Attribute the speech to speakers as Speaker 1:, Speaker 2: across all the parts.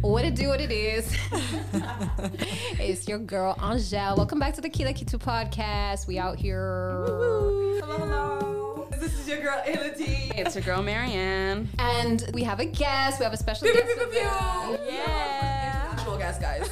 Speaker 1: What it do, what it is. it's your girl, Angel. Welcome back to the Kila Kitu podcast. We out here.
Speaker 2: Hello, hello. This is your girl, Ayla D.
Speaker 3: It's your girl Marianne.
Speaker 1: And we have a guest. We have a special
Speaker 2: Pew,
Speaker 1: guest.
Speaker 2: pew, pew, pew, pew.
Speaker 3: Yeah.
Speaker 2: International guys, guys.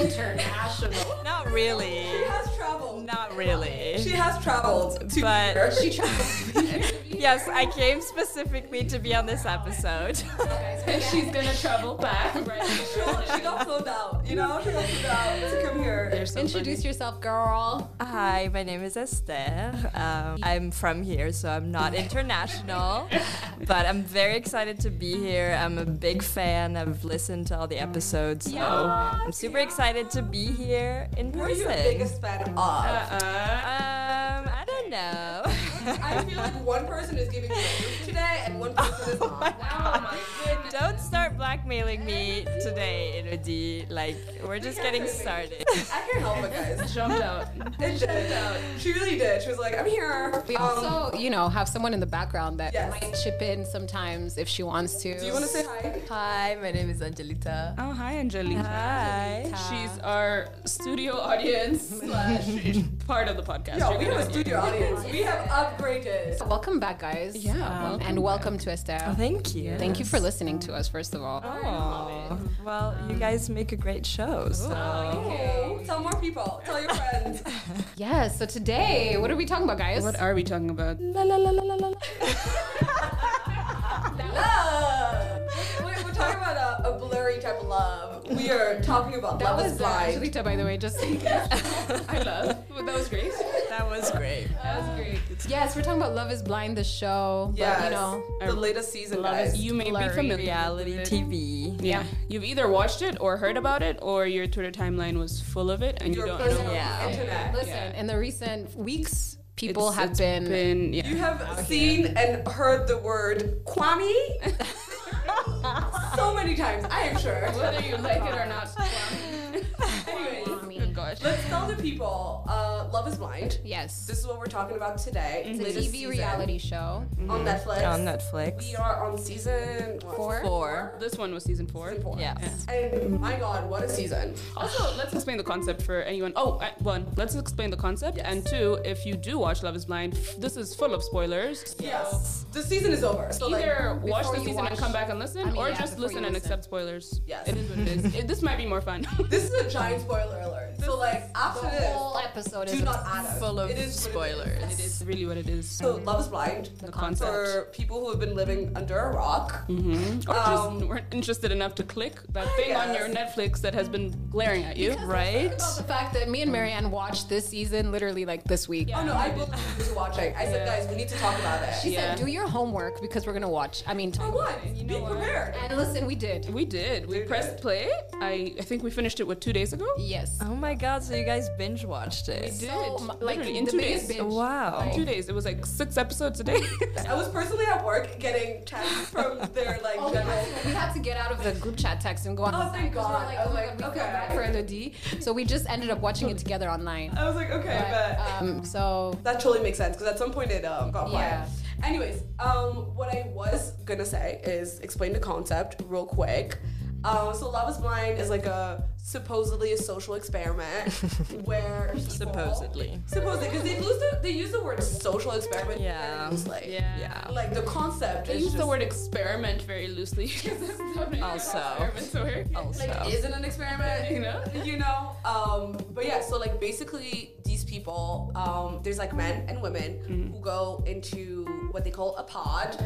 Speaker 1: International.
Speaker 3: Not really.
Speaker 2: She has traveled.
Speaker 3: Not
Speaker 2: She
Speaker 3: really.
Speaker 2: has traveled to
Speaker 3: But-
Speaker 2: here. She traveled.
Speaker 3: Yes, I came specifically to be on this episode.
Speaker 1: She's gonna travel back.
Speaker 2: She got- she got flown out, you know? She got flown out to come here.
Speaker 1: Introduce yourself, girl.
Speaker 3: Hi, my name is Esther. Um, I'm from here, so I'm not international, but I'm very excited to be here. I'm a big fan. I've listened to all the episodes, so I'm super excited to be here in
Speaker 2: Who are you
Speaker 3: person.
Speaker 2: the biggest fan of?
Speaker 3: Um, I don't know.
Speaker 2: I feel like one person is giving you a roof today and one person is
Speaker 1: Oh
Speaker 2: not.
Speaker 3: Don't start blackmailing me today, Inudi. Like, we're just getting started.
Speaker 2: I can't help it, guys.
Speaker 4: jumped out.
Speaker 2: It jumped out. She really did. She was like, I'm here.
Speaker 1: We
Speaker 2: Um,
Speaker 1: also, you know, have someone in the background that
Speaker 2: Yes.
Speaker 1: might chip in sometimes if she wants to.
Speaker 2: do you want to say hi?
Speaker 3: Hi, my name is Angelita.
Speaker 4: Oh, hi, Angelina.
Speaker 3: Hi.
Speaker 4: She's our studio audience slash part of the podcast.
Speaker 2: Yo,
Speaker 4: You're
Speaker 2: we have a
Speaker 4: gonna-
Speaker 2: studio audience. We have upgraded.
Speaker 1: Welcome back, guys. Um,
Speaker 4: Yeah, welcome
Speaker 1: and welcome to
Speaker 2: Oh,
Speaker 1: Estelle.
Speaker 3: Thank you.
Speaker 1: Thank you for listening to us, first of all.
Speaker 3: Oh, well, you guys make a great show. So.
Speaker 2: Oh, Tell more people. Tell your friends.
Speaker 1: Yes. So today, what are we talking about, guys?
Speaker 4: What are we talking about?
Speaker 2: love. We're, we're talking about a, a blurry type of love. We are talking about
Speaker 1: that
Speaker 2: love
Speaker 1: was
Speaker 2: is blind.
Speaker 1: Angelita, by the way. Just
Speaker 4: I love. Well, that was great.
Speaker 3: That was great.
Speaker 4: That was great.
Speaker 1: yes, we're talking about Love Is Blind, the show.
Speaker 2: Yes.
Speaker 1: But, you know,
Speaker 2: the latest season,
Speaker 4: Love
Speaker 2: guys.
Speaker 4: is you may
Speaker 1: blurry
Speaker 4: be familiar
Speaker 3: Reality
Speaker 4: with it.
Speaker 3: TV.
Speaker 4: Yeah. you've either watched it or heard about it, or your Twitter timeline was full of it, and you
Speaker 2: Your
Speaker 4: don't
Speaker 2: personal
Speaker 4: know.
Speaker 3: Yeah.
Speaker 2: internet.
Speaker 1: listen.
Speaker 4: Yeah.
Speaker 1: In the recent weeks, people
Speaker 4: It's-
Speaker 1: have
Speaker 4: it's
Speaker 1: been,
Speaker 4: been yeah.
Speaker 2: You have seen and heard the word Kwame so many times, I am sure.
Speaker 4: whether you like it or not.
Speaker 2: Anyways,
Speaker 4: Good gosh.
Speaker 2: let's tell the people uh, Love is Blind.
Speaker 1: Yes.
Speaker 2: This is what we're talking about today.
Speaker 1: It's a
Speaker 2: Latest
Speaker 1: TV
Speaker 2: season
Speaker 1: reality show.
Speaker 2: on Netflix.
Speaker 3: On Netflix.
Speaker 2: We are on season what,
Speaker 1: Four?
Speaker 3: Four.
Speaker 4: This one was season four.
Speaker 2: Season four.
Speaker 3: Yeah.
Speaker 2: And my God, what a season!
Speaker 4: Also, let's explain the concept for anyone. Oh, I, one, let's explain the concept, and two, if you do watch Love Is Blind, f- this is full of spoilers.
Speaker 2: Yes. The season is over. So
Speaker 4: Either
Speaker 2: like,
Speaker 4: watch
Speaker 2: before
Speaker 4: the
Speaker 2: you
Speaker 4: season
Speaker 2: watch-
Speaker 4: and come back and listen,
Speaker 1: I mean,
Speaker 4: or
Speaker 1: yeah,
Speaker 4: just
Speaker 1: before
Speaker 4: listen
Speaker 1: you
Speaker 4: and
Speaker 1: listen.
Speaker 4: accept spoilers.
Speaker 2: Yes.
Speaker 4: it is what it is. It- this might be more fun.
Speaker 2: This is a giant spoiler alert. So like after
Speaker 1: The whole
Speaker 2: this,
Speaker 1: episode is
Speaker 2: do not add us.
Speaker 3: Full of
Speaker 2: It is what it is.
Speaker 3: spoilers.
Speaker 4: it is really what it is.
Speaker 2: So Love is Blind.
Speaker 4: The concept.
Speaker 2: For people who have been living under a rock.
Speaker 4: Mhm. Or
Speaker 2: Um,
Speaker 4: just weren't interested enough to click that thing on
Speaker 2: yes.
Speaker 4: your Netflix that has been glaring at you.
Speaker 3: Right?
Speaker 1: about the fact that me and Marianne watched this season literally like this week.
Speaker 2: Oh no, I believe into watching. I said,
Speaker 4: Yeah.
Speaker 2: guys, we need to talk about it.
Speaker 1: She
Speaker 4: Yeah.
Speaker 1: said, "Do your homework because we're gonna watch." I mean,
Speaker 2: For
Speaker 1: talk
Speaker 2: what?
Speaker 4: You
Speaker 2: Be
Speaker 4: know what?
Speaker 2: prepared.
Speaker 1: And listen, we did.
Speaker 4: We did. We
Speaker 2: We
Speaker 4: pressed
Speaker 2: did.
Speaker 4: play. I, I think we finished it, what, two days ago?
Speaker 1: Yes.
Speaker 3: Oh my god, so you guys binge watched it.
Speaker 4: did.
Speaker 1: So, m- like
Speaker 4: Literally, in
Speaker 1: the
Speaker 4: two
Speaker 1: biggest
Speaker 4: days.
Speaker 1: binge.
Speaker 3: Wow.
Speaker 4: Two days. It was like six episodes a day.
Speaker 2: I was personally at work getting texts from their like
Speaker 1: Oh,
Speaker 2: general.
Speaker 1: we had to get out of the group chat text and go on.
Speaker 2: Oh, thank God. I
Speaker 1: Because
Speaker 2: was
Speaker 1: we were
Speaker 2: like,
Speaker 1: like, oh my God, we
Speaker 2: okay.
Speaker 1: feel bad for LOD. So we just ended up watching it together online.
Speaker 2: I was like, okay,
Speaker 1: But, um, so
Speaker 2: That totally makes sense because at some point it um, got
Speaker 1: Yeah.
Speaker 2: quiet. Anyways, um, what I was gonna say is explain the concept real quick. Um, so Love Is Blind is like a supposedly a social experiment where people-
Speaker 3: Supposedly.
Speaker 2: supposedly because they lose the, they use the word social experiment
Speaker 3: Yeah.
Speaker 2: very loosely.
Speaker 4: Yeah.
Speaker 3: Yeah.
Speaker 2: Like the concept
Speaker 4: I
Speaker 2: is
Speaker 4: use the
Speaker 2: just-
Speaker 4: word experiment very loosely because it's not really
Speaker 3: Also.
Speaker 4: experiments work.
Speaker 3: Also.
Speaker 2: like isn't an experiment
Speaker 4: You know?
Speaker 2: you know um but yeah so like basically these people um there's like men and women
Speaker 3: Mm-hmm.
Speaker 2: who go into what they call a pod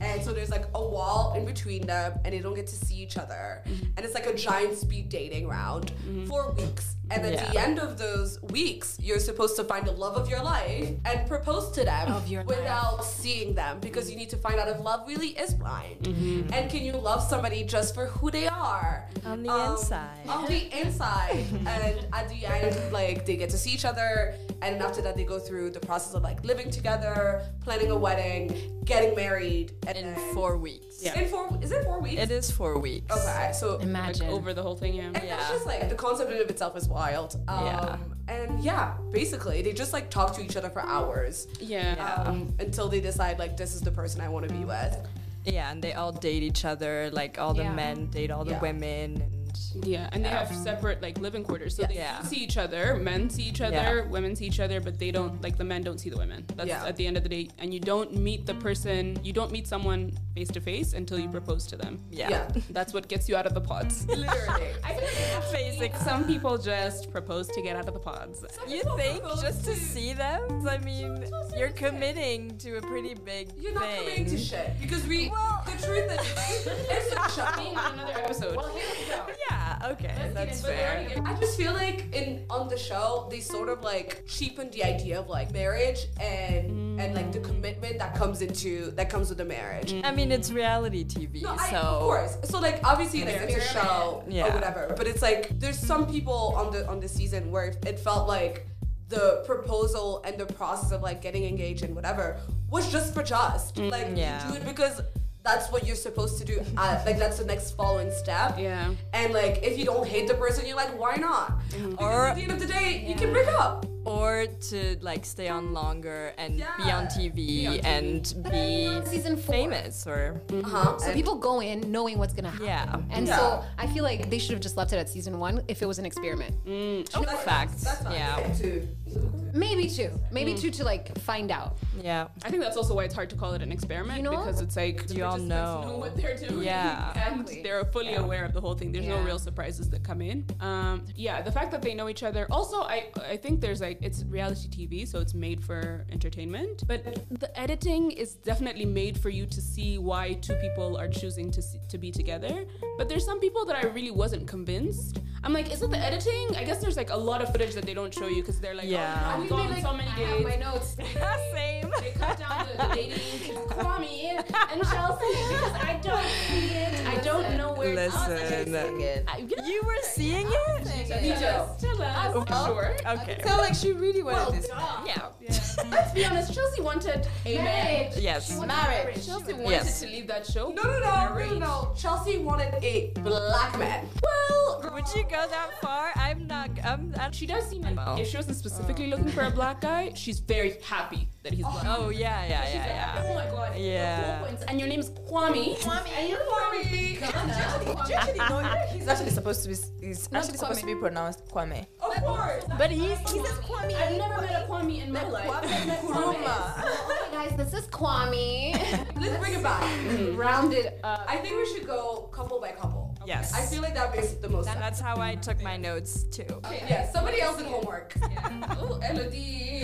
Speaker 2: and so there's like a wall in between them and they don't get to see each other
Speaker 3: Mm-hmm.
Speaker 2: and it's like a giant speed dating round for weeks and at the
Speaker 3: Yeah.
Speaker 2: end of those weeks you're supposed to find the love of your life and propose to them
Speaker 1: Of your life.
Speaker 2: without seeing them because you need to find out if love really is blind and can you love somebody just for who they are
Speaker 3: Mm-hmm.
Speaker 2: Um,
Speaker 3: On the inside.
Speaker 2: on the inside and at the end like they get to see each other and after that they go through the process of like living together planning a wedding getting married and
Speaker 3: In
Speaker 2: then-
Speaker 3: four weeks.
Speaker 4: Yeah.
Speaker 2: in four is it four weeks
Speaker 3: It is four weeks.
Speaker 2: okay so
Speaker 4: Like
Speaker 1: imagine.
Speaker 4: over the whole thing, yeah.
Speaker 2: and that's
Speaker 3: Yeah.
Speaker 2: just like the concept in of itself is wild um,
Speaker 3: Yeah.
Speaker 2: and yeah basically they just like talk to each other for hours
Speaker 4: Yeah.
Speaker 2: um, until they decide like this is the person i want to be with
Speaker 3: Yeah, and they all date each other. Like all the
Speaker 1: Yeah.
Speaker 3: men date all the
Speaker 2: Yeah.
Speaker 3: women, and
Speaker 4: Yeah, and they have separate like living quarters, so
Speaker 3: Yeah.
Speaker 4: they
Speaker 3: Yeah.
Speaker 4: do see each other. Men see each other,
Speaker 3: Yeah.
Speaker 4: women see each other, but they don't like the men don't see the women. That's
Speaker 2: Yeah.
Speaker 4: at the end of the day, and you don't meet the person, you don't meet someone face to face until you propose to them.
Speaker 3: yeah.
Speaker 4: That's what gets you out of the pods.
Speaker 2: Literally.
Speaker 1: I think
Speaker 3: Basic.
Speaker 4: Some people just propose to get out of the pods.
Speaker 3: You think just to see them? I mean, you're committing to a pretty big
Speaker 2: You're not
Speaker 3: thing.
Speaker 2: committing to shit because we.
Speaker 3: Well-
Speaker 2: the truth is, it's a shopping.
Speaker 4: Another episode.
Speaker 3: Yeah, okay, that's fair.
Speaker 2: I just feel like in on the show they sort of like cheapen the idea of like marriage and and like the commitment that comes into that comes with a marriage.
Speaker 3: I mean, it's reality TV,
Speaker 2: No, I,
Speaker 3: so
Speaker 2: of course. So like obviously like it's a show
Speaker 3: Yeah.
Speaker 2: or whatever, but it's like there's some people on the on the season where it felt like the proposal and the process of like getting engaged and whatever was just prejudged. Like
Speaker 3: Mm, yeah.
Speaker 2: you do it because that's what you're supposed to do. Uh, like that's the next following step.
Speaker 4: Yeah.
Speaker 2: And like if you don't hate the person, you're like, why not? Because
Speaker 3: Mm-hmm. Or-
Speaker 2: at the end of the day, you can break up.
Speaker 3: or to like stay on longer and be
Speaker 2: Yeah.
Speaker 3: on TV,
Speaker 4: on TV.
Speaker 3: and be
Speaker 1: season four.
Speaker 3: famous or
Speaker 2: Uh-huh.
Speaker 1: So
Speaker 2: And-
Speaker 1: people go in knowing what's gonna happen.
Speaker 3: Yeah.
Speaker 1: And
Speaker 2: Yeah.
Speaker 1: so I feel like they should have just left it at season one if it was an experiment.
Speaker 3: oh,
Speaker 2: that's-
Speaker 3: facts.
Speaker 2: That's not
Speaker 3: yeah,
Speaker 2: too.
Speaker 1: Maybe two. Maybe two to like find out.
Speaker 3: yeah.
Speaker 4: I think that's also why it's hard to call it an experiment
Speaker 1: You know?
Speaker 4: because it's like the
Speaker 3: You all
Speaker 4: participants
Speaker 3: know.
Speaker 4: what they're doing.
Speaker 3: Yeah.
Speaker 4: and
Speaker 1: Exactly.
Speaker 4: they're fully aware of the whole thing. There's no
Speaker 1: Yeah.
Speaker 4: real surprises that come in. Um, yeah, the fact that they know each other. Also, I I think there's like it's reality TV, so it's made for entertainment. But the editing is definitely made for you to see why two people are choosing to s- to be together. But there's some people that I really wasn't convinced. I'm like, is it the editing? I guess there's like a lot of footage that they don't show you because they're like,
Speaker 3: Yeah.
Speaker 4: oh,
Speaker 1: I
Speaker 4: we've
Speaker 1: mean,
Speaker 4: gone
Speaker 1: like,
Speaker 4: so many
Speaker 1: I have
Speaker 4: days.
Speaker 1: my notes.
Speaker 3: Same.
Speaker 4: They cut down the, the dating to Kwame and Chelsea because I don't see it. I don't know where it's
Speaker 3: Listen, you were seeing it.
Speaker 2: Nijo.
Speaker 4: Tell us. sure.
Speaker 3: Okay.
Speaker 5: So like she really wanted this.
Speaker 3: Yeah.
Speaker 4: Let's be honest. Chelsea wanted a man.
Speaker 3: Yes.
Speaker 5: Marriage.
Speaker 4: Chelsea wanted
Speaker 3: Yes.
Speaker 4: to leave that show.
Speaker 2: No, no, no, no, no, no. Chelsea wanted a black man.
Speaker 3: Well, would you go that far? I'm not. I'm. i
Speaker 4: She does seem like
Speaker 3: Well.
Speaker 4: if she wasn't specifically looking for a black guy, she's very happy that he's black.
Speaker 3: Oh yeah, yeah,
Speaker 4: She's
Speaker 3: yeah, yeah.
Speaker 4: like, oh my god.
Speaker 3: Yeah.
Speaker 4: cool points, And your name is Kwame. And you're Kwame.
Speaker 5: Do you actually know he's actually supposed to be he's actually supposed to be pronounced Kwame?
Speaker 2: Of course.
Speaker 3: But he's.
Speaker 5: Kwame.
Speaker 4: I've never met a Kwame in my life.
Speaker 5: Kuruma.
Speaker 1: Hey guys, this is Kwame.
Speaker 2: Let's bring it back.
Speaker 1: Rounded up.
Speaker 2: I think we should go couple by couple.
Speaker 3: Yes.
Speaker 2: I feel like that makes the most sense.
Speaker 3: That's how I took my notes too.
Speaker 2: Okay, yeah, somebody else did homework.
Speaker 4: Oh, Elodie.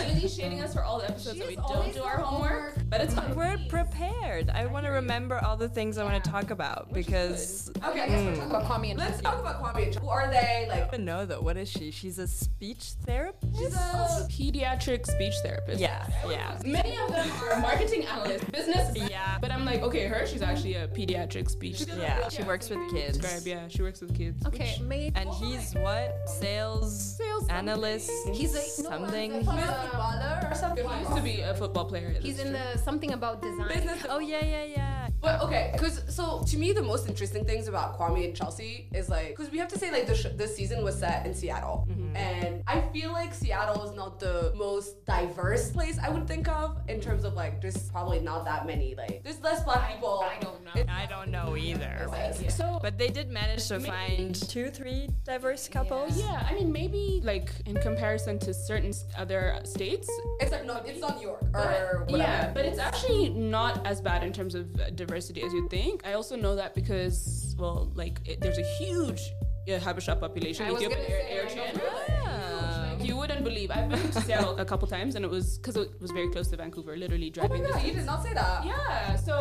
Speaker 4: Elodie's shading us for all the episodes that we don't do our homework. But it's fine.
Speaker 3: We're prepared. I want to remember all the things I want to talk about because
Speaker 1: Okay, I guess we're talking about
Speaker 4: Mm.
Speaker 1: Kwame and
Speaker 2: Let's talk about Kwame and Ch- Who are they? Like,
Speaker 3: I don't know though. What is she? She's a speech therapist.
Speaker 4: She's a pediatric speech therapist.
Speaker 3: Yeah, yeah.
Speaker 4: Many of them are marketing analysts, business.
Speaker 3: Yeah.
Speaker 4: But I'm like, okay, her, she's actually a pediatric speech
Speaker 3: Yeah, she works with kids.
Speaker 4: therapist. Yeah, she works with kids.
Speaker 1: Okay, maybe
Speaker 3: And he's what? Sales,
Speaker 4: Sales
Speaker 3: analyst?
Speaker 1: he's a, no,
Speaker 3: something.
Speaker 1: He's, uh,
Speaker 2: baller or something?
Speaker 4: He used to be a football player.
Speaker 1: he's in the something about design.
Speaker 2: Business.
Speaker 3: Oh, yeah, yeah, yeah.
Speaker 2: But okay, because so to me the most interesting things about Kwame and Chelsea is like because we have to say like the sh- this season was set in Seattle, and I feel like Seattle is not the most diverse place I would think of in terms of like there's probably not that many like there's less black people. I, don't know.
Speaker 3: I don't know either.
Speaker 4: So,
Speaker 3: But they did manage to find two, three diverse couples.
Speaker 4: yeah, I mean, maybe like in comparison to certain s- other states,
Speaker 2: It's like no, it's not York or whatever.
Speaker 4: Yeah, but it's actually not as bad in terms of uh, diversity as you think. I also know that because, well, like it, there's a huge uh, Habesha population.
Speaker 1: I was
Speaker 4: Ethiopian
Speaker 1: gonna say,
Speaker 4: Eritrean. uh,
Speaker 1: I don't
Speaker 3: Yeah.
Speaker 4: You wouldn't believe. I've been to Seattle a couple times, and it was because it was very close to Vancouver, literally
Speaker 2: Oh my
Speaker 4: driving.
Speaker 2: god, you did not say that.
Speaker 4: yeah, so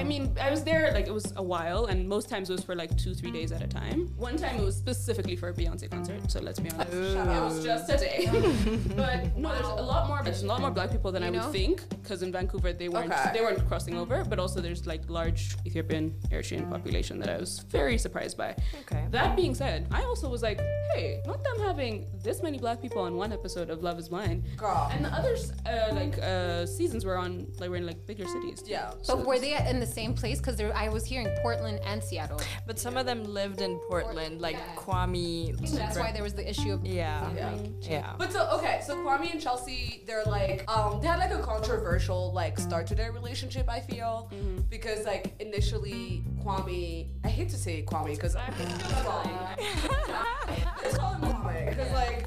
Speaker 4: I mean, I was there like it was a while, and most times it was for like two, three days at a time. One time it was specifically for a Beyonce concert, so let's be honest.
Speaker 2: Shut
Speaker 4: It
Speaker 2: up.
Speaker 4: was just a day. but no, there's a lot more. There's a lot more black people than
Speaker 1: You
Speaker 4: I would
Speaker 1: know?
Speaker 4: think because in Vancouver they weren't
Speaker 2: Okay.
Speaker 4: they weren't crossing over. But also there's like large Ethiopian Eritrean population that I was very surprised by.
Speaker 3: Okay.
Speaker 4: That being said, I also was like, hey, not them having this many black people on one episode of Love Is Blind,
Speaker 2: Girl.
Speaker 4: and the other uh, like uh, seasons were on like were in like bigger cities.
Speaker 2: Yeah.
Speaker 1: But were they in the same place because I was here in Portland and Seattle.
Speaker 3: But some of them lived in Portland, like
Speaker 1: Yeah.
Speaker 3: Kwame.
Speaker 1: So that's why there was the issue of
Speaker 3: Yeah.
Speaker 1: like,
Speaker 3: yeah.
Speaker 2: But so okay, so Kwame and Chelsea, they're like, um, they had like a controversial like start to their relationship. I feel because like initially Kwame, I hate to say Kwame because I'm wrong. Let's call him Kwame because like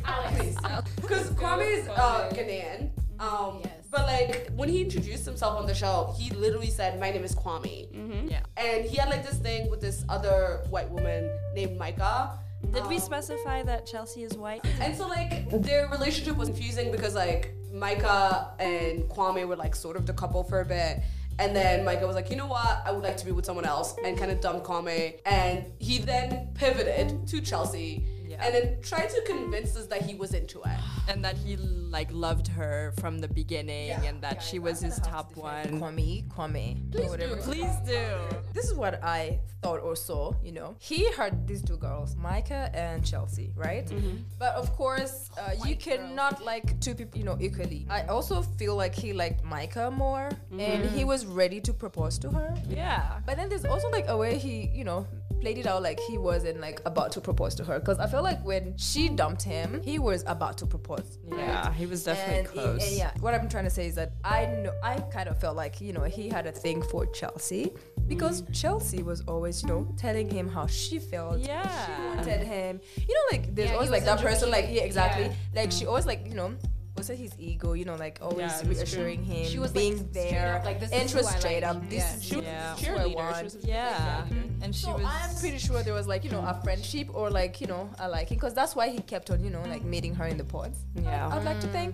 Speaker 2: because Kwame is uh, Ghanaian. Um,
Speaker 1: Yes.
Speaker 2: But like when he introduced himself on the show, he literally said, "My name is Kwame,"
Speaker 3: Yeah.
Speaker 2: and he had like this thing with this other white woman named Micah.
Speaker 3: Did we
Speaker 2: Um,
Speaker 3: specify that Chelsea is white?
Speaker 2: and so like their relationship was confusing because like Micah and Kwame were like sort of the couple for a bit. And then Micah was like, you know what? I would like to be with someone else and kind of dumped Kwame. And he then pivoted to Chelsea
Speaker 3: Yeah.
Speaker 2: and then tried to convince us that he was into it.
Speaker 3: And that he like loved her from the beginning,
Speaker 2: Yeah.
Speaker 3: and that she was his top one.
Speaker 5: Kwame, Kwame. or whatever.
Speaker 3: Mm. Please do.
Speaker 5: This is what I thought or saw, you know. He heard these two girls, Micah and Chelsea, right?
Speaker 3: Mm-hmm.
Speaker 5: But of course, uh, you cannot like two people, you know, equally. I also feel like he liked Micah more
Speaker 3: Mm-hmm.
Speaker 5: and he was ready to propose to her.
Speaker 3: Yeah.
Speaker 5: But then there's also like a way he, you know, played it out like he wasn't like about to propose to her. Because I feel like when she dumped him, he was about to propose. right?
Speaker 3: Yeah, he was definitely
Speaker 5: And,
Speaker 3: close.
Speaker 5: and yeah, what I'm trying to say is that I know I kind of felt like you know he had a thing for Chelsea because
Speaker 1: Mm.
Speaker 5: Chelsea was always you know telling him how she felt. she
Speaker 3: Yeah.
Speaker 5: wanted him. You know, like there's
Speaker 1: Yeah, he
Speaker 5: always
Speaker 1: was Mm.
Speaker 5: like that person, like yeah,
Speaker 1: underneath,
Speaker 5: exactly. Like she always like you know. Was it his ego? You know, like always
Speaker 4: that's true.
Speaker 5: reassuring him,
Speaker 1: She was, like,
Speaker 5: being
Speaker 1: straight
Speaker 5: there,
Speaker 1: up, like, this
Speaker 5: and
Speaker 1: is
Speaker 5: she was
Speaker 1: who I
Speaker 5: straight
Speaker 1: like.
Speaker 5: up. This
Speaker 1: Yeah.
Speaker 5: is
Speaker 4: She was
Speaker 3: Yeah.
Speaker 4: a
Speaker 5: who I
Speaker 4: cheerleader. She
Speaker 5: want.
Speaker 4: was a
Speaker 3: Yeah. And she
Speaker 5: So
Speaker 3: was.
Speaker 5: I'm pretty sure there was like you know a friendship or like you know a liking because that's why he kept on you know like meeting her in the pods.
Speaker 3: Yeah.
Speaker 5: I'd like to think.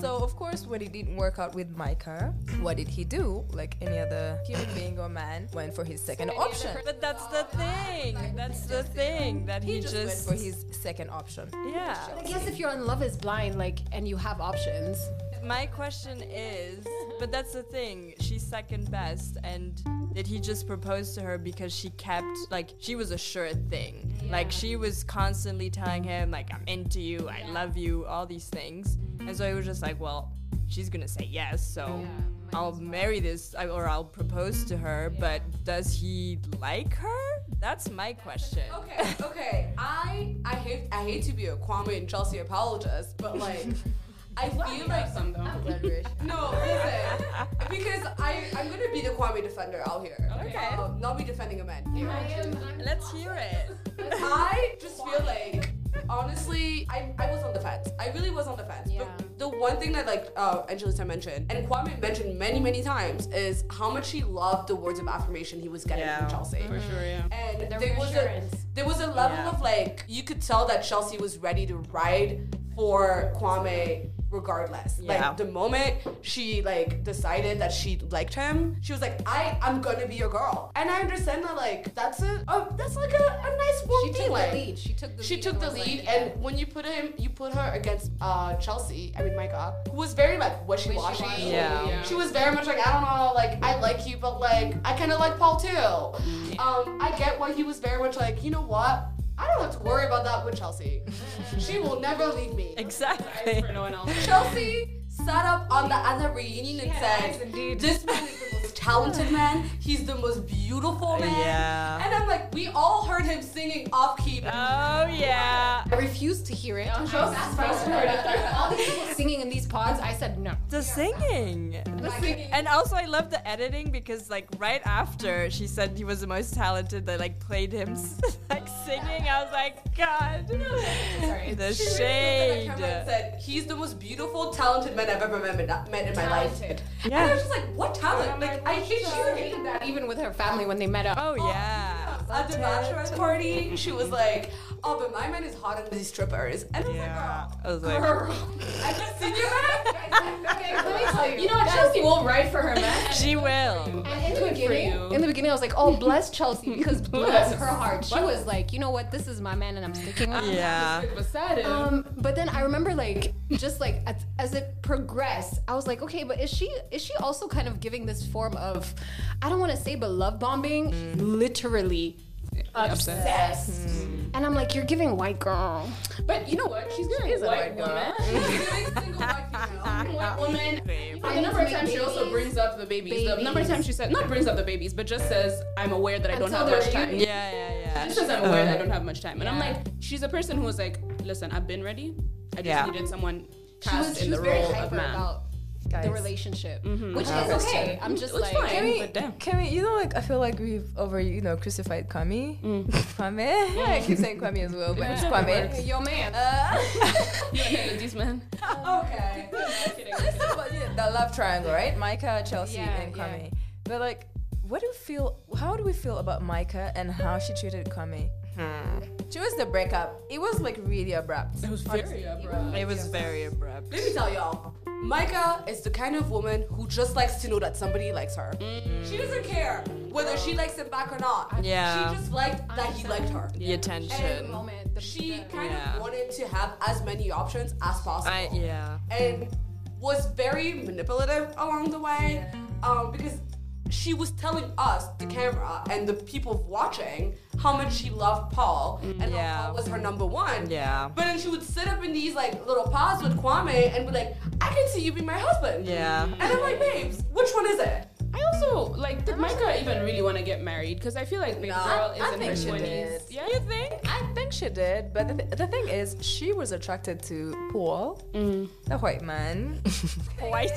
Speaker 5: So of course, when it didn't work out with Micah, what did he do? Like any other human being or man, went for his second option.
Speaker 3: But that's the thing. That's the thing that he,
Speaker 5: He just went for his second option.
Speaker 3: yeah.
Speaker 1: I guess if you're in love is blind, like, and you have options.
Speaker 3: My question is, but that's the thing. She's second best, and did he just propose to her because she kept like she was a sure thing? Like she was constantly telling him like I'm into you, I love you, all these things, and so he was just like, well, she's gonna say yes, so. I'll marry this I- or I'll propose to her, but does he like her? That's my question.
Speaker 2: Okay, okay. I I hate I hate to be a Kwame and Chelsea apologist, but like I feel like
Speaker 4: Some though.
Speaker 2: No, listen. Because I, I'm gonna be the Kwame defender out here.
Speaker 3: Okay.
Speaker 2: Um, not be defending a man.
Speaker 3: Let's hear it.
Speaker 2: I just feel like, honestly, I, I was on the fence. I really was on the fence.
Speaker 1: Yeah.
Speaker 2: But the one thing that, like, uh, Angelita mentioned, and Kwame mentioned many, many times, is how much he loved the words of affirmation he was getting
Speaker 3: Yeah, Mm-hmm.
Speaker 2: from Chelsea.
Speaker 4: For sure, yeah.
Speaker 2: And
Speaker 1: The
Speaker 2: there was, a,
Speaker 1: reassurance.
Speaker 2: there was a level
Speaker 3: Yeah.
Speaker 2: of, like, you could tell that Chelsea was ready to ride for Kwame regardless.
Speaker 3: Yeah.
Speaker 2: Like, the moment she, like, decided that she liked him, she was like, I, I'm gonna be your girl. And I understand that, like, that's a, a that's like a, a nice warm
Speaker 1: She took
Speaker 2: feeling
Speaker 1: the lead. She took the
Speaker 2: she
Speaker 1: lead.
Speaker 2: took
Speaker 1: and
Speaker 2: the
Speaker 1: was like,
Speaker 2: lead,
Speaker 1: yeah.
Speaker 2: and when you put him, you put her against uh, Chelsea. I mean, Micah, who was very like wishy washy.
Speaker 1: Wishy-washy.
Speaker 3: Yeah.
Speaker 4: Yeah.
Speaker 2: She was very much like, I don't know, like I like you, but like I kind of like Paul too. Um, I get why he was very much like, you know what? I don't have to worry about that with Chelsea. she will never leave me.
Speaker 3: Exactly.
Speaker 4: For no one else.
Speaker 2: Chelsea sat up on the other reunion and said, "This man is the most talented man. He's the most beautiful man."
Speaker 3: Yeah.
Speaker 2: And I'm like, we all heard him singing off key.
Speaker 3: Oh yeah.
Speaker 1: I refused to hear it. All these people singing in these pods, I said no.
Speaker 3: The singing.
Speaker 2: singing.
Speaker 3: And also I love the editing because like right after she said he was the most talented, they like played him s- like singing. I was like, God. The
Speaker 2: She really
Speaker 3: shade.
Speaker 2: looked at that camera and said, He's the most beautiful, talented man I've ever met, met in my life. And I was
Speaker 3: Yeah.
Speaker 2: just like, what talent? Like, I hate you.
Speaker 1: That even with her family when they met up.
Speaker 3: Oh yeah.
Speaker 2: At the bachelor's party, she was like, oh, but my man is hotter than these strippers. And I was
Speaker 3: Yeah. I was
Speaker 2: like,
Speaker 3: like,
Speaker 2: girl, girl, I just seen your man.
Speaker 1: Okay, let me tell you.
Speaker 6: You know what? Chelsea will ride for her man.
Speaker 3: she will.
Speaker 1: And in the
Speaker 4: Good for
Speaker 1: beginning,
Speaker 4: you.
Speaker 1: in the beginning, I was like, "Oh, bless Chelsea," because bless her heart, she was like, "You know what? This is my man, and I'm sticking with him."
Speaker 3: Yeah.
Speaker 4: It was sad.
Speaker 1: Um, but then I remember, like, just like as, as it progressed, I was like, "Okay, but is she is she also kind of giving this form of, I don't want to say, but love bombing, literally
Speaker 4: Upset.
Speaker 1: obsessed?" And I'm like, "You're giving white girl."
Speaker 4: But you know what? She's gonna
Speaker 6: She's a
Speaker 4: white
Speaker 6: white girl.
Speaker 4: woman.
Speaker 2: She's giving single white female.
Speaker 4: black woman.
Speaker 1: I
Speaker 4: The number of
Speaker 1: need to
Speaker 4: times
Speaker 1: make
Speaker 4: she also
Speaker 1: babies.
Speaker 4: brings up the babies. The number of
Speaker 1: Babies.
Speaker 4: times she said not brings up the babies, but just says I'm aware that I don't
Speaker 1: Until
Speaker 4: have
Speaker 1: they're
Speaker 4: much time.
Speaker 3: Yeah, yeah, yeah.
Speaker 4: She says I'm aware
Speaker 3: Uh,
Speaker 4: that I don't have much time, and I'm like, she's a person who was like, listen, I've been ready. I just
Speaker 3: Yeah.
Speaker 4: needed someone
Speaker 1: She
Speaker 4: cast
Speaker 1: was, she
Speaker 4: in
Speaker 1: was
Speaker 4: the
Speaker 1: very
Speaker 4: role of
Speaker 1: hyper
Speaker 4: man.
Speaker 1: about
Speaker 5: Guys.
Speaker 1: the relationship, which
Speaker 5: have
Speaker 1: is okay.
Speaker 5: a question.
Speaker 1: I'm just
Speaker 4: It's
Speaker 1: like,
Speaker 4: fine.
Speaker 5: Can we,
Speaker 4: But damn.
Speaker 5: can we, you know, like I feel like we've over, you know, crucified Kwame. Kwame, I keep saying Kwame as well, but it's Kwame.
Speaker 1: yo man,
Speaker 5: Uh,
Speaker 4: These men.
Speaker 5: okay. but yeah, the love triangle, right? Micah, Chelsea,
Speaker 1: Yeah,
Speaker 5: and
Speaker 1: yeah.
Speaker 5: Kwame. But like, what do you feel? How do we feel about Micah and how she treated Kwame?
Speaker 1: Hmm.
Speaker 5: She was the breakup. It was like really abrupt.
Speaker 4: It was very abrupt.
Speaker 3: It was very abrupt.
Speaker 2: Let me tell y'all, Micah is the kind of woman who just likes to know that somebody likes her.
Speaker 3: Mm.
Speaker 2: She doesn't care whether she likes him back or not.
Speaker 3: Yeah.
Speaker 2: She just liked that he liked her.
Speaker 3: The attention.
Speaker 1: moment. The,
Speaker 2: She
Speaker 1: the-
Speaker 2: kind
Speaker 3: Yeah.
Speaker 2: of wanted to have as many options as possible.
Speaker 3: I yeah.
Speaker 2: and was very manipulative along the way um, because she was telling us, the camera, and the people watching how much she loved Paul and
Speaker 3: Mm, Yeah.
Speaker 2: how Paul was her number one.
Speaker 3: Yeah.
Speaker 2: But then she would sit up in these like little pods with Kwame and be like, I can see you being my husband.
Speaker 3: Yeah.
Speaker 2: And I'm like, babes, which one is it?
Speaker 4: I also like. Did Micah even really want to get married? Because I feel like the girl is
Speaker 5: I
Speaker 4: in
Speaker 5: think
Speaker 4: her
Speaker 5: she
Speaker 4: twenties.
Speaker 5: did.
Speaker 4: Yeah, you think?
Speaker 5: I think she did, but the, th- the thing is, she was attracted to Paul,
Speaker 1: Mm.
Speaker 5: the white man.
Speaker 3: White.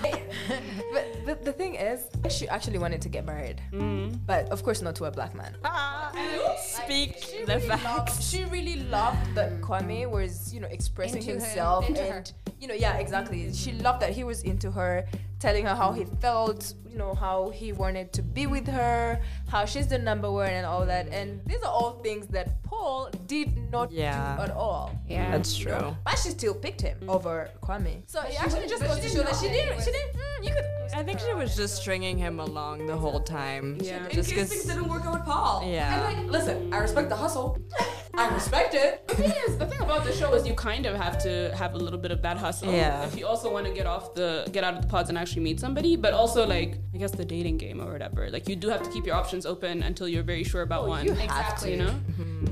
Speaker 5: but the, the thing is, she actually wanted to get married,
Speaker 1: Mm.
Speaker 5: but of course not to a black man.
Speaker 3: Ah. Speak the facts.
Speaker 5: Loved, she really loved that Kwame was, you know, expressing
Speaker 1: Into her-
Speaker 5: himself
Speaker 1: into her.
Speaker 5: and, you know, yeah, exactly. She loved that he was into her, telling her how he felt, you know, how he wanted to be with her, how she's the number one, and all that. And these are all things that Paul did not
Speaker 3: Yeah.
Speaker 5: do at all.
Speaker 1: yeah.
Speaker 3: That's true.
Speaker 5: But she still picked him over Kwame. So it actually just goes to show that she didn't. She didn't. Mm, you could.
Speaker 3: I think she was just stringing him along the whole time.
Speaker 4: Yeah.
Speaker 2: In
Speaker 3: Just
Speaker 2: case things
Speaker 3: because.
Speaker 2: didn't work out with Paul.
Speaker 3: Yeah.
Speaker 2: And like, listen, I respect the hustle. I respect it.
Speaker 4: The thing is, the thing about the show is you kind of have to have a little bit of that hustle
Speaker 3: Yeah.
Speaker 4: if you also want to get off the get out of the pods and actually meet somebody. But also like I guess the dating game or whatever. Like you do have to keep your options open until you're very sure about one.
Speaker 5: Oh, you have
Speaker 4: you
Speaker 5: to.
Speaker 4: know.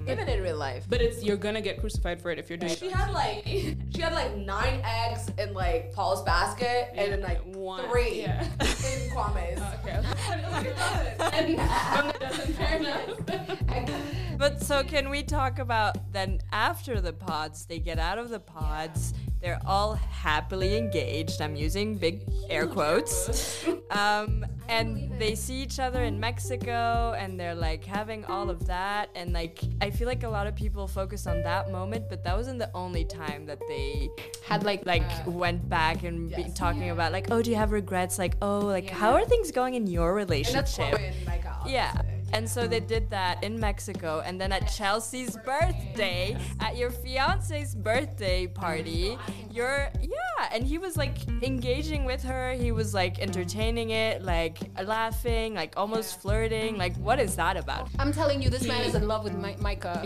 Speaker 5: Even in real life.
Speaker 4: But it's you're gonna get crucified for it if you're doing.
Speaker 2: She had like she had like nine eggs in like Paul's basket and then like
Speaker 4: One.
Speaker 2: three
Speaker 4: Yeah.
Speaker 2: in Kwame's.
Speaker 4: Okay. and one that doesn't fair enough.
Speaker 3: But so can we talk about then after the pods? They get out of the pods. They're all happily engaged. I'm using big air quotes. Um, and they see each other in Mexico and they're like having all of that. And like, I feel like a lot of people focus on that moment, but that wasn't the only time that they
Speaker 1: Had like
Speaker 3: like
Speaker 1: uh,
Speaker 3: went back and be talking
Speaker 1: Yeah.
Speaker 3: about like, oh, do you have regrets? Like, oh, like how are things going in your relationship? yeah. And so they did that in Mexico, and then at Chelsea's birthday, at your fiance's birthday party, you're yeah. And he was like engaging with her. He was like entertaining it, like laughing, like almost flirting. Like what is that about?
Speaker 1: I'm telling you, this man is in love with Mi- Micah.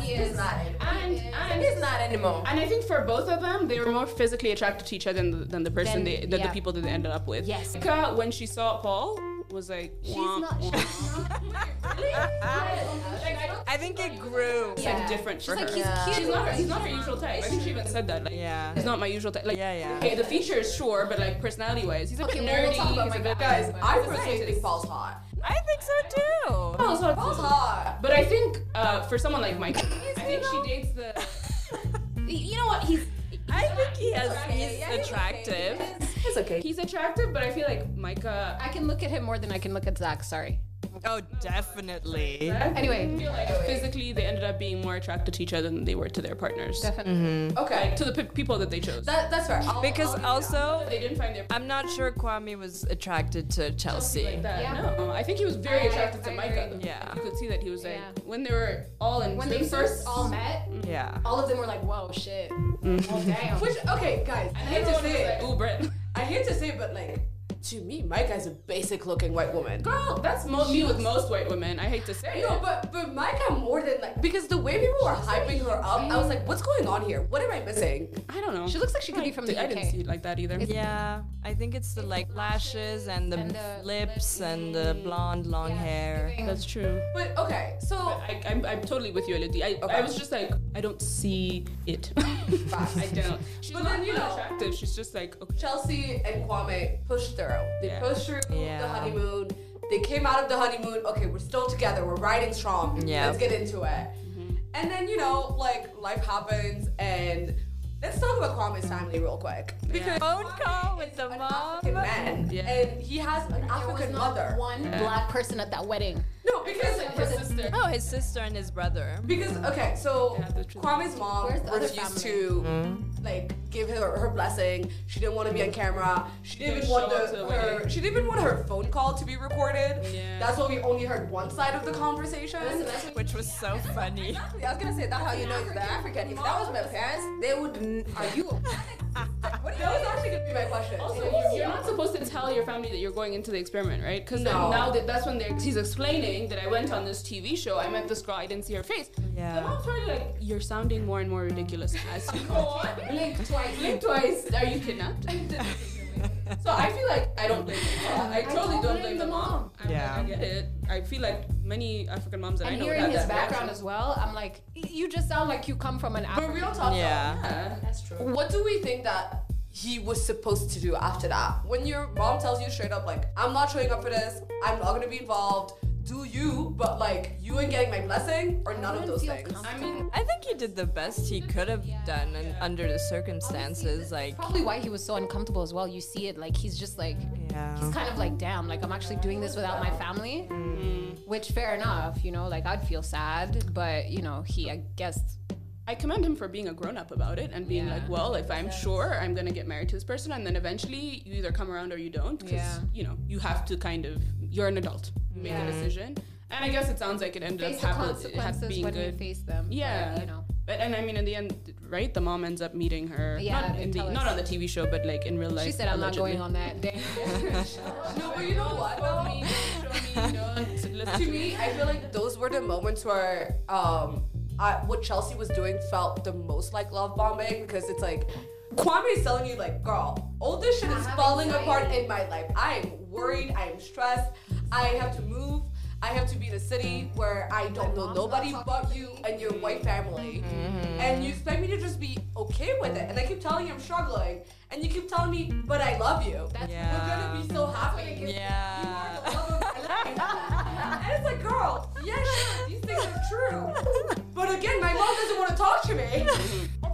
Speaker 2: He is not.
Speaker 4: And and
Speaker 5: He's not anymore.
Speaker 4: And I think for both of them, they were more physically attracted to each other than the, than the
Speaker 1: Than-
Speaker 4: person, they, than the
Speaker 1: yeah.
Speaker 4: people that they ended up with.
Speaker 1: Yes.
Speaker 4: Mika, when she saw Paul, was like, wah, wah.
Speaker 3: I think it grew.
Speaker 4: It's like different for
Speaker 1: She's like,
Speaker 4: her.
Speaker 1: he's cute.
Speaker 4: She's not, he's not her usual type. I think she even said that. Like,
Speaker 3: Yeah.
Speaker 4: He's not my usual type. Like,
Speaker 3: Yeah, yeah.
Speaker 4: Okay, the features, sure, but like personality-wise, he's a
Speaker 1: Okay,
Speaker 4: bit
Speaker 1: well,
Speaker 4: nerdy.
Speaker 1: we'll talk about
Speaker 4: he's a
Speaker 1: my
Speaker 4: bit-
Speaker 1: guys, but-
Speaker 2: I personally think Paul's hot.
Speaker 3: I think so too.
Speaker 4: Paul's hot.
Speaker 2: Paul's hot.
Speaker 4: But I think uh, for someone like Mike, I think she dates the. You know what? He's
Speaker 3: I think he has,
Speaker 5: Yeah, yeah,
Speaker 3: he's
Speaker 5: he's
Speaker 3: attractive.
Speaker 5: It's okay.
Speaker 4: he's attractive, but I feel like Micah.
Speaker 1: I can look at him more than I can look at Zach. Sorry.
Speaker 3: Oh, definitely.
Speaker 4: I
Speaker 1: Anyway,
Speaker 4: feel like physically they ended up being more attracted to each other than they were to their partners.
Speaker 1: definitely.
Speaker 2: Okay.
Speaker 4: To the pe- people that they chose.
Speaker 2: That, that's fair. I'll,
Speaker 3: Because
Speaker 2: I'll,
Speaker 3: also,
Speaker 4: they didn't find their
Speaker 3: I'm not sure Kwame was attracted to Chelsea.
Speaker 4: like that.
Speaker 1: Yeah.
Speaker 4: No, I think he was very
Speaker 1: I-
Speaker 4: attracted to
Speaker 1: I
Speaker 4: Micah.
Speaker 1: agree.
Speaker 3: Yeah.
Speaker 4: you could see that he was like
Speaker 1: Yeah.
Speaker 4: when they were all in.
Speaker 1: When they first all met,
Speaker 3: Yeah.
Speaker 1: all of them were like, "Whoa,
Speaker 4: Mm-hmm.
Speaker 1: shit, well, damn."
Speaker 2: Which okay, guys, I hate to say it.
Speaker 4: Ooh, Brett.
Speaker 2: I hate to say it, but like to me, Micah is a basic looking white woman.
Speaker 4: Girl, that's mo- me with most white women. I hate to say
Speaker 2: No,
Speaker 4: it.
Speaker 2: but but Micah more than like because the way people were hyping her up, I was like, what's going on here? What am I missing?
Speaker 4: I don't know.
Speaker 1: She looks like she could be from the
Speaker 4: I didn't
Speaker 1: UK.
Speaker 4: see it like that either.
Speaker 3: Yeah, I think it's the like lashes and the,
Speaker 1: and the
Speaker 3: lips
Speaker 1: lips.
Speaker 3: and the blonde long hair.
Speaker 4: That's true.
Speaker 2: But okay, so
Speaker 4: I, I'm, I'm totally with you, Elodie. I, I
Speaker 2: Okay.
Speaker 4: was just like, I don't see it. I don't. She's
Speaker 2: But
Speaker 4: not
Speaker 2: then, you know-
Speaker 4: attractive. She's just like, okay.
Speaker 2: Chelsea and Kwame pushed through. They
Speaker 4: Yeah.
Speaker 2: pushed through
Speaker 3: Yeah.
Speaker 2: the honeymoon. They came out of the honeymoon. Okay, we're still together. We're riding strong.
Speaker 3: Yeah. Mm-hmm.
Speaker 2: Let's get into it. And then, you know, like life happens and let's talk about Kwame's family real quick. Because
Speaker 3: Phone
Speaker 2: Kwame
Speaker 3: call with
Speaker 2: is
Speaker 3: the
Speaker 2: an
Speaker 3: mom.
Speaker 2: African man.
Speaker 4: Yeah.
Speaker 2: And he has an
Speaker 1: There was
Speaker 2: African
Speaker 1: not
Speaker 2: mother.
Speaker 1: one black person at that wedding.
Speaker 2: No, because
Speaker 4: Her sister.
Speaker 3: Oh, his sister and his brother.
Speaker 2: because okay, so
Speaker 4: Yeah, the truth.
Speaker 2: Kwame's mom
Speaker 1: Where's the other
Speaker 2: refused to like give her her blessing. She didn't want to be on camera. She didn't even
Speaker 4: Didn't
Speaker 2: want
Speaker 4: show up
Speaker 2: the,
Speaker 4: to the
Speaker 2: her
Speaker 4: wedding.
Speaker 2: she didn't even want her phone call to be recorded.
Speaker 4: Yeah.
Speaker 2: That's why we only heard one side of the conversation.
Speaker 3: Which was so funny.
Speaker 5: I was gonna say that how you know the African. If that was my parents, they would. n- Are you?
Speaker 2: What- that was actually gonna be my question.
Speaker 4: Also, you're- you're not supposed to tell your family that you're going into the experiment, right? Because
Speaker 2: No.
Speaker 4: now that that's when they're, he's explaining that I went on this TV show, I met this girl, I didn't see her face.
Speaker 3: Yeah.
Speaker 4: The mom's probably like, you're sounding more and more ridiculous as you go on. Blink twice. Blink twice. Are you kidnapped? so I feel like I don't blame the mom. I totally don't blame, the mom. I'm
Speaker 3: Yeah.
Speaker 4: Like, I get it. I feel like many African moms that I
Speaker 1: And
Speaker 4: know
Speaker 1: hearing
Speaker 4: have
Speaker 1: his
Speaker 4: that reaction.
Speaker 1: background as well, I'm like, y- you just sound like you come from an
Speaker 2: but
Speaker 1: African.
Speaker 2: real talk
Speaker 3: Yeah.
Speaker 4: Yeah.
Speaker 1: That's true.
Speaker 2: though, what do we think that he was supposed to do after that? When your mom tells you straight up like, I'm not showing up for this, I'm not gonna be involved, do you, but like you ain't getting my blessing or none of those things.
Speaker 4: I mean,
Speaker 3: I think he did the best he could have done and under the circumstances. Like,
Speaker 1: Probably why he was so uncomfortable as well. You see it, like he's just like he's
Speaker 3: yeah.
Speaker 1: kind of like, damn, like I'm actually doing this without my family.
Speaker 4: Mm-hmm.
Speaker 1: Which fair enough, you know, like I'd feel sad, but you know, he I guess
Speaker 4: I commend him for being a grown up about it and being
Speaker 1: Yeah.
Speaker 4: like, well, if I'm sure I'm gonna get married to this person, and then eventually you either come around or you don't, because
Speaker 1: Yeah.
Speaker 4: you know you have to kind of you're an adult, you make a decision. And I guess it sounds like it ended
Speaker 1: face the
Speaker 4: up happy,
Speaker 1: consequences
Speaker 4: being
Speaker 1: when
Speaker 4: good.
Speaker 1: we face them. but,
Speaker 4: yeah,
Speaker 1: you know.
Speaker 4: But and I mean, in the end, right? The mom ends up meeting her.
Speaker 1: Yeah,
Speaker 4: not,
Speaker 1: they
Speaker 4: in the,
Speaker 1: tell
Speaker 4: not
Speaker 1: us.
Speaker 4: on the TV show, but like in real life.
Speaker 1: She said, I'm not
Speaker 4: allegedly.
Speaker 1: going on that day.
Speaker 2: No, but you know what?
Speaker 4: Show
Speaker 2: though?
Speaker 4: me, show me, don't listen
Speaker 2: to me, I feel like those were the moments where um, I, what Chelsea was doing felt the most like love bombing because it's like Kwame is telling you like, girl, all this shit is
Speaker 1: have
Speaker 2: falling
Speaker 1: anxiety.
Speaker 2: apart in my life. I am worried. I am stressed. I have to move. I have to be in a city where I don't know
Speaker 1: mom's not
Speaker 2: nobody
Speaker 1: talking
Speaker 2: but
Speaker 1: to
Speaker 2: you
Speaker 1: me.
Speaker 2: and your white family, and you expect me to just be okay with it. And I keep telling you I'm struggling, and you keep telling me, but I love you.
Speaker 1: That's
Speaker 2: We're gonna
Speaker 3: Yeah.
Speaker 2: be so happy.
Speaker 3: Yeah.
Speaker 2: and it's like, girl, yeah, sure, these things are true. But again, my mom doesn't want to talk to me.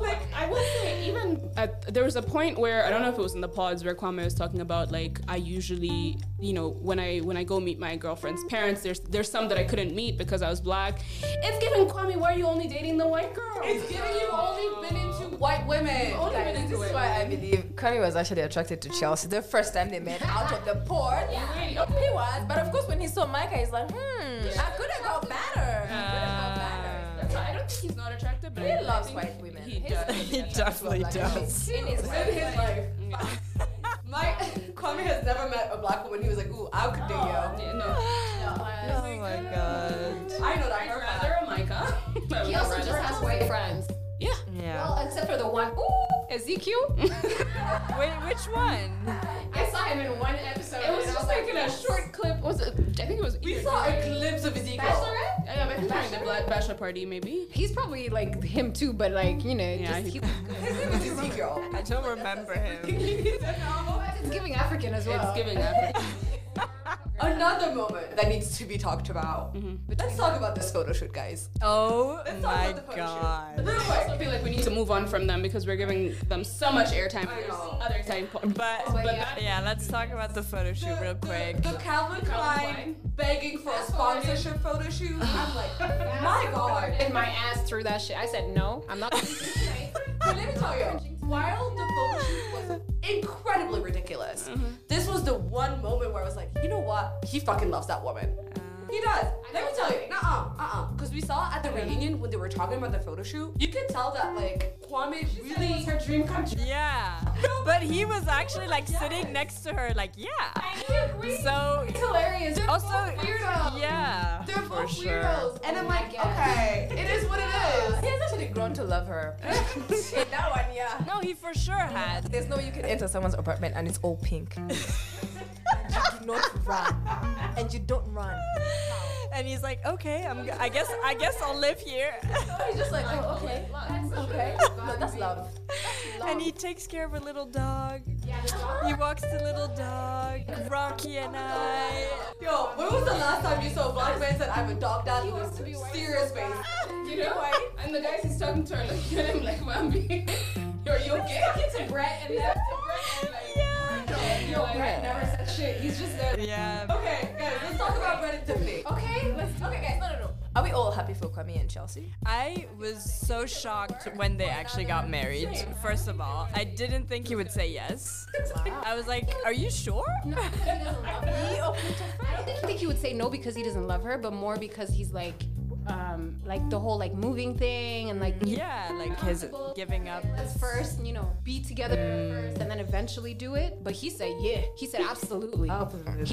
Speaker 4: Like I would say, even at, there was a point where I don't know if it was in the pods where Kwame was talking about like I usually, you know, when I when I go meet my girlfriend's parents, there's there's some that I couldn't meet because I was black. It's giving Kwame, why are you only dating the white girl?
Speaker 2: It's giving you only been into white women.
Speaker 4: Only
Speaker 2: Like,
Speaker 4: been into
Speaker 5: This is
Speaker 4: it.
Speaker 5: why I believe Kanye was actually attracted to Chelsea the first time they met out of the port.
Speaker 4: Really?
Speaker 5: He was, but of course, when he saw Micah, he's like, hmm, I could have got better. I could have got
Speaker 4: Uh,
Speaker 5: better.
Speaker 4: That's why I don't think he's not attractive, but I
Speaker 5: He loves
Speaker 4: think
Speaker 5: white women.
Speaker 4: He
Speaker 5: He's
Speaker 4: does.
Speaker 5: really
Speaker 3: He
Speaker 5: attracted to
Speaker 3: definitely
Speaker 5: black women.
Speaker 3: does.
Speaker 5: In his
Speaker 2: in his life. My Kwame Mm-hmm. has never met a black woman. He was like, ooh, I could date you.
Speaker 4: Yeah, no,
Speaker 3: Oh my god.
Speaker 2: I know that. I
Speaker 4: I'd
Speaker 2: heard that.
Speaker 4: rather a Micah. I would
Speaker 1: He also
Speaker 4: rather-
Speaker 1: just has white friends.
Speaker 4: yeah.
Speaker 3: Yeah.
Speaker 1: Well, except for the one. Ooh, Ezekiel.
Speaker 3: Wait, which one?
Speaker 1: I saw him in one episode.
Speaker 4: It was
Speaker 1: and I
Speaker 4: just like in a short clip. Was it? I think it was.
Speaker 2: We
Speaker 4: either-
Speaker 2: saw a glimpse of
Speaker 1: Oh.
Speaker 2: Ezekiel.
Speaker 1: Bachelorette?
Speaker 4: Yeah, but I think during the Black Bachelor party, maybe.
Speaker 1: He's probably like him too, but like you know,
Speaker 4: Yeah,
Speaker 1: just
Speaker 4: he-
Speaker 1: he,
Speaker 2: His name is Ezekiel.
Speaker 3: I don't remember him.
Speaker 1: it's giving African as
Speaker 2: Uh.
Speaker 1: well.
Speaker 4: It's giving Africa.
Speaker 2: Another moment that needs to be talked about. Let's talk about this photo shoot, guys.
Speaker 3: Oh
Speaker 2: talk
Speaker 3: my
Speaker 2: about the photo
Speaker 3: god.
Speaker 2: Real quick.
Speaker 4: I feel like we need to move on from them because we're giving them so much airtime.
Speaker 2: I
Speaker 4: There's
Speaker 2: know.
Speaker 4: Other time po-
Speaker 3: But,
Speaker 4: but
Speaker 1: yeah.
Speaker 4: that-
Speaker 3: yeah, let's talk about the photo shoot real quick.
Speaker 2: The Calvin Klein
Speaker 4: Klein.
Speaker 2: begging for a sponsorship photo shoot. I'm like, my god.
Speaker 1: And my ass through that shit. I said no, I'm not.
Speaker 2: But let me tell you, while the photo shoot was incredibly ridiculous,
Speaker 3: Mm-hmm.
Speaker 2: this
Speaker 3: Uh.
Speaker 2: was the one moment where I was like, you know what? He fucking loves that woman. He does. Let me tell you. Not uh, uh, uh, because we saw at the reunion when they were talking about the photo shoot, you could tell that like Kwame really
Speaker 6: her dream come true.
Speaker 3: Yeah. But he was actually like sitting next to her, like, yeah.
Speaker 6: I agree.
Speaker 3: So
Speaker 6: it's hilarious. They're
Speaker 3: also
Speaker 6: both weirdos.
Speaker 3: yeah.
Speaker 2: they're
Speaker 3: For
Speaker 2: both
Speaker 3: sure.
Speaker 2: weirdos, and I'm
Speaker 1: Oh my
Speaker 2: like,
Speaker 1: God.
Speaker 2: okay, it is what it is.
Speaker 5: He has actually grown to love her. In that one, yeah.
Speaker 3: No, he for sure had.
Speaker 5: There's no way you can enter someone's apartment and it's all pink. and you do not run. And you don't run.
Speaker 3: And he's like, okay, I'm. g- I guess. I guess I'll live here.
Speaker 5: He's just like, oh, okay. Okay. No, that's love.
Speaker 3: And he takes care of a little dog.
Speaker 6: Yeah, the dog-
Speaker 3: He walks the little dog. Rocky and I.
Speaker 2: Yo, when was the last time you saw a black man said I'm a dog dad with a serious face?
Speaker 6: You know why? And the guys he's talking to are looking at him like, Mommy, are you okay? Talking to Brett and then to Brett and like, yeah. yo, Brett never said shit. He's just there.
Speaker 3: Yeah.
Speaker 2: Okay, guys, let's talk about Brett and Tiffany.
Speaker 6: Okay, let's
Speaker 5: Okay, guys, no, no, no. Are we all happy for Kwame and Chelsea?
Speaker 3: I was so shocked when they actually got married. First of all, I didn't think he would say yes. I was like, are you sure?
Speaker 1: No, because he doesn't love her. I don't think, think he would say no because he doesn't love her, but more because he's like, um, like the whole like moving thing and like
Speaker 3: Yeah, like his giving up.
Speaker 1: let's first, you know, be together first and then eventually do it. But he said yeah. He said absolutely. He Oh.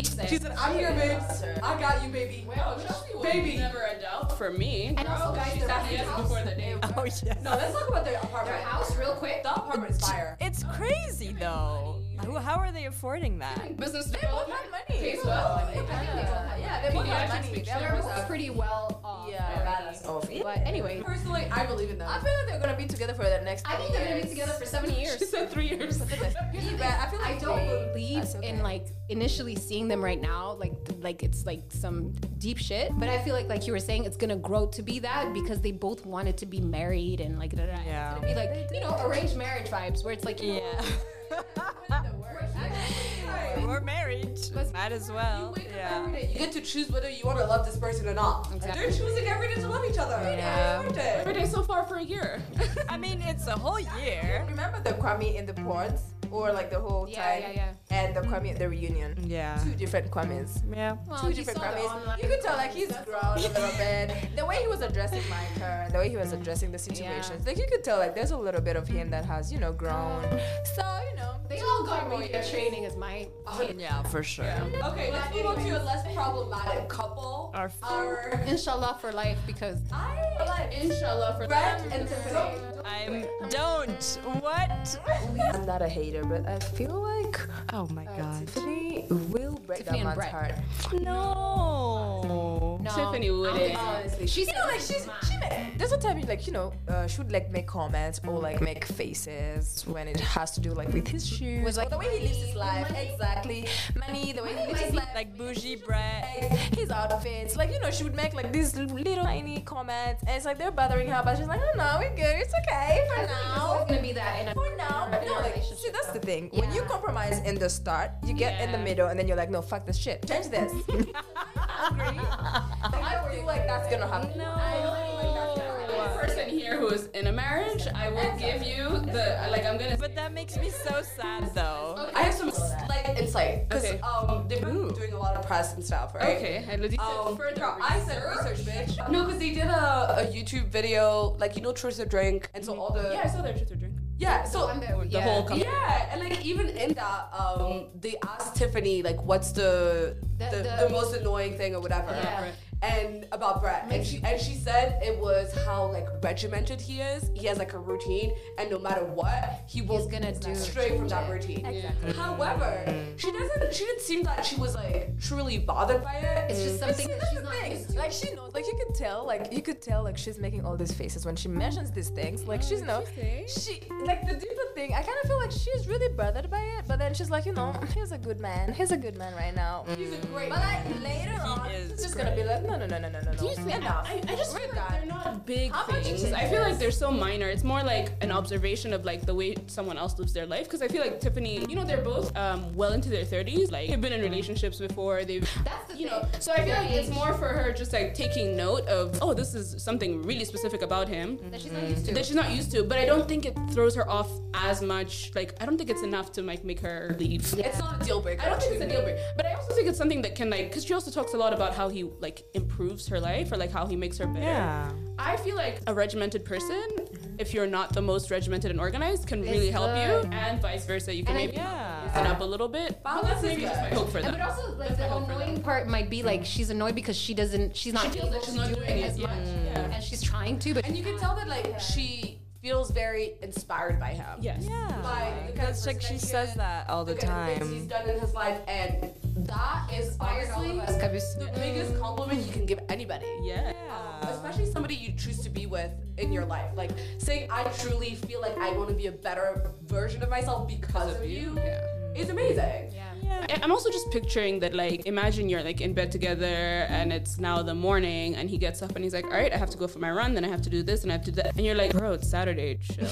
Speaker 1: said.
Speaker 2: She said, I'm here, babes. I got you, baby.
Speaker 6: oh,
Speaker 4: Well, Chelsea was
Speaker 2: Baby.
Speaker 4: never a doubt for me.
Speaker 1: and also, guys,
Speaker 4: She
Speaker 1: the
Speaker 4: said yes
Speaker 1: house,
Speaker 4: before the day.
Speaker 3: Oh yeah.
Speaker 2: No, Uh, let's talk about their apartment.
Speaker 6: their house real quick.
Speaker 2: The apartment is fire.
Speaker 3: It's crazy though. Who- How are they affording that?
Speaker 6: Business development.
Speaker 5: money.
Speaker 6: Pays well.
Speaker 5: Yeah, they both
Speaker 4: Yeah,
Speaker 5: have
Speaker 4: I
Speaker 5: money.
Speaker 4: think
Speaker 5: They're
Speaker 1: they're both pretty well off.
Speaker 5: Yeah, off.
Speaker 1: But anyway,
Speaker 2: Personally, I believe in them.
Speaker 5: I feel like they're gonna be together for the next.
Speaker 1: I think they're gonna be together for seventy years.
Speaker 4: She said three years.
Speaker 1: Here's the
Speaker 5: Yeah,
Speaker 1: thing,
Speaker 5: I feel
Speaker 1: I
Speaker 5: like
Speaker 1: don't
Speaker 5: they-
Speaker 1: believe
Speaker 5: that's okay.
Speaker 1: in like initially seeing them right now, like like it's like some deep shit. But I feel like like you were saying, it's gonna grow to be that because they both wanted to be married and like da, da, da. It's
Speaker 3: Yeah.
Speaker 1: gonna be like you know arranged marriage vibes where it's like you know,
Speaker 3: Yeah. We're married. Might as well. Yeah.
Speaker 2: You get to choose whether you want to love this person or not.
Speaker 1: Exactly.
Speaker 2: They're choosing every day to love each other.
Speaker 3: Yeah.
Speaker 2: It's worth it.
Speaker 4: Every day so far for a year.
Speaker 3: I mean, it's a whole year.
Speaker 5: Remember the Kwame in the pods, or like the whole
Speaker 1: Yeah,
Speaker 5: time,
Speaker 1: yeah, yeah.
Speaker 5: and the Kwame at the reunion.
Speaker 3: Yeah.
Speaker 5: Two different Kwames.
Speaker 3: Yeah.
Speaker 1: well,
Speaker 5: Two
Speaker 1: you
Speaker 5: different
Speaker 1: saw the online-
Speaker 5: Kwames. You could tell like he's grown a little bit. The way he was addressing Micah, the way he was addressing the situations, like you could tell like there's a little bit of him that has you know grown. So you know.
Speaker 1: They all got media training as my
Speaker 3: Yeah, for sure.
Speaker 2: Okay, let's move on to a less problematic couple.
Speaker 3: Our-
Speaker 2: Our
Speaker 1: inshallah for life because
Speaker 2: I like
Speaker 6: Inshallah for
Speaker 2: Brett
Speaker 6: them.
Speaker 2: and Tiffany.
Speaker 3: I'm don't. What?
Speaker 5: I'm not a hater, but I feel like
Speaker 3: Oh my god.
Speaker 5: Tiffany will break
Speaker 1: Tiffany and
Speaker 5: that
Speaker 1: Brett.
Speaker 5: man's heart.
Speaker 3: No.
Speaker 1: no,
Speaker 4: Tiffany wouldn't.
Speaker 1: Honestly, she's
Speaker 5: you know, like she's she may, there's a time you like you know uh, should like make comments or like make faces when it has to do like with his shoes
Speaker 1: Was, like,
Speaker 5: or the way he lives his life exactly money the way he lives his life
Speaker 3: Like bougie bread.
Speaker 5: his outfits like you know she would make like these little tiny comments and it's like they're bothering her but she's like oh no we're good it's okay for
Speaker 1: now
Speaker 5: now
Speaker 1: it's gonna be that in a,
Speaker 5: for now
Speaker 1: in a
Speaker 5: no like
Speaker 1: relationship,
Speaker 5: see that's the
Speaker 1: though.
Speaker 5: thing when you
Speaker 1: Yeah.
Speaker 5: compromise in the start you get in the
Speaker 4: Yeah.
Speaker 5: middle and then you're like no fuck this shit change this I feel like that's gonna happen
Speaker 4: The person here who is in a marriage, I will give you the like. I'm gonna.
Speaker 3: But that makes me so sad though.
Speaker 2: I have some slight insight because
Speaker 4: Okay.
Speaker 2: um they've been doing a lot of press and stuff, right?
Speaker 4: Okay, I legit said
Speaker 2: Um,
Speaker 4: further.
Speaker 2: girl, I said research, bitch. No, because they did a, a YouTube video, like you know, Choice a Drink, and so all the
Speaker 4: yeah, I saw their truth or drink.
Speaker 2: yeah, so
Speaker 1: I'm there with-
Speaker 2: the
Speaker 1: yeah.
Speaker 2: whole company. yeah, and like even in that, um, they asked Tiffany like, what's the the,
Speaker 1: The-
Speaker 2: the,
Speaker 1: the-
Speaker 2: most annoying thing or whatever,
Speaker 1: Yeah.
Speaker 2: and about Brett, and she and she said it was how like regimented he is. He has like a routine, and no matter what, he will
Speaker 1: gonna do-
Speaker 2: straight from that routine. Exactly. However, she doesn't. She didn't seem that she was like truly bothered by it.
Speaker 1: it's just something that she's not used to.
Speaker 5: Like she knows, like you could tell, like you could tell, like she's making all these faces when she mentions these things. Like she's you know, she like the deeper thing. I kind of feel like she's really bothered by it, but then she's like, you know, he's a good man. He's a good man right now.
Speaker 2: He's a great.
Speaker 5: But like later on,
Speaker 3: is
Speaker 5: she's just gonna be like, no, no, no, no, no, no, no. Enough.
Speaker 4: I, I just feel like
Speaker 5: God.
Speaker 4: they're not big
Speaker 5: How about you
Speaker 4: things.
Speaker 5: take
Speaker 4: I feel
Speaker 5: this?
Speaker 4: like they're so minor. It's more like an observation of like the way someone else lives their life. Because I feel like Tiffany, you know, they're both um, well into their thirties. Like they've been in relationships before. They've
Speaker 1: That's the
Speaker 4: you
Speaker 1: thing.
Speaker 4: know. So I feel
Speaker 1: Their
Speaker 4: like it's
Speaker 1: age.
Speaker 4: more for her just like taking note of oh, this is something really specific about him.
Speaker 1: that she's not used to.
Speaker 4: That she's not used to, but I don't think it throws her off as much. Like I don't think it's enough to like make her leave.
Speaker 2: It's not a deal breaker.
Speaker 4: I don't think it's a deal breaker, but I also think it's something that can like, because she also talks a lot about how he like improves her life or like how he makes her better.
Speaker 3: Yeah.
Speaker 4: I feel like a regimented person, if you're not the most regimented and organized, can really help you, and vice versa. You can
Speaker 1: And I-
Speaker 4: maybe
Speaker 3: Yeah.
Speaker 4: loosen up a little bit. But that's maybe just my hope for
Speaker 1: And but
Speaker 4: them.
Speaker 1: also, like the annoying part might be like she's annoyed because she doesn't, she's not
Speaker 2: feels
Speaker 1: able
Speaker 2: like
Speaker 1: to
Speaker 2: she's not
Speaker 1: do
Speaker 2: doing
Speaker 1: it
Speaker 2: it,
Speaker 1: as
Speaker 2: yeah.
Speaker 1: much, and she's trying to, but
Speaker 2: And you can tell that like she feels very inspired by him.
Speaker 4: Yes.
Speaker 2: Like, the kind
Speaker 3: Because
Speaker 2: of
Speaker 3: like
Speaker 2: person
Speaker 3: she
Speaker 2: that
Speaker 3: says
Speaker 2: can-
Speaker 3: that all the
Speaker 2: the kind of things he's
Speaker 3: time.
Speaker 2: done in his life, and that is honestly the biggest compliment you can give anybody.
Speaker 4: Yeah.
Speaker 2: Especially somebody you choose to be with in your life. Like saying, I truly feel like I want to be a better version of myself because of you is amazing.
Speaker 4: I- I'm also just picturing that, like, imagine you're like in bed together and it's now the morning and he gets up and he's like, all right, I have to go for my run, then I have to do this and I have to do that. And you're like, bro, it's Saturday, chill.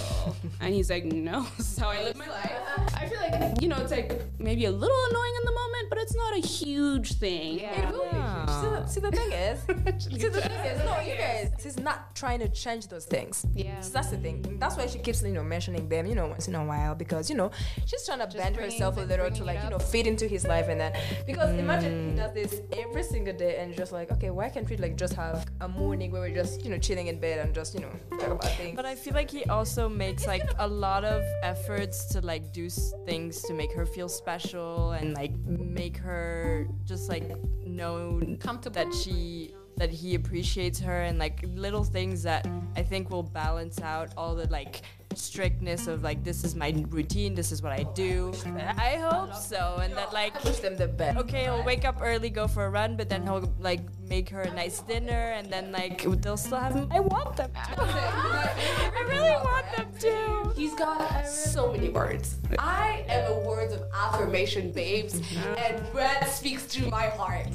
Speaker 4: and he's like, no, this is how I live my life. I feel like, you know, it's like maybe a little annoying in the moment, but it's not a huge thing.
Speaker 1: yeah.
Speaker 5: See, the, see, the thing is, see, the thing is, no, you guys, she's not trying to change those things.
Speaker 1: Yeah.
Speaker 5: So that's the thing. That's why she keeps, you know, mentioning them, you know, once in a while because, you know, she's trying to bend
Speaker 1: bringing-
Speaker 5: herself a little to,
Speaker 1: bringing it
Speaker 5: like, you
Speaker 1: up. Mm.
Speaker 5: know, fit into his life and then. Because imagine he does this every single day and just like, okay, why can't we, like, just have a morning where we're just, you know, chilling in bed and just, you know, talk about things.
Speaker 3: But I feel like he also makes like a lot of efforts to like do s- things to make her feel special and like make her just like know
Speaker 1: Comfortable.
Speaker 3: that she that he appreciates her and like little things that I think will balance out all the like strictness of like this is my routine, this is what I do. I hope so, and that like
Speaker 5: I wish them the best.
Speaker 3: okay, he'll wake up early, go for a run, but then he'll like make her a nice dinner, and then like they'll still have. I want them. To. I really want them to.
Speaker 2: He's got so many words. I am a words of affirmation, babes,
Speaker 3: Mm-hmm.
Speaker 2: and Brad speaks to my heart.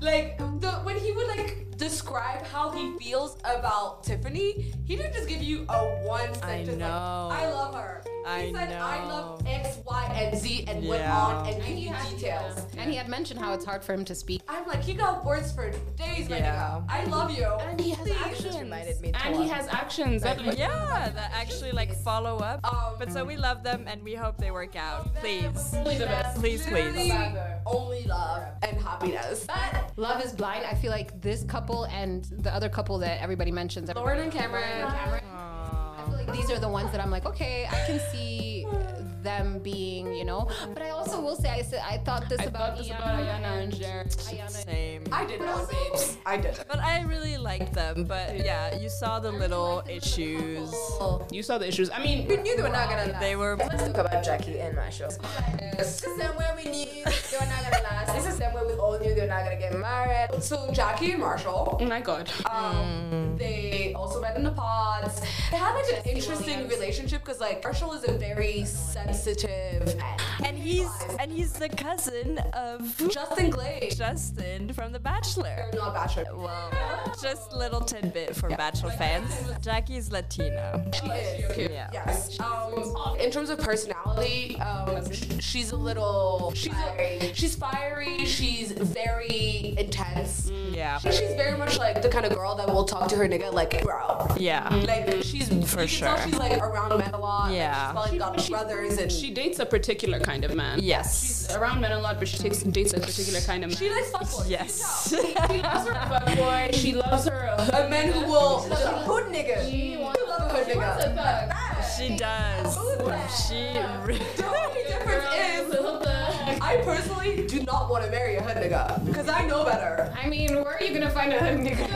Speaker 2: Like the when he would like describe how he feels about Tiffany, he didn't just give you a one sentence. like,
Speaker 3: know.
Speaker 2: I love her.
Speaker 3: I
Speaker 2: he said I
Speaker 3: know.
Speaker 2: love X, Y, and Z, and went
Speaker 3: Yeah.
Speaker 2: on and gave you details.
Speaker 1: And he had mentioned how it's hard for him to speak.
Speaker 2: I'm like, he got words for days right
Speaker 3: Yeah.
Speaker 2: now. I love you.
Speaker 4: And he has
Speaker 5: Just
Speaker 4: actions.
Speaker 5: reminded me.
Speaker 4: And he has actions that, like,
Speaker 3: Yeah, that actually like follow up.
Speaker 2: Um,
Speaker 3: But so we love them, and we hope they work out. Please,
Speaker 4: really the best.
Speaker 3: please, please.
Speaker 2: Literally only love and happiness. But
Speaker 1: Love is blind. I feel like this couple and the other couple that everybody mentions,
Speaker 2: Lauren and
Speaker 1: Cameron, Cameron. I feel like these are the ones that I'm like, okay, I can see them being, you know. But I also will say, I said I thought this
Speaker 4: I
Speaker 1: about
Speaker 4: thought this
Speaker 1: Iana
Speaker 4: about Ayana and Jared.
Speaker 1: Ayana.
Speaker 3: Same.
Speaker 2: I did not, babes. I did.
Speaker 3: But I really liked them. But yeah, you saw the little issues.
Speaker 4: You saw the issues. I mean,
Speaker 5: We knew they were not gonna last.
Speaker 3: They were.
Speaker 5: Let's talk about Jackie and Marshall. This is them where we knew they were not gonna last. This is them where we all knew they were not gonna get married.
Speaker 2: So Jackie and Marshall,
Speaker 4: oh my God.
Speaker 2: um, they also met in the pods. They had like an interesting relationship because like Marshall is a very sensitive.
Speaker 3: And he's and he's the cousin of
Speaker 2: Justin Glade,
Speaker 3: Justin from The Bachelor.
Speaker 2: they're not bachelor.
Speaker 3: Well, just little tidbit for Bachelor fans. Jackie's Latina.
Speaker 2: She is.
Speaker 3: Yeah.
Speaker 2: Yes. Um, in terms of personality, um, sh- she's a little. She's a, she's fiery. She's very intense.
Speaker 3: Yeah.
Speaker 2: She- She's very much like the kind of girl that will talk to her nigga like, bro.
Speaker 3: Yeah.
Speaker 2: Like she's
Speaker 3: Mm-hmm. For
Speaker 2: you can tell
Speaker 3: sure.
Speaker 2: she's like around men a lot. like,
Speaker 3: Yeah.
Speaker 2: she's probably got brothers and
Speaker 4: She dates a particular kind of man.
Speaker 3: Yes.
Speaker 4: around men a lot, but she takes dates a particular kind of man.
Speaker 2: She likes fuckboys.
Speaker 3: Yes.
Speaker 4: she loves her fuckboy. She loves her
Speaker 2: A man who will.
Speaker 5: Good nigga.
Speaker 2: She wants love a good nigga.
Speaker 3: She does. She.
Speaker 2: The only difference is, I personally do not want to marry a hood nigga because I know better.
Speaker 1: I mean, where are you gonna find a hood nigga?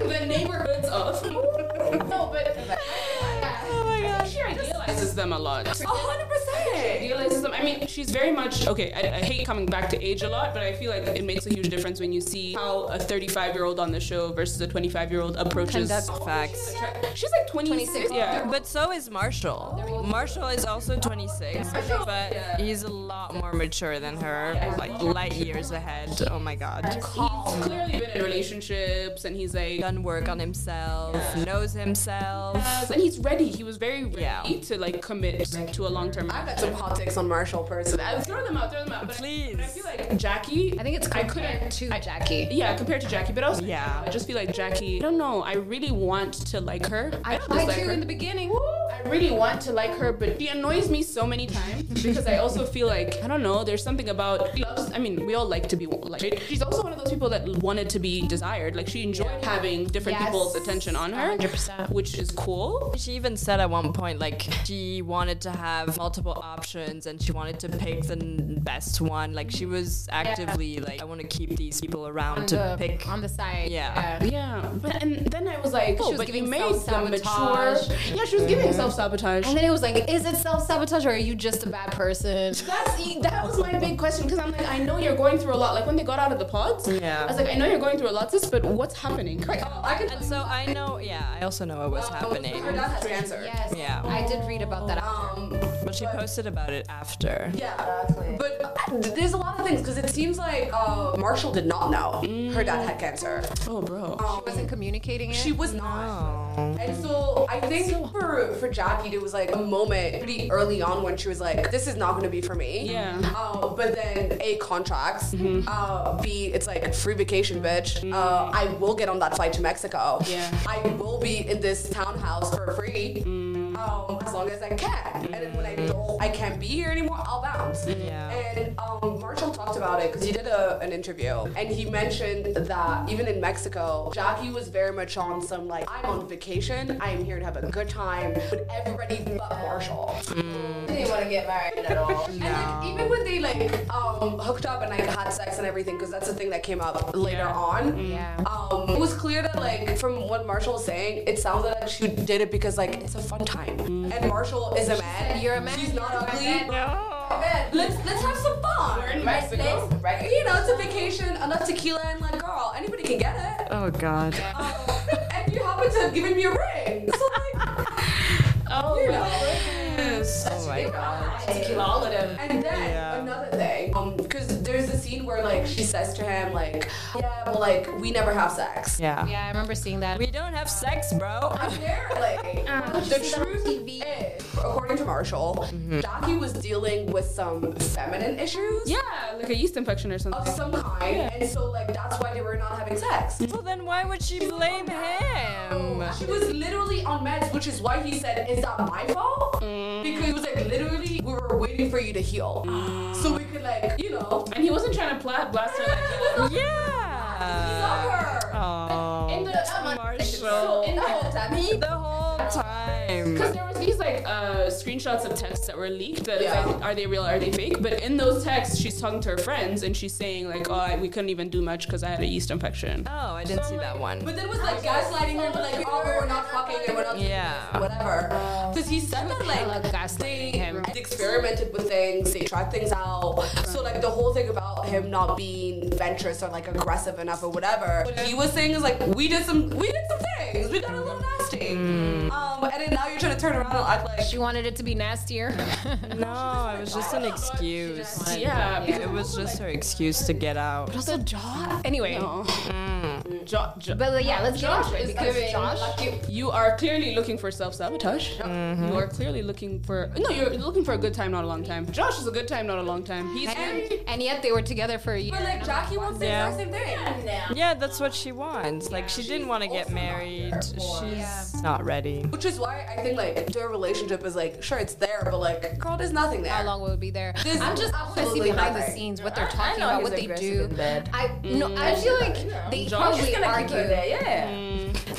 Speaker 4: the neighborhoods of.
Speaker 6: No, but
Speaker 3: Oh my gosh.
Speaker 6: she idealizes.
Speaker 4: Idealizes them a lot.
Speaker 2: A hundred percent.
Speaker 4: Idealizes them. I mean, she's very much okay. I, I hate coming back to age a lot, but I feel like it makes a huge difference when you see how a 35 year old on the show versus a 25 year old approaches.
Speaker 3: Facts.
Speaker 4: She's like 26.
Speaker 1: 26.
Speaker 4: Yeah.
Speaker 3: But so is Marshall. Marshall is also 26, but he's a lot more mature than her, like light years ahead. Oh my god.
Speaker 4: He's clearly been in relationships, and he's like
Speaker 3: Done work on himself, knows himself.
Speaker 4: and he's ready. He was very ready
Speaker 3: Yeah.
Speaker 4: to like commit to a long term.
Speaker 2: I'm not some hot takes on Marshall person.
Speaker 4: I would throw them out, throw them out. But
Speaker 3: Please.
Speaker 4: I, I feel like Jackie.
Speaker 1: I think it's
Speaker 4: I
Speaker 1: compared
Speaker 4: couldn't-
Speaker 1: to
Speaker 4: I-
Speaker 1: Jackie.
Speaker 4: Yeah, compared to Jackie, but also
Speaker 3: Yeah.
Speaker 4: I just feel like Jackie. I don't know. I really want to like her.
Speaker 1: I
Speaker 4: don't
Speaker 1: tried
Speaker 4: dislike
Speaker 1: you
Speaker 4: her.
Speaker 1: in the beginning.
Speaker 4: I really want to like her, but she annoys me so many times because I also feel like I don't know. There's something about she loves. I mean, we all like to be liked. right? She's also one of those people that wanted to be desired. Like she enjoyed having different
Speaker 1: Yes.
Speaker 4: people's attention on her,
Speaker 1: 100%.
Speaker 4: which is cool.
Speaker 3: She even said at one point, like, she wanted to have multiple options and she wanted to pick the n- best one. Like, she was actively, like, I want to keep these people around
Speaker 1: On the,
Speaker 3: to pick.
Speaker 1: on the side.
Speaker 3: Yeah.
Speaker 4: Yeah, but and then I was
Speaker 1: She
Speaker 4: like, oh,
Speaker 1: was
Speaker 4: but you
Speaker 1: giving
Speaker 4: made them mature.
Speaker 1: self-sabotage.
Speaker 4: Yeah, she was giving self sabotage.
Speaker 1: And then it was like, is it self sabotage or are you just a bad person?
Speaker 4: That's e, that was my big question because I'm like, I know you're going through a lot. Like when they got out of the pods,
Speaker 3: Yeah.
Speaker 4: I was like, I know you're going through a lot, sis, but what's happening? Right.
Speaker 2: I can
Speaker 3: And so I know, yeah, I also know what was happening.
Speaker 2: Her dad has cancer.
Speaker 1: Yes.
Speaker 3: Yeah.
Speaker 1: I did read about that.
Speaker 2: Um,
Speaker 3: But she posted about it after.
Speaker 2: yeah, but uh, there's a lot of things because it seems like uh, Marshall did not know
Speaker 3: Mm.
Speaker 2: her dad had cancer. Um,
Speaker 4: Oh, bro.
Speaker 1: She wasn't communicating it.
Speaker 2: She was not. And so I think for for Jackie, there was like a moment pretty early on when she was like, "This is not going to be for me."
Speaker 4: Yeah.
Speaker 2: Um, but then a contracts. Uh, B it's like free vacation, bitch. Uh, I will get on that flight to Mexico.
Speaker 4: Yeah.
Speaker 2: I will be in this townhouse for free. Um, as long as I can, and then when I know I can't be here anymore, I'll bounce.
Speaker 3: Yeah.
Speaker 2: And um, Marshall talked about it because he did a, an interview, and he mentioned that even in Mexico, Jackie was very much on some like, I'm on vacation, I am here to have a good time with everybody but Marshall.
Speaker 5: didn't want to get married at all.
Speaker 2: And like, even when they like um, hooked up and like had sex and everything, because that's the thing that came up later on.
Speaker 1: Yeah.
Speaker 2: Um, it was clear that like from what Marshall was saying, it sounded like she did it because like it's a fun time. And Marshall is a man.
Speaker 1: Mm. "You're a man,
Speaker 2: She's not
Speaker 1: you're my
Speaker 2: ugly.
Speaker 1: man."
Speaker 2: Let's let's have some fun. We're in Mexico. Right. You know, it's a vacation, enough tequila and like girl, anybody can get it.
Speaker 3: Oh, God.
Speaker 2: Um, and you happen to have given me a ring. So like
Speaker 4: Oh,
Speaker 2: you know.
Speaker 3: Oh, my God.
Speaker 2: Tequila, all of them. And then
Speaker 3: Yeah.
Speaker 2: another thing, um, because there's a scene where like she says to him like, yeah, well like we never have sex.
Speaker 3: Yeah.
Speaker 1: yeah, I remember seeing that.
Speaker 3: We don't have sex, bro.
Speaker 2: Apparently,
Speaker 3: Uh,
Speaker 2: the truth
Speaker 1: TV.
Speaker 2: is, according to Marshall,
Speaker 3: Mm-hmm.
Speaker 2: Jackie was dealing with some feminine issues
Speaker 4: Yeah, like a yeast infection or
Speaker 2: of
Speaker 4: something.
Speaker 2: some kind, and so like that's why they were not having sex.
Speaker 3: Well, then why would she blame him?
Speaker 2: She was literally on meds, which is why he said, "Is that my fault?"
Speaker 3: Mm.
Speaker 2: Because he was like, literally, we were waiting for you to heal,
Speaker 3: Mm.
Speaker 2: so we could like, you know,
Speaker 4: And he wasn't trying to pla- blast her. Like,
Speaker 3: Yeah.
Speaker 2: suffer.
Speaker 3: Oh,
Speaker 4: in
Speaker 2: um,
Speaker 4: the
Speaker 3: Marshall.
Speaker 4: in the whole time, he
Speaker 3: The whole time.
Speaker 4: Because there was these like uh, screenshots of texts that were leaked. That
Speaker 2: Yeah.
Speaker 4: like, are they real? Are they fake? But in those texts, she's talking to her friends and she's saying like, "Oh, I, we couldn't even do much because I had a yeast infection."
Speaker 3: Oh, I didn't see that one.
Speaker 2: But then was like gaslighting her, but like, oh, we're not fucking, and we're not
Speaker 3: Yeah.
Speaker 2: whatever. Because he said that
Speaker 1: hella
Speaker 2: like
Speaker 1: gaslighting
Speaker 2: they,
Speaker 1: him.
Speaker 2: they experimented with things, they tried things out. So like the whole thing about him not being adventurous or like aggressive enough or whatever. What he was saying is like we did some we did some things. We got a little nasty. Um, and then now you're trying to turn around and act like
Speaker 1: She wanted it to be nastier.
Speaker 3: No, it was just an excuse.
Speaker 4: Yeah,
Speaker 3: It was just her excuse to get out.
Speaker 1: also, Josh. Anyway.
Speaker 4: Mm. Jo- jo-
Speaker 1: But like, yeah, let's
Speaker 4: Josh
Speaker 1: get
Speaker 4: is
Speaker 1: into it because Josh.
Speaker 4: you are clearly looking for self sabotage.
Speaker 1: Mm-hmm.
Speaker 4: You are clearly looking for no, you're looking for a good time, not a long time. Josh is a good time, not a long time. He's
Speaker 1: And, and yet they were together for a year.
Speaker 2: but like Jackie wants the
Speaker 3: Yeah.
Speaker 2: exact same thing.
Speaker 3: Yeah, that's what she wants. Like, she didn't want to get married. She's not ready.
Speaker 2: Which is why I think like their relationship is like sure it's there, but like girl, there's nothing there.
Speaker 1: how long will it be there?
Speaker 2: There's
Speaker 1: I'm just I want to see
Speaker 2: absolutely
Speaker 1: behind the
Speaker 2: nothing.
Speaker 1: scenes what they're
Speaker 5: I- I
Speaker 1: talking
Speaker 5: know
Speaker 1: about,
Speaker 5: he's
Speaker 1: what they do.
Speaker 5: aggressive in bed.
Speaker 1: I no, I feel like they
Speaker 4: Josh
Speaker 1: probably argue.
Speaker 5: yeah.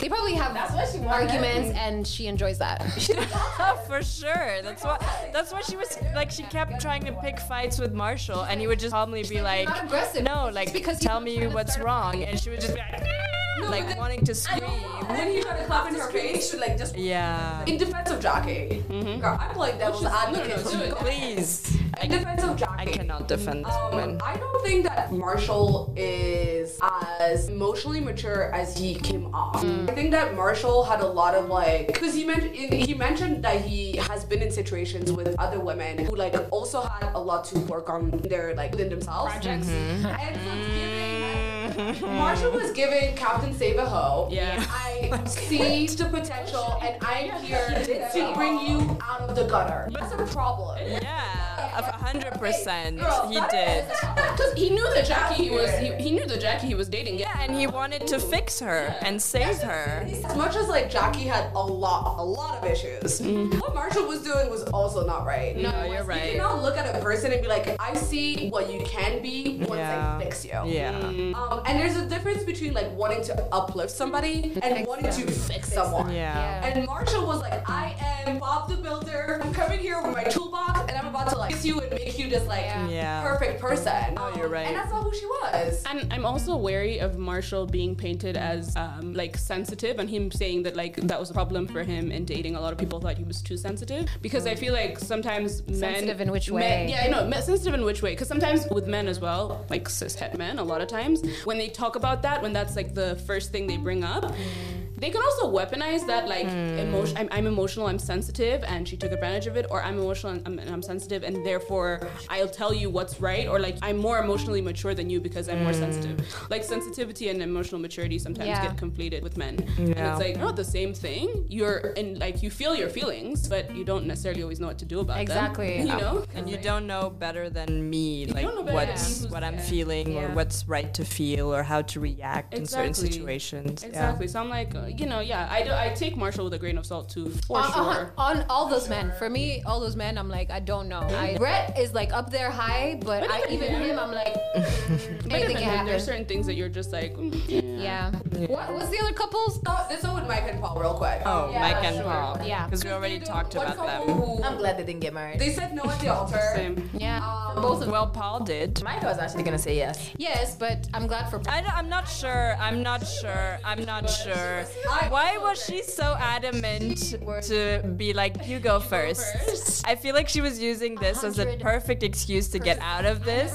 Speaker 1: They probably have
Speaker 5: what she wanted.
Speaker 1: arguments, and she enjoys that.
Speaker 3: For sure. That's why. That's why she was like. She kept trying to pick fights with Marshall, and he would just calmly be like,
Speaker 1: not aggressive.
Speaker 3: "No,
Speaker 1: Just
Speaker 3: like,
Speaker 1: because
Speaker 3: tell
Speaker 1: he's
Speaker 3: me
Speaker 1: trying to
Speaker 3: what's
Speaker 1: start a
Speaker 3: wrong," and she would just be like, "Ah," like wanting to
Speaker 2: And
Speaker 3: scream.
Speaker 2: then he tried to clap in her face, Mm-hmm. she like just
Speaker 3: Yeah.
Speaker 2: in defense of Jackie. Girl, I'm like devil's advocate. Go
Speaker 3: Please.
Speaker 2: In defense of Jackie.
Speaker 3: I cannot defend this
Speaker 2: Um,
Speaker 3: woman.
Speaker 2: I don't think that Marshall is as emotionally mature as he came off. I think that Marshall had a lot of like, because he mentioned he mentioned that he has been in situations with other women who like also had a lot to work on their like within themselves. Projects. And so it's giving,
Speaker 3: Mm-hmm.
Speaker 2: Marshall was given Captain Save a Ho.
Speaker 4: Yeah.
Speaker 2: I see the potential and I'm here to bring you out of the gutter. That's a problem.
Speaker 3: Yeah, of a hundred percent,
Speaker 2: girl,
Speaker 3: he did.
Speaker 6: Because he knew the Jackie he was he, he knew the Jackie he was dating.
Speaker 3: Yeah, and he wanted to fix her and save her.
Speaker 2: As much as like Jackie had a lot, a lot of issues, what Marshall was doing was also not right.
Speaker 3: Mm-hmm. No, you're
Speaker 2: You
Speaker 3: right.
Speaker 2: cannot look at a person and be like, I see what you can be once
Speaker 3: Yeah.
Speaker 2: I fix you.
Speaker 3: Yeah,
Speaker 2: Um, and there's a difference between like wanting to uplift somebody and wanting to fix someone.
Speaker 3: yeah.
Speaker 2: And Marshall was like, I am Bob the Builder. I'm coming here with my toolbox and I'm about to like fix you and make you this like
Speaker 3: Yeah.
Speaker 2: perfect person.
Speaker 3: No, you're
Speaker 2: Um,
Speaker 3: right.
Speaker 2: And that's not who she was.
Speaker 4: And I'm also wary of Marshall being painted as um, like sensitive, and him saying that like that was a problem for him in dating. A lot of people thought he was too sensitive because I feel like sometimes
Speaker 1: Mm.
Speaker 4: men
Speaker 1: Sensitive in which way?
Speaker 4: Men, yeah, I know men, sensitive in which way? Because sometimes with men as well, like cishet men, a lot of times when they talk about that, when that's like the first thing they bring up. They can also weaponize that, like
Speaker 1: Hmm.
Speaker 4: emotion. I'm, I'm emotional, I'm sensitive, and she took advantage of it. Or I'm emotional and I'm, and I'm sensitive, and therefore I'll tell you what's right. Or like I'm more emotionally mature than you because I'm more sensitive. Like sensitivity and emotional maturity sometimes
Speaker 1: Hmm. Yeah.
Speaker 4: get conflated with men, and
Speaker 3: Yeah.
Speaker 4: it's like not the same thing. You're in like you feel your feelings, but you don't necessarily always know what to do about
Speaker 1: Exactly.
Speaker 4: them. You know.
Speaker 3: And you don't know better than me, like
Speaker 4: don't know better
Speaker 3: what's
Speaker 4: than
Speaker 3: what I'm feeling or
Speaker 1: Yeah.
Speaker 3: what's right to feel or how to react in certain
Speaker 4: Exactly.
Speaker 3: situations. Yeah.
Speaker 4: Exactly. So I'm like, uh, you know, yeah, I, do, I take Marshall with a grain of salt too, for
Speaker 1: on, on-
Speaker 4: sure.
Speaker 1: on Uh-huh. all those men, for me, all those men, I'm like, I don't know. I, Brett is like up there high, but, I, even him, I'm like, anything
Speaker 4: But even
Speaker 1: can
Speaker 4: then,
Speaker 1: happen.
Speaker 4: there's certain things that you're just like, mm,
Speaker 1: yeah. What was the other couples?
Speaker 2: Oh, this one with Mike and Paul, real quick.
Speaker 3: Oh,
Speaker 2: Yeah,
Speaker 3: Mike and
Speaker 2: sure.
Speaker 3: Paul.
Speaker 1: Yeah.
Speaker 3: because we already talked about them.
Speaker 5: I'm glad they didn't get married.
Speaker 2: Um, They said no at the altar.
Speaker 4: same.
Speaker 1: Yeah.
Speaker 2: Um,
Speaker 1: Both of
Speaker 3: Well, Paul did.
Speaker 5: Micah was actually gonna say yes.
Speaker 1: Yes, but I'm glad for
Speaker 3: I don't, I'm not sure. I'm not sure. I'm not sure.
Speaker 2: I-
Speaker 3: Why was she so adamant to be like, you go first? I feel like she was using this as a
Speaker 1: hundred
Speaker 3: perfect excuse to get out of this.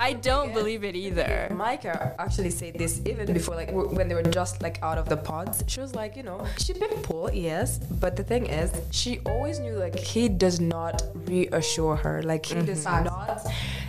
Speaker 3: I don't believe it either.
Speaker 5: Micah actually said this even before, like w- when they were just like out of the pods. She was like, you know, she picked Paul, yes, but the thing is, she always knew like he does not reassure her, like he does not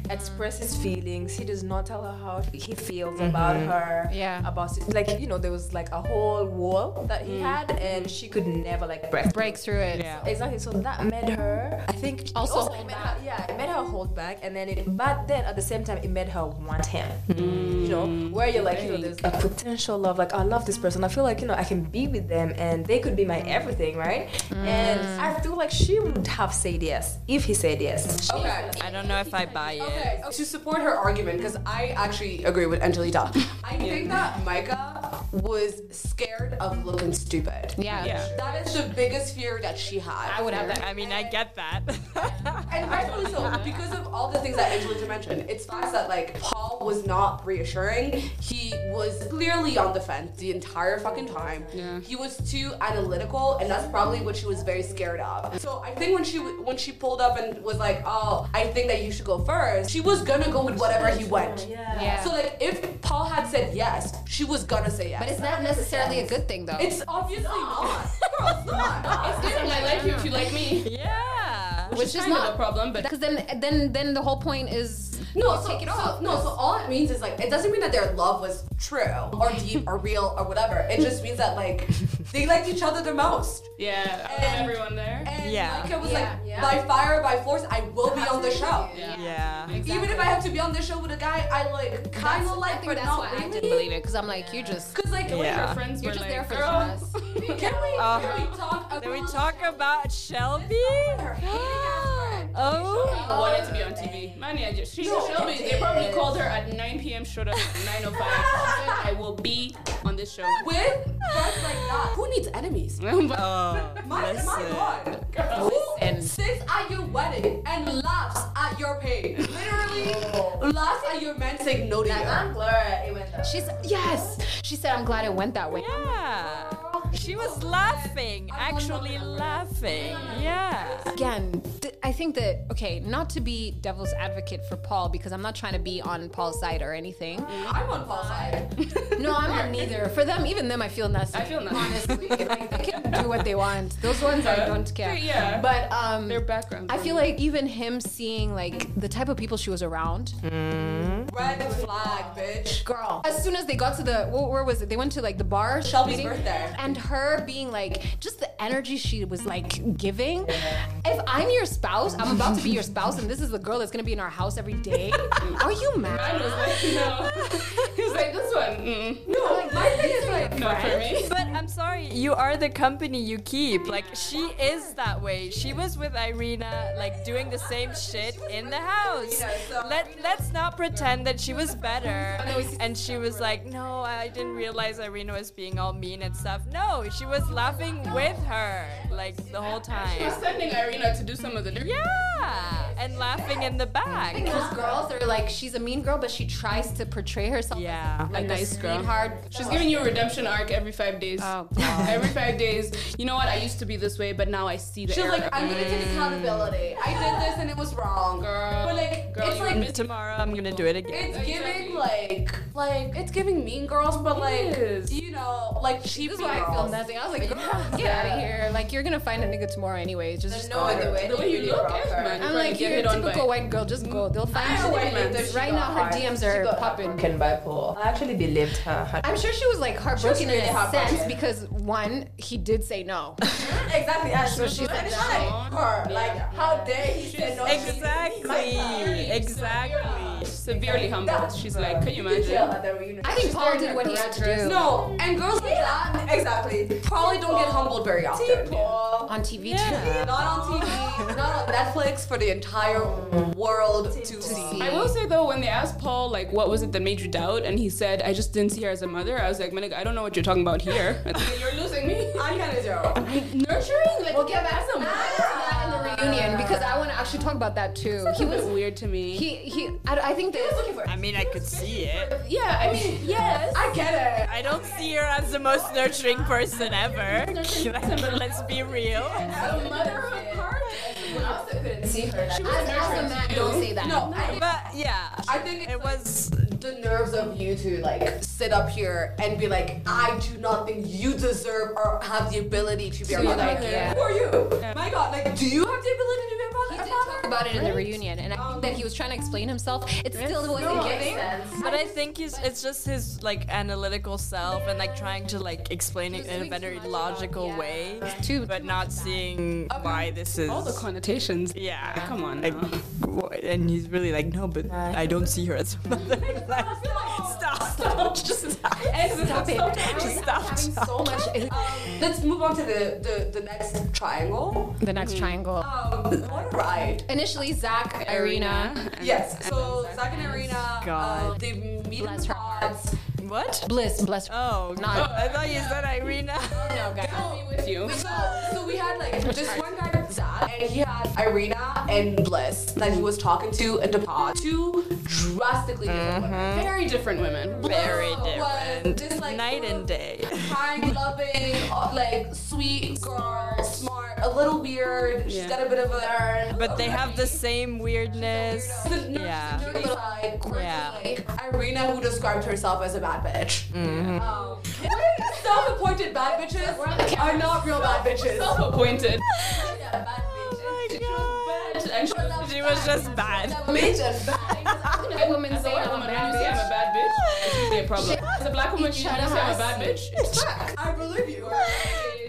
Speaker 5: express his feelings. He does not tell her how he feels about her.
Speaker 1: Yeah.
Speaker 5: about si- like you know there was like a whole wall that he had, and she could never like break
Speaker 1: break through it.
Speaker 3: Yeah.
Speaker 5: Exactly. So that made her. I think it
Speaker 1: Also
Speaker 5: it made her, yeah, it made her hold back, and then it. But then at the same time, it made her want him.
Speaker 1: Hmm.
Speaker 5: You know, where you're like, you know, there's a potential love. Like I love this person. I feel like you know I can be with them, and they could be my everything, right?
Speaker 1: Hmm.
Speaker 5: And I feel like she would have said yes if he said yes.
Speaker 2: Okay.
Speaker 3: I don't know if I buy it.
Speaker 2: Okay, to support her argument, because I actually agree with Angelita, I think that Micah was scared of looking stupid.
Speaker 1: Yeah.
Speaker 4: Yeah.
Speaker 2: That is the biggest fear that she had. I would have
Speaker 3: I mean, I get that.
Speaker 2: And rightfully so, because of all the things that Angelita mentioned. It's facts that, like, Paul was not reassuring. He was clearly on the fence the entire fucking time.
Speaker 4: Yeah.
Speaker 2: He was too analytical, and that's probably what she was very scared of. So I think when she w- when she pulled up and was like, "Oh, I think that you should go first, she was gonna go with whatever he went.
Speaker 1: Yeah.
Speaker 2: So like, if Paul had said yes, she was gonna say yes.
Speaker 1: but it's not necessarily a good thing, though.
Speaker 2: It's obviously not. Girl, it's not.
Speaker 6: It's different. I like you if you like me.
Speaker 3: yeah.
Speaker 1: which is
Speaker 4: kind of a problem, but
Speaker 1: because then, then, then the whole point is
Speaker 2: No, so, so no, so all it means is like it doesn't mean that their love was true or deep or real or whatever. It just means that like they liked each other the most.
Speaker 4: yeah,
Speaker 2: And-
Speaker 4: everyone there.
Speaker 2: And
Speaker 3: Yeah.
Speaker 2: like it was
Speaker 1: Yeah,
Speaker 2: like
Speaker 1: yeah.
Speaker 2: by fire, by force, I will be on the show.
Speaker 3: Yeah.
Speaker 2: Even if I have to be on the show with a guy I like kind of
Speaker 1: That's- I
Speaker 2: like,
Speaker 1: think
Speaker 2: but
Speaker 1: that's
Speaker 2: not
Speaker 1: why I
Speaker 2: really.
Speaker 1: didn't believe it because I'm like, you just
Speaker 2: Cause like
Speaker 3: Yeah.
Speaker 4: Our friends
Speaker 1: you're
Speaker 4: were
Speaker 1: just
Speaker 4: like,
Speaker 1: there for
Speaker 4: girl,
Speaker 1: us.
Speaker 2: can we, can we
Speaker 3: Uh,
Speaker 2: talk about
Speaker 3: Did we talk about Shelby?
Speaker 2: her hating ass friend?
Speaker 3: Oh.
Speaker 4: wanted to be on TV. Mania, just- she Shelby. They probably called her at 9 p.m. Showed up at 9:05. Said, I will be on this show.
Speaker 2: with friends like that? Who needs enemies?
Speaker 4: But-
Speaker 3: Oh,
Speaker 2: My, my
Speaker 3: listen.
Speaker 2: God. Who sits at your wedding and laughs at your pain? Literally laughs at your man saying no to you.
Speaker 5: glad it went.
Speaker 1: she's yes. She said, I'm glad it went that way.
Speaker 3: Yeah. She was laughing, actually laughing. Yeah.
Speaker 1: Again, th- I think that okay, not to be devil's advocate for Paul because I'm not trying to be on Paul's side or anything.
Speaker 2: I'm on Paul's side.
Speaker 1: No, I'm not neither. For them, even them, I feel nothing.
Speaker 4: I feel nothing. Uh-huh.
Speaker 1: honestly. like, they can do what they want. Those ones I don't care.
Speaker 4: Yeah.
Speaker 1: But um,
Speaker 4: Their background.
Speaker 1: I feel like even him seeing like the type of people she was around,
Speaker 2: Red flag, bitch.
Speaker 1: girl. As soon as they got to the wh- where was it? They went to like the bar.
Speaker 2: Shelby's
Speaker 1: meeting,
Speaker 2: birthday.
Speaker 1: And her being like, just the energy she was like giving. If I'm your spouse, I'm about to be your spouse, and this is the girl that's gonna be in our house every day. Are you
Speaker 6: I was
Speaker 1: mad?
Speaker 6: like, no. He was like, this one, mm,
Speaker 1: No, like my thing is like,
Speaker 6: not for me.
Speaker 3: But I'm sorry, you are the company you keep. Like she is that way. She was with Irina, like doing the same shit in the house. Let Let's not pretend that she was better. And she was like, no, I didn't realize Irina was being all mean and stuff. No, she was laughing with her, like the whole
Speaker 6: He was
Speaker 3: time.
Speaker 6: sending Irina to do some of the dirty.
Speaker 3: Yeah, and laughing in the back.
Speaker 1: because girls are like, she's a mean girl, but she tries to portray herself
Speaker 3: Yeah.
Speaker 1: as like,
Speaker 4: A nice girl.
Speaker 1: sweetheart.
Speaker 6: She's giving you a redemption arc every five days.
Speaker 1: Oh, God.
Speaker 6: every five days. You know what? I used to be this way, but now I see the
Speaker 2: She was
Speaker 6: error.
Speaker 2: like, I'm gonna take accountability. I did this and it was wrong.
Speaker 6: Girl.
Speaker 2: But like,
Speaker 6: Girl,
Speaker 2: it's
Speaker 6: you
Speaker 2: like,
Speaker 3: Tomorrow I'm gonna do it again.
Speaker 2: it's giving like, like it's giving mean girls, but like, you know, like cheap
Speaker 1: This is
Speaker 2: girls.
Speaker 1: why I feel nothing. I was like, girl, get out of here. Like, you're gonna find a nigga tomorrow anyways. Just,
Speaker 5: There's
Speaker 1: just
Speaker 5: no
Speaker 1: go.
Speaker 5: other way.
Speaker 6: the way you look, eh, man.
Speaker 1: I'm
Speaker 6: Probably
Speaker 1: like,
Speaker 6: get
Speaker 1: you're a
Speaker 6: hit on
Speaker 1: typical
Speaker 6: by-
Speaker 1: white girl. Just go. They'll find
Speaker 2: know
Speaker 1: you.
Speaker 2: white men, though she
Speaker 1: Right now, her DMs are popping.
Speaker 5: Can buy pool. I actually believed her.
Speaker 1: I'm sure she was like heartbroken
Speaker 2: really
Speaker 1: in a
Speaker 2: heartbroken.
Speaker 1: sense because one, he did say no.
Speaker 2: Exactly. And she was
Speaker 1: she's
Speaker 2: and
Speaker 1: like,
Speaker 2: it's not like her. Like, how dare he say no? to me?
Speaker 3: Exactly. Exactly.
Speaker 6: severely humbled.
Speaker 2: That-
Speaker 6: She's like, can you
Speaker 2: Did you
Speaker 6: imagine?
Speaker 2: at the reunion?
Speaker 1: I think Paul did what he had to do
Speaker 2: No, and girls like that, exactly, probably don't get humbled very often.
Speaker 1: on TV.
Speaker 2: Not on TV, not on Netflix, for the entire world to, see.
Speaker 6: I will say though, when they asked Paul like what was it that made you doubt, and he said, I just didn't see her as a mother. I was like, Manik, I don't know what you're talking about here. I think You're losing me.
Speaker 2: I'm kind of zero.
Speaker 6: Nurturing, like we'll get back some.
Speaker 1: Not in the reunion because I want to actually talk about that too. He was
Speaker 6: weird to me.
Speaker 1: he he. I, I think that
Speaker 3: I mean, I could see it.
Speaker 6: yeah, I mean, yes.
Speaker 2: I get it.
Speaker 3: I don't see her as the most nurturing person ever. Let's be real.
Speaker 6: the motherhood part. I also couldn't see her. She
Speaker 1: as, as a man, don't say that.
Speaker 2: No, I,
Speaker 3: But yeah,
Speaker 2: I think
Speaker 3: it
Speaker 2: it's like
Speaker 3: was.
Speaker 2: the nerves of you to like sit up here and be like, I do not think you deserve or have the ability to be a mother.
Speaker 1: like, yeah.
Speaker 2: Who are you? My God, like, do you have the ability to be a mother?
Speaker 1: He did talk about it in the reunion, and I think that he was trying to explain himself. It still wasn't giving.
Speaker 3: But I think he's. It's just his like analytical self and like trying to like explain it in a very logical way,
Speaker 1: Too,
Speaker 3: but not seeing why this is.
Speaker 6: All the connotations.
Speaker 3: yeah.
Speaker 6: Come on.
Speaker 3: Like,
Speaker 6: now.
Speaker 3: wha- and he's really like, no, but I don't see her as a mother. Like, stop, stop, just stop,
Speaker 1: Stop it.
Speaker 3: just stop. stop.
Speaker 2: so much. Um, let's move on to the, the, the next triangle.
Speaker 1: the next triangle.
Speaker 2: Um, what a ride.
Speaker 1: Initially, Zach, Irina,
Speaker 2: Yes. So Zach and Irina, uh,
Speaker 3: God.
Speaker 2: they meet in
Speaker 1: Bless her
Speaker 2: pods.
Speaker 3: What?
Speaker 1: Bliss, bless. her.
Speaker 3: Oh,
Speaker 1: Not-
Speaker 3: I thought you said Irina.
Speaker 1: no, guys.
Speaker 6: I'll be with you.
Speaker 2: So, so we had like this one guy, Zach, and he had Irina and Bliss that he was talking to in the pod. Two drastically different women.
Speaker 6: Very different women.
Speaker 3: Very
Speaker 2: Well,
Speaker 3: different.
Speaker 2: just like-
Speaker 3: Night and day.
Speaker 2: Kind, loving, uh, like sweet girl, smart, a little weird. She's
Speaker 6: Yeah.
Speaker 2: got a bit of a nerd.
Speaker 3: But they have the same weirdness.
Speaker 2: The nerds,
Speaker 3: Yeah.
Speaker 2: the nerdy side, quirky,
Speaker 3: Yeah. Mm-hmm.
Speaker 2: like Irina, who described herself as a bad bitch. Um, self-appointed bad bitches are not real bad bitches.
Speaker 6: Self-appointed.
Speaker 2: Yeah, bad
Speaker 3: Oh
Speaker 2: bitches.
Speaker 6: Bad, and she was-
Speaker 3: She was just bad.
Speaker 2: Bitches, bad.
Speaker 1: Black women
Speaker 6: As a
Speaker 1: say
Speaker 6: white
Speaker 1: I'm a
Speaker 6: woman, when you
Speaker 1: bad
Speaker 6: say I'm
Speaker 1: bitch.
Speaker 6: a bad bitch, it's usually a problem. As a black woman, you
Speaker 1: Each
Speaker 6: say I'm
Speaker 1: other
Speaker 6: a
Speaker 1: has-
Speaker 6: bad bitch. It's
Speaker 2: I believe you.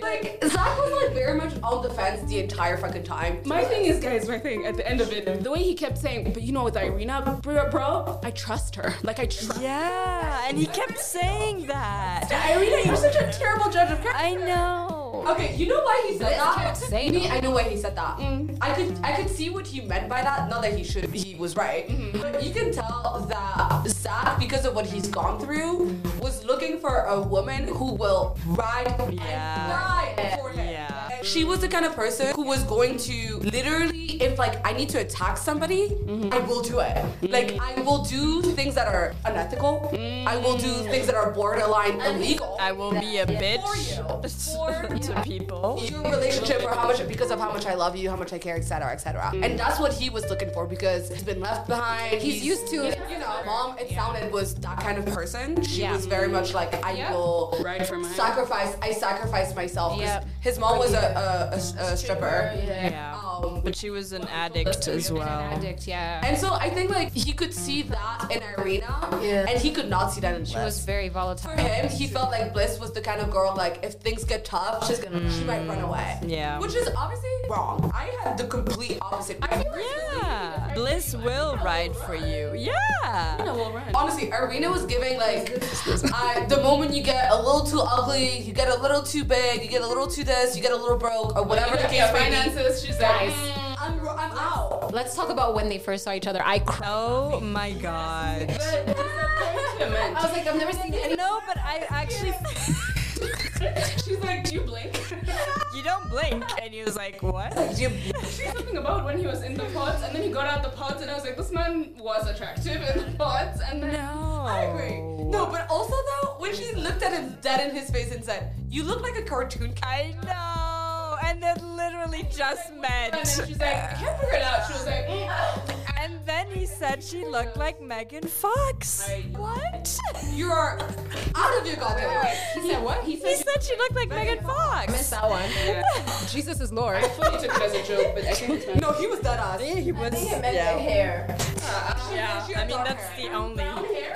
Speaker 2: Like Zach was like very much on the fence the entire fucking time.
Speaker 6: My thing is, guys, my thing at the end of it, the way he kept saying, but you know, with Irina, bro, bro I trust her. Like, I trust
Speaker 3: Yeah, and he kept saying that.
Speaker 2: Irina, you're such a terrible judge of character.
Speaker 3: I know.
Speaker 2: Okay, you know why he said that?
Speaker 1: saying
Speaker 2: Me, I know why he said that. I could I could see what he meant by that. Not that he should he was right. But you can tell that Zach, because of what he's gone through, was looking for a woman who will ride
Speaker 3: Yeah.
Speaker 2: and ride for him.
Speaker 3: Yeah.
Speaker 2: And She was the kind of person who was going to literally, if like I need to attack somebody, I will do it. Like I will do things that are unethical. I will do things that are borderline illegal
Speaker 3: I will be a
Speaker 2: For you.
Speaker 3: bitch to people.
Speaker 2: your relationship or how much because of how much I love you, how much I care, etc., etc. And that's what he was looking for because he's been left behind. He's, used to it. You know, mom. It sounded was that kind of person. She
Speaker 1: Yeah.
Speaker 2: was very much like I
Speaker 6: Yeah.
Speaker 2: will
Speaker 6: Ride for mine.
Speaker 2: sacrifice. I sacrifice myself. 'cause
Speaker 1: Yep.
Speaker 2: His mom was a, a, a, a stripper.
Speaker 3: Yeah.
Speaker 2: Um, Um,
Speaker 3: But she was an addict as well.
Speaker 1: Addict, yeah.
Speaker 2: and so I think like he could see that in Irina,
Speaker 5: Yeah.
Speaker 2: and he could not see that in
Speaker 1: She was
Speaker 2: Bliss.
Speaker 1: very volatile.
Speaker 2: For him, he felt like Bliss was the kind of girl like if things get tough, she's gonna she might run away.
Speaker 3: Mm, Yeah.
Speaker 2: Which is obviously wrong. I had the complete opposite. I think
Speaker 3: Yeah. Bliss will ride for you. Yeah.
Speaker 7: We'll run.
Speaker 2: Honestly, Irina was giving like I, the moment you get a little too ugly, you get a little too big, you get a little too this, you get a little broke, or whatever the case may be.
Speaker 4: finances, she's like,
Speaker 6: "Mm,
Speaker 2: I'm, ro- I'm out.
Speaker 1: Let's talk about when they first saw each other. I cried.
Speaker 3: Oh my god.
Speaker 1: I was like, I've never seen any.
Speaker 3: No, but I actually.
Speaker 4: she's like, do you blink?
Speaker 3: you don't blink, and he was like, "What?"
Speaker 4: She's something about when he was in the pods, and then he got out the pods, and I was like, this man was attractive in the pods, and then
Speaker 2: I agree. No, but also though, when she looked at him dead in his face and said, "You look like a cartoon cat,"
Speaker 3: I know. And they literally just
Speaker 4: and then
Speaker 3: met.
Speaker 4: she's like, I can't figure it out. She was like, mm.
Speaker 3: And then he said she looked like Megan Fox. What?
Speaker 2: you are out of your goddamn mind.
Speaker 4: he said what? He
Speaker 3: He
Speaker 4: said
Speaker 3: said she looked like Megan Fox.
Speaker 1: that one. Jesus is Lord.
Speaker 4: fully took it as a joke, but I think it's my
Speaker 2: No, he was dead ass.
Speaker 3: He was.
Speaker 5: hair.
Speaker 3: yeah. I mean, that's the only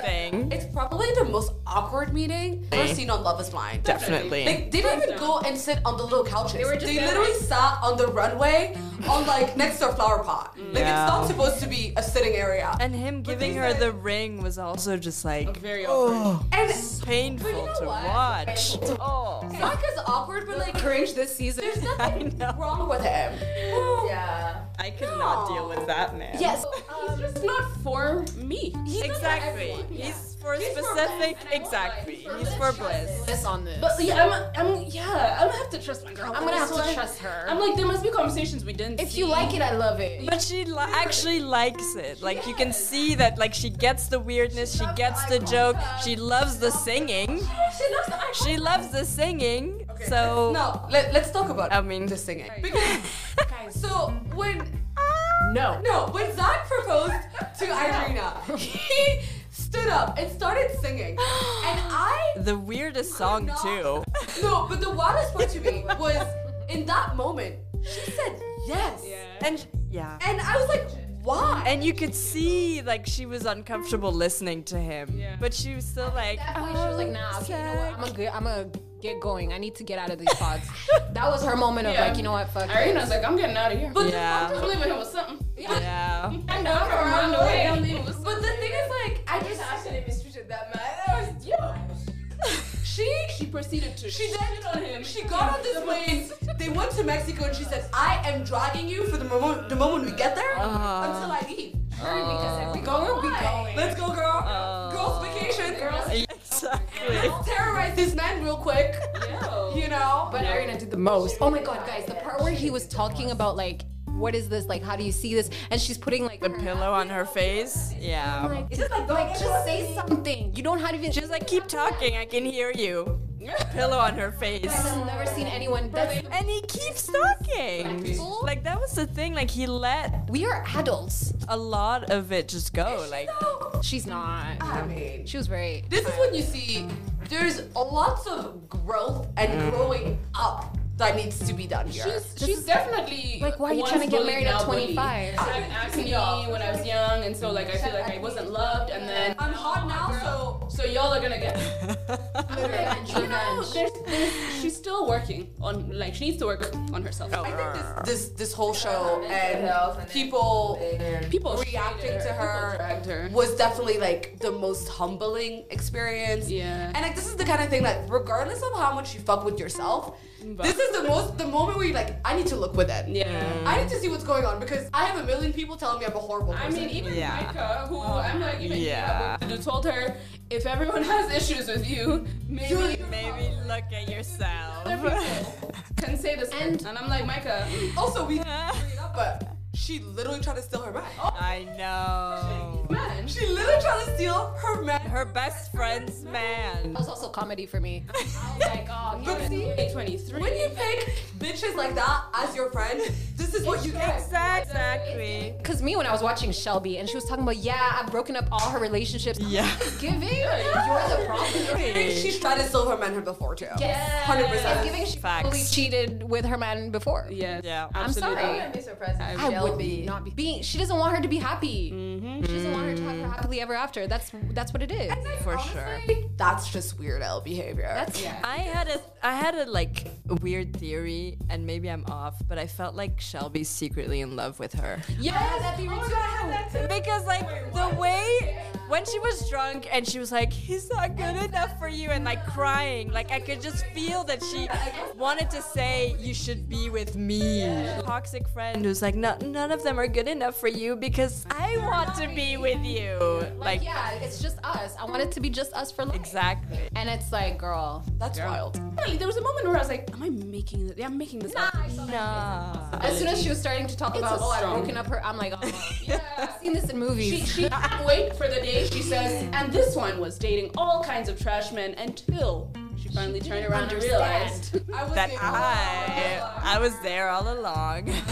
Speaker 3: thing.
Speaker 2: It's probably the most awkward meeting I've ever seen on Love Is Blind.
Speaker 3: Definitely.
Speaker 2: Like they didn't even go and sit on the little couches. They,
Speaker 4: were just there,
Speaker 2: literally sat on the runway, on like next to a flower pot. Like
Speaker 3: Yeah.
Speaker 2: it's not supposed to be a sitting area.
Speaker 3: And him giving her the ring was also just like
Speaker 7: Very awkward.
Speaker 2: And
Speaker 3: painful
Speaker 2: know
Speaker 3: to
Speaker 2: what?
Speaker 3: watch. Oh.
Speaker 2: Micah's awkward, but like
Speaker 1: Cringe this season.
Speaker 2: there's
Speaker 3: I
Speaker 2: nothing
Speaker 3: know.
Speaker 2: wrong with him.
Speaker 5: Yeah.
Speaker 3: I could not deal with that man.
Speaker 1: Yes.
Speaker 4: He's just not for me.
Speaker 3: Exactly. He's for specific. exactly. He's for bliss.
Speaker 1: This on this.
Speaker 4: But yeah, I'm, I'm, yeah, I'm gonna have to trust my girl.
Speaker 1: I'm gonna have to trust her.
Speaker 4: I'm like, there must be conversations we didn't.
Speaker 1: if you like it, I love it.
Speaker 3: But she li- actually likes it. Like you can see that. Like she gets the weirdness. She gets the joke. She loves the singing.
Speaker 4: she loves the
Speaker 3: She loves the singing. So
Speaker 2: No, let, let's talk about
Speaker 3: I mean,
Speaker 2: the singing. Because so when
Speaker 1: No.
Speaker 2: no, when Zach proposed to Irina, he stood up and started singing. And I
Speaker 3: the weirdest song too.
Speaker 2: No, but the wildest part to me was in that moment, she said yes.
Speaker 3: And yeah.
Speaker 2: And I was like, why?
Speaker 3: And you could see like she was uncomfortable listening to him.
Speaker 7: Yeah.
Speaker 3: But she was still like.
Speaker 1: At that point, she was like, nah, okay, you know what? I'm gonna, get- I'm gonna get going. I need to get out of these pods. that was her moment of
Speaker 4: Yeah.
Speaker 1: like, you know what? Fuck.
Speaker 4: Irene was like, I'm getting out of here. But
Speaker 3: Yeah.
Speaker 4: I'm leaving here with something.
Speaker 3: Yeah.
Speaker 4: I know I'm around the way. I'm leaving with something.
Speaker 2: but the thing is, like, I just
Speaker 5: actually mistreated that man. That was you.
Speaker 2: she
Speaker 4: She proceeded to
Speaker 2: She
Speaker 4: shit
Speaker 2: did.
Speaker 4: on him.
Speaker 2: she got on this plane. They went to Mexico, and she said, "I am dragging you for the moment the moment we get there
Speaker 4: Uh.
Speaker 2: until I leave."
Speaker 4: We going, we going.
Speaker 2: Let's go, girl.
Speaker 4: Uh.
Speaker 2: Girls vacation. Girls
Speaker 3: Oh, Exactly.
Speaker 2: terrorize this man real quick. You know.
Speaker 1: But Ariana did the most. Oh my god, guys, the part where he was talking about like, what is this? Like, how do you see this? And she's putting like
Speaker 3: The pillow on her face. Yeah.
Speaker 1: Like, just, like, just say something. You don't have to even.
Speaker 3: She was like, keep talking, I can hear you. Pillow on her face.
Speaker 1: I've never seen anyone. That's,
Speaker 3: And he keeps talking. Like that was the thing. Like he let
Speaker 1: we are adults.
Speaker 3: a lot of it just go. Like
Speaker 1: She's not.
Speaker 2: I mean,
Speaker 1: She was very.
Speaker 2: this is when you see there's lots of growth and growing up that needs to be done here.
Speaker 4: She's definitely
Speaker 1: Like, why are you
Speaker 4: once
Speaker 1: trying to get
Speaker 4: bullied,
Speaker 1: married at
Speaker 4: now bullied.
Speaker 1: 25?
Speaker 4: I had acne when I was young, and so like I feel like I wasn't loved, and then
Speaker 2: I'm hot now, so
Speaker 4: So y'all are gonna get. you know, there's, there's, she's still working on like she needs to work on herself.
Speaker 2: I think this this, this whole show and people
Speaker 4: People
Speaker 2: reacting
Speaker 4: shaded
Speaker 2: to her,
Speaker 4: People dragged her.
Speaker 2: was definitely like the most humbling experience.
Speaker 4: Yeah.
Speaker 2: And like this is the kind of thing that regardless of how much you fuck with yourself, this is the most the moment where you're like, I need to look within.
Speaker 4: Yeah.
Speaker 2: I need to see what's going on because I have a million people telling me I'm a horrible
Speaker 4: I
Speaker 2: person.
Speaker 4: mean, e- even
Speaker 3: Yeah.
Speaker 4: Micah, who I'm like, even
Speaker 3: Yeah.
Speaker 4: yeah, who told her if everyone has issues with you, maybe
Speaker 3: maybe look at yourself.
Speaker 4: other people can say this.
Speaker 1: And-
Speaker 4: And, I'm like, Micah,
Speaker 2: also we bring it up, but She literally tried to steal her man.
Speaker 3: I know.
Speaker 2: man. She literally tried to steal her man.
Speaker 3: Her best friend's man.
Speaker 1: That was also comedy for me.
Speaker 2: But see,
Speaker 6: 2023.
Speaker 2: when you pick bitches like that as your friend, this is what you get.
Speaker 3: Exactly.
Speaker 1: Because me, when I was watching Shelby and she was talking about, yeah, I've broken up all her relationships.
Speaker 3: Yeah.
Speaker 1: Giving, you're the problem.
Speaker 2: She's tried to steal her manhood before too.
Speaker 1: Yes.
Speaker 2: 100%.
Speaker 1: Giving, she
Speaker 3: Facts.
Speaker 1: probably cheated with her man before.
Speaker 4: Yes.
Speaker 3: Yeah.
Speaker 1: I'm
Speaker 4: Absolutely.
Speaker 1: sorry.
Speaker 5: be surprised.
Speaker 4: I
Speaker 1: I would not be. Being, she doesn't want her to be happy. She doesn't want her to have her happily ever after. That's that's what it is.
Speaker 3: For sure.
Speaker 2: That's just weird L behavior.
Speaker 1: That's
Speaker 3: I had a I had a like weird theory and maybe I'm off, but I felt like Shelby's secretly in love with her.
Speaker 1: yeah. That'd be
Speaker 3: Because like the way when she was drunk and she was like, he's not good enough for you and like crying, like I could just feel that she wanted to say you should be with me. Toxic friend who's like, no, none of them are good enough for you because I want to be with you. Like
Speaker 1: yeah. It's just us. I want it to be just us for life.
Speaker 3: exactly.
Speaker 1: And it's like, girl,
Speaker 2: That's wild.
Speaker 4: Really, there was a moment where I was like, "Am I making this? Yeah, I'm making this." up.
Speaker 3: Nah.
Speaker 1: as soon as she was starting to talk about,
Speaker 4: a
Speaker 1: oh, I've
Speaker 4: song.
Speaker 1: broken up her, I'm like, oh, yeah. I've seen this in movies.
Speaker 6: She, she can't wait for the day she says, and this one was dating all kinds of trash men until she finally turned around and realized.
Speaker 2: I was
Speaker 3: That
Speaker 2: thinking,
Speaker 3: I I was there all along.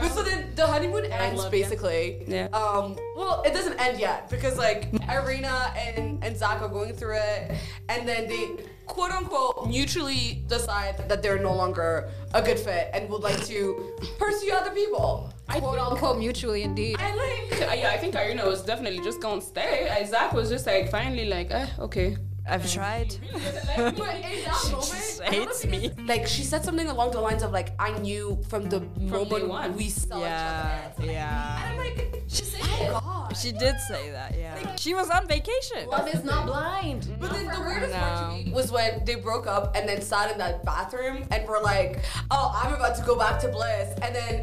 Speaker 2: But so then the honeymoon ends basically.
Speaker 4: Yeah.
Speaker 2: Um, well, it doesn't end yet because like Irina and, and Zach are going through it and then they quote unquote mutually decide that they're no longer a good fit and would like to pursue other people.
Speaker 1: quote unquote mutually indeed.
Speaker 6: I like.
Speaker 4: Uh, yeah, I think Irina was definitely just gonna stay. Isaac was just like finally like, eh, okay.
Speaker 3: I've tried.
Speaker 2: But in that moment, I don't know
Speaker 3: Hates me.
Speaker 2: like she said something along the lines of like I knew from the moment
Speaker 4: one.
Speaker 2: we saw
Speaker 3: Yeah,
Speaker 2: each other.
Speaker 3: yeah.
Speaker 2: I'm like,
Speaker 6: She said,
Speaker 2: God.
Speaker 3: She did say that, yeah. She was on vacation.
Speaker 1: Love is not blind.
Speaker 2: But then the weirdest part
Speaker 3: No.
Speaker 2: to me was when they broke up and then sat in that bathroom and were like, "Oh, I'm about to go back to bliss," and then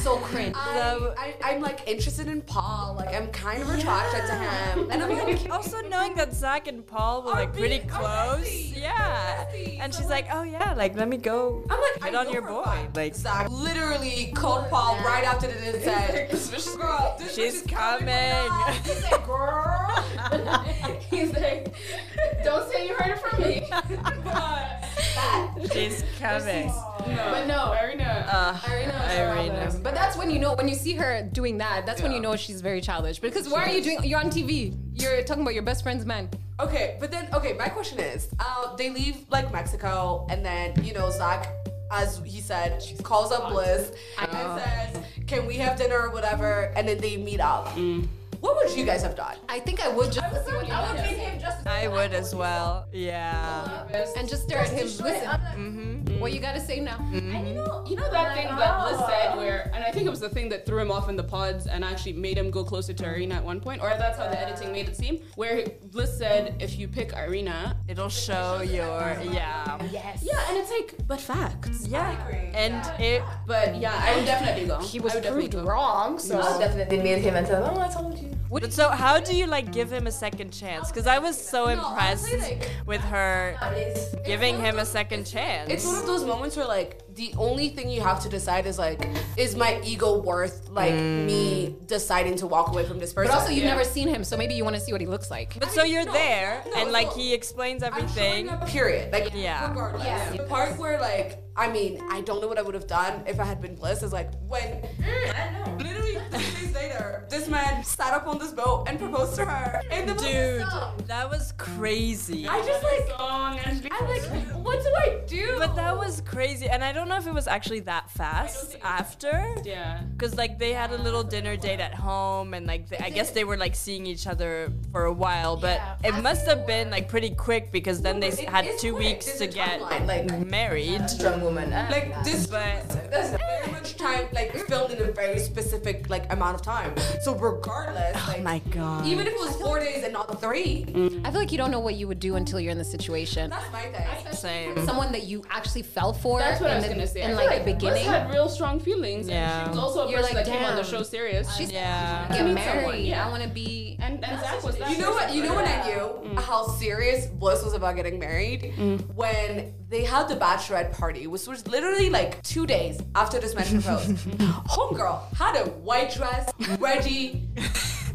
Speaker 1: So cringe.
Speaker 2: I, I, I'm like interested in Paul. Like I'm kind of attracted to him, and I'm like,
Speaker 3: Also knowing that Zach and Paul were like pretty
Speaker 2: big- are
Speaker 3: close.
Speaker 2: besties.
Speaker 3: Yeah.
Speaker 2: besties.
Speaker 3: And
Speaker 2: So,
Speaker 3: she's like, Oh yeah, like let me go.
Speaker 2: I'm like,
Speaker 3: Hit
Speaker 2: I
Speaker 3: on
Speaker 2: know
Speaker 3: your
Speaker 2: for a
Speaker 3: boy,
Speaker 2: fact
Speaker 3: like-
Speaker 2: Zach literally called Paul right after the dinner said, "Girl, this bitch
Speaker 3: She's
Speaker 2: is coming."
Speaker 3: coming.
Speaker 2: He said, "Girl."
Speaker 6: he's like, don't say you heard it from me. God.
Speaker 3: She's coming.
Speaker 6: But no,
Speaker 4: Irina.
Speaker 3: Uh,
Speaker 6: Irina.
Speaker 3: Irina.
Speaker 1: But that's when you know when you see her doing that. That's when you know she's very childish. Because why are you doing? You're on TV. You're talking about your best friend's man.
Speaker 2: Okay, but then okay, my question is, uh, they leave like Mexico, and then you know Zach, as he said, calls up Bliss and says, "Can we have dinner or whatever?" And then they meet up.
Speaker 1: Mm.
Speaker 2: What would you guys have done?
Speaker 1: I think I would just see what
Speaker 6: I would
Speaker 1: happens.
Speaker 6: meet him just
Speaker 3: I would as well. Yeah.
Speaker 1: and just stare at him. Listen, what you gotta say now?
Speaker 6: And you know,
Speaker 4: You know that thing that Liz said where, and I think it was the thing that threw him off in the pods and actually made him go closer to Irina at one point, or that's how the editing made it seem, where Liz said, if you pick Irina,
Speaker 3: It'll show your yeah.
Speaker 4: yeah, and it's like, but facts.
Speaker 3: Yeah. And it
Speaker 4: But yeah, I would definitely go.
Speaker 1: He was
Speaker 4: I would definitely
Speaker 1: proved
Speaker 4: go.
Speaker 1: wrong. So
Speaker 5: definitely meet him and tell him, oh, I told you.
Speaker 3: But so how do you like give him a second chance? Because I was so impressed with her giving him a second chance.
Speaker 2: It's one of those moments where like the only thing you have to decide is like, is my ego worth like
Speaker 1: Mm.
Speaker 2: me deciding to walk away from this person?
Speaker 1: But also, you've never seen him, so maybe you want to see what he looks like.
Speaker 3: But so you're there,
Speaker 2: no,
Speaker 3: and like
Speaker 2: no.
Speaker 3: he explains
Speaker 2: I'm showing
Speaker 3: everything.
Speaker 2: up, period. Like,
Speaker 3: Yeah.
Speaker 2: regardless. The part where, like, I mean, I don't know what I would have done if I had been Bliss is like when,
Speaker 3: Mm,
Speaker 2: literally three days later, this man sat up on this boat and proposed to her in the middle of the
Speaker 3: Dude,
Speaker 2: song.
Speaker 3: that was crazy.
Speaker 2: I just like, I'm like, what do I do?
Speaker 3: But that was crazy, and I don't know if it was actually that fast after,
Speaker 4: Yeah.
Speaker 3: because like they had a little dinner date at home, and like they, I guess they were like seeing each other for a while, but it must have been like pretty quick because then they
Speaker 2: but
Speaker 3: s-
Speaker 2: it
Speaker 3: had
Speaker 2: is
Speaker 3: two
Speaker 2: quick.
Speaker 3: weeks
Speaker 2: There's
Speaker 3: to
Speaker 2: a
Speaker 3: get
Speaker 2: timeline, like-
Speaker 3: married.
Speaker 5: Strong woman.
Speaker 2: like uh, this,
Speaker 3: But
Speaker 2: that's very much time, like filmed in a very specific like amount of time. So regardless, like,
Speaker 3: oh my god, Mm.
Speaker 2: even if it was four days and not three,
Speaker 1: I feel like you don't know what you would do until you're in the situation.
Speaker 2: that's my thing.
Speaker 3: same.
Speaker 1: Someone that you actually fell for.
Speaker 4: That's what
Speaker 1: in
Speaker 4: I was
Speaker 1: the-
Speaker 4: gonna say.
Speaker 1: In
Speaker 4: I feel
Speaker 1: like,
Speaker 4: like
Speaker 1: the
Speaker 4: Liz
Speaker 1: beginning,
Speaker 4: had real strong feelings.
Speaker 3: Yeah.
Speaker 4: And she was also a
Speaker 1: You're
Speaker 4: person
Speaker 1: like,
Speaker 4: that came on the
Speaker 1: damn.
Speaker 4: show serious. She's
Speaker 3: Yeah,
Speaker 1: get
Speaker 4: meet
Speaker 1: married.
Speaker 4: someone, yeah.
Speaker 1: I want to be.
Speaker 4: and, and Zach was that.
Speaker 2: You know what? You know when
Speaker 4: what?
Speaker 2: I knew how serious Bliss was about getting married when they had the bachelorette party, which was literally like two days after this man Russian Rose. Homegirl had a white dress ready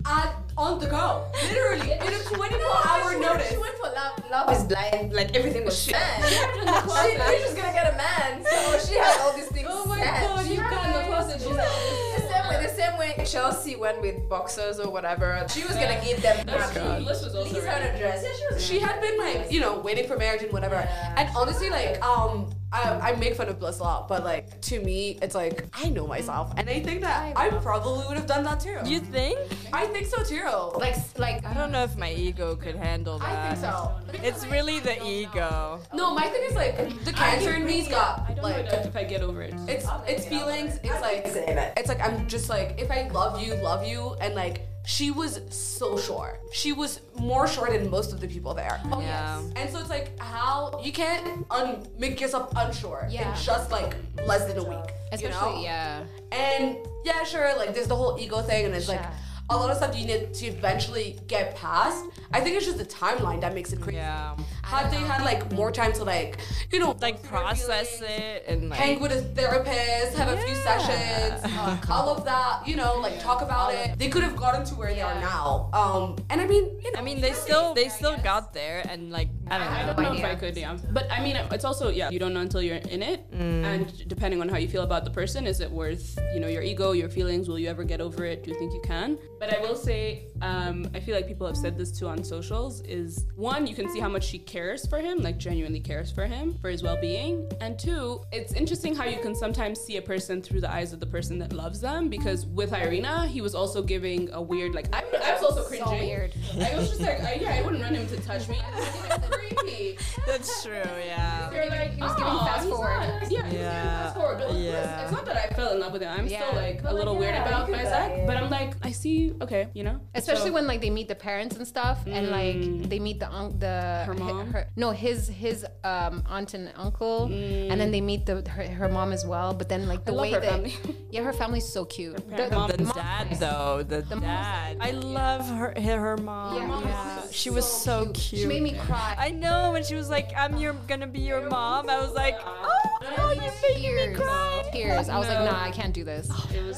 Speaker 2: at, on the go. Literally, in a 24 hour notice.
Speaker 5: She went for love. Love is blind. Like everything was she, planned. she knew she was gonna get a man, so she had all these things.
Speaker 2: Oh my
Speaker 5: planned.
Speaker 2: god, you got in the closet. She's like,
Speaker 5: The same way, the same way Chelsea went with boxers or whatever. She was gonna give them. money.
Speaker 6: Liz was also
Speaker 5: Please
Speaker 6: ready.
Speaker 5: had a dress. Yeah, she was.
Speaker 2: she had been my, you know, waiting for marriage and whatever.
Speaker 5: Yeah.
Speaker 2: And honestly, like, um, I, I make fun of Bliss a lot, but like to me, it's like I know myself, and I think that I probably would have done that too.
Speaker 3: You think?
Speaker 2: I think so too.
Speaker 1: Like, s- like
Speaker 3: I don't know if my ego could handle that.
Speaker 2: I think so.
Speaker 3: It's really the ego.
Speaker 2: No, my thing is like the cancer in me's got
Speaker 6: I don't
Speaker 2: like
Speaker 6: know if I get over it.
Speaker 2: it's it's feelings. It's like it's like I'm just like if I love you, love you, and like she was so sure. She was more sure than most of the people there. Oh
Speaker 3: Yeah. yes.
Speaker 2: And so it's like how you can't un- make yourself unsure
Speaker 1: Yeah.
Speaker 2: in just like less than a week.
Speaker 1: especially
Speaker 2: you know?
Speaker 1: yeah.
Speaker 2: And yeah, sure, like there's the whole ego thing, and it's like
Speaker 1: Sure.
Speaker 2: a lot of stuff you need to eventually get past. I think it's just the timeline that makes it crazy.
Speaker 3: Yeah.
Speaker 2: Had they had like more time to like, you know,
Speaker 3: Like process it and like.
Speaker 2: hang with a therapist, have a few
Speaker 3: Yeah.
Speaker 2: sessions, all of that, you know, like talk about it. They could have gotten to where they are now. Um, and I mean, you know,
Speaker 3: I mean, they still they still got there and like I don't know.
Speaker 4: I don't know if I could, yeah. But I mean, it's also, yeah, you don't know until you're in it. And depending on how you feel about the person, is it worth, you know, your ego, your feelings? Will you ever get over it? Do you think you can? But I will say, um, I feel like people have said this too on socials is one, you can see how much she cares for him, like genuinely cares for him, for his well being. And two, it's interesting how you can sometimes see a person through the eyes of the person that loves them because with Irina, he was also giving a weird, like, I, I was also cringing.
Speaker 1: weird.
Speaker 4: I was just like, I, yeah, I wouldn't run him to touch me. It's creepy.
Speaker 3: That's true. Yeah.
Speaker 4: They're like,
Speaker 1: was giving
Speaker 4: "Aw,
Speaker 1: fast
Speaker 4: he's
Speaker 1: forward."
Speaker 4: not- yeah, he's giving
Speaker 3: Yeah.
Speaker 4: fast forward. But
Speaker 3: Yeah.
Speaker 4: yeah. It's not that I fell in love with him. I'm
Speaker 1: Yeah.
Speaker 4: still like a little weird about myself. But I'm like, I see, okay, you know?
Speaker 1: Especially
Speaker 4: So-
Speaker 1: when like they meet the parents and stuff, and like they meet the un- the
Speaker 4: Her mom?
Speaker 1: no his his um, aunt and uncle, and then they meet the her, her mom as well. But then like the
Speaker 4: love
Speaker 1: way
Speaker 4: her
Speaker 1: that
Speaker 4: family.
Speaker 1: yeah, her family's so cute.
Speaker 4: parents- Mom-
Speaker 3: The dad though, the,
Speaker 1: mom's
Speaker 3: dad. I love her her mom.
Speaker 1: Yeah, mom
Speaker 3: Yeah.
Speaker 1: was
Speaker 3: She was so cute.
Speaker 1: She made me cry.
Speaker 3: I know when she was like, "I'm your gonna be your mom." I was like, "Oh, no, you're making me
Speaker 1: Tears,
Speaker 3: cry."
Speaker 1: tears. I was
Speaker 4: No.
Speaker 1: like, nah, I can't do this.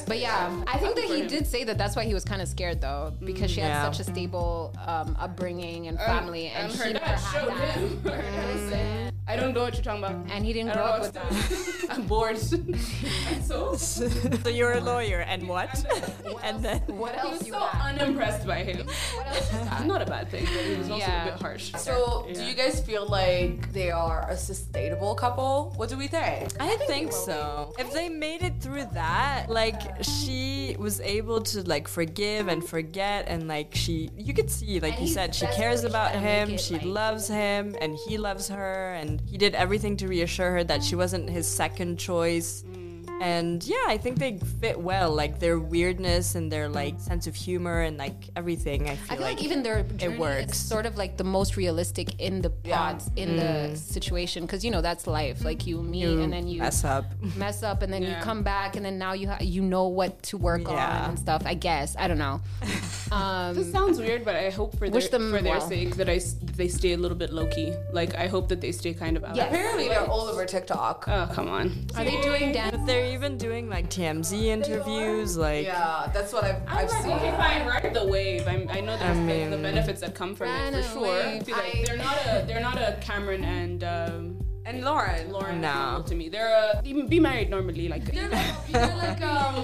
Speaker 1: But yeah, I think that he did say that. That's why he was kind of scared though, because she had
Speaker 3: Mm, Yeah.
Speaker 1: such a stable um, upbringing and family, and,
Speaker 4: and
Speaker 1: she
Speaker 4: um, her
Speaker 1: never
Speaker 4: dad
Speaker 1: had
Speaker 4: showed
Speaker 1: that. Mm.
Speaker 4: him. Her dad said, I don't know what you're talking about.
Speaker 1: And he didn't
Speaker 4: I
Speaker 1: grow
Speaker 4: don't know
Speaker 1: up
Speaker 4: what's
Speaker 1: with that.
Speaker 4: that. I'm bored. and so
Speaker 3: so you're a lawyer, and what? and then
Speaker 1: What
Speaker 4: he
Speaker 1: else
Speaker 4: was
Speaker 1: you
Speaker 4: so
Speaker 1: got?
Speaker 4: unimpressed by him.
Speaker 1: What else you got?
Speaker 4: Not a bad thing, but he was also
Speaker 1: Yeah.
Speaker 4: a bit harsh.
Speaker 2: so do
Speaker 4: Yeah.
Speaker 2: you guys feel like they are a sustainable couple? What do we think?
Speaker 3: I think so. If they made it through that, like she was able to like forgive and forget, and like she, you could see, like
Speaker 1: And
Speaker 3: you
Speaker 1: he's
Speaker 3: said, she
Speaker 1: desperately
Speaker 3: cares about
Speaker 1: trying to make
Speaker 3: him,
Speaker 1: it,
Speaker 3: she
Speaker 1: like-
Speaker 3: loves him, and he loves her, and he did everything to reassure her that she wasn't his second choice.
Speaker 1: Mm.
Speaker 3: And yeah, I think they fit well, like their weirdness and their like sense of humor and like everything. I feel,
Speaker 1: I feel like, even their journey
Speaker 3: works.
Speaker 1: is sort of like the most realistic in the pods in the situation because you know that's life. Like you meet
Speaker 3: Mm. you
Speaker 1: and then you
Speaker 3: mess up.
Speaker 1: mess up and then you
Speaker 4: Yeah.
Speaker 1: come back and then now you ha- you know what to work
Speaker 3: Yeah.
Speaker 1: on and stuff. I guess I don't know. Um,
Speaker 4: This sounds weird, but I hope for their,
Speaker 1: Wish them
Speaker 4: for their
Speaker 1: well.
Speaker 4: sake that I s- they stay a little bit low key. Like I hope that they stay kind of out.
Speaker 1: Yeah.
Speaker 2: Apparently, they're all over TikTok.
Speaker 4: Oh come on.
Speaker 1: Are they doing dance?
Speaker 3: But they're even doing like TMZ interviews, like.
Speaker 2: Yeah, that's what I've,
Speaker 4: I'm
Speaker 2: I've
Speaker 4: like,
Speaker 2: seen.
Speaker 4: okay, fine, ride the wave. I'm, I know there's
Speaker 3: I
Speaker 4: the- the
Speaker 3: mean-
Speaker 4: benefits that come from
Speaker 1: Ride
Speaker 4: it
Speaker 1: the
Speaker 4: for sure.
Speaker 1: wave.
Speaker 4: See, like,
Speaker 1: I-
Speaker 4: they're not a they're not a Cameron and um,
Speaker 2: And Lauren,
Speaker 4: Lauren
Speaker 3: No.
Speaker 4: couple to me. They're a be be married normally. Like
Speaker 2: they're like, they're like um,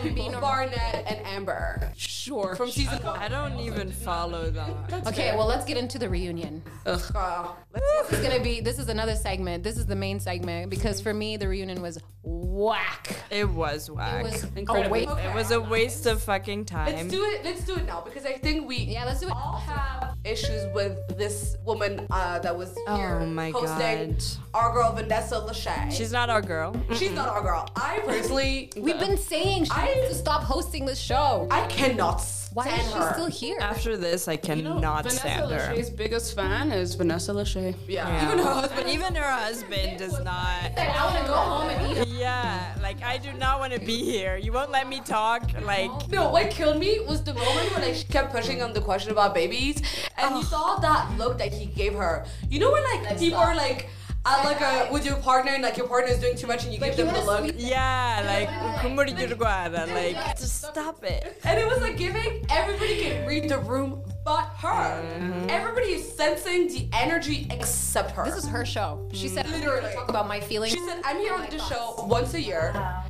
Speaker 2: Barnett and Amber
Speaker 4: sure.
Speaker 2: from season one.
Speaker 3: I don't even follow that.
Speaker 1: Okay, well let's get into the reunion.
Speaker 2: Uh, let's
Speaker 1: This is gonna be this is another segment. This is the main segment because for me the reunion was whack.
Speaker 3: It was whack.
Speaker 1: It was
Speaker 4: Incredible.
Speaker 1: Oh, wait.
Speaker 2: Okay.
Speaker 3: a waste of fucking time.
Speaker 2: Let's do it. Let's do it now because I think we
Speaker 1: Yeah, let's do it.
Speaker 2: all have issues with this woman uh, that was here
Speaker 3: Oh my
Speaker 2: hosting
Speaker 3: God.
Speaker 2: our girl Vanessa Lachey.
Speaker 3: She's not our girl.
Speaker 2: she's not our girl. I personally,
Speaker 1: We've been saying she
Speaker 2: I-
Speaker 1: needs to stop hosting this show.
Speaker 2: I cannot stand
Speaker 1: Why is she
Speaker 2: her.
Speaker 1: still here?
Speaker 3: After this, I cannot
Speaker 4: Vanessa
Speaker 3: stand her.
Speaker 4: Lachey's biggest fan is Vanessa Lachey.
Speaker 2: yeah.
Speaker 3: Yeah.
Speaker 2: even her husband.
Speaker 3: Even her husband does not.
Speaker 1: I want to go home and eat.
Speaker 3: Yeah, like I do not want to be here. You won't let me talk. Like
Speaker 2: No, what killed me was the moment when like, she kept pushing on the question about babies, and you saw that look that he gave her. You know when like people are like. at like a with your partner and like your partner is doing too much and you
Speaker 1: Like,
Speaker 2: give
Speaker 1: you
Speaker 2: them the
Speaker 1: wanna
Speaker 2: look.
Speaker 1: sweep-
Speaker 3: Yeah, like como de Uruguara, like just stop it.
Speaker 2: And it was like giving everybody can read the room but her. Everybody is sensing the energy except her.
Speaker 1: This is her show. She said,
Speaker 2: Literally.
Speaker 1: literally, talk about my feelings.
Speaker 2: She said, I'm here on the show once a year.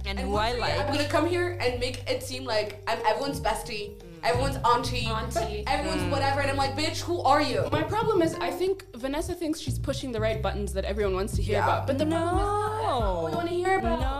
Speaker 3: And
Speaker 2: And
Speaker 3: who I
Speaker 2: once a year, I'm
Speaker 3: like.
Speaker 2: gonna come here and make it seem like I'm everyone's bestie, everyone's auntie,
Speaker 6: Auntie.
Speaker 2: everyone's whatever. And I'm like, bitch, who are you?
Speaker 4: Oh My problem is, I think Vanessa thinks she's pushing the right buttons that everyone wants to hear
Speaker 2: Yeah.
Speaker 4: about. But the problem is, that's not what we want to hear about.
Speaker 3: No.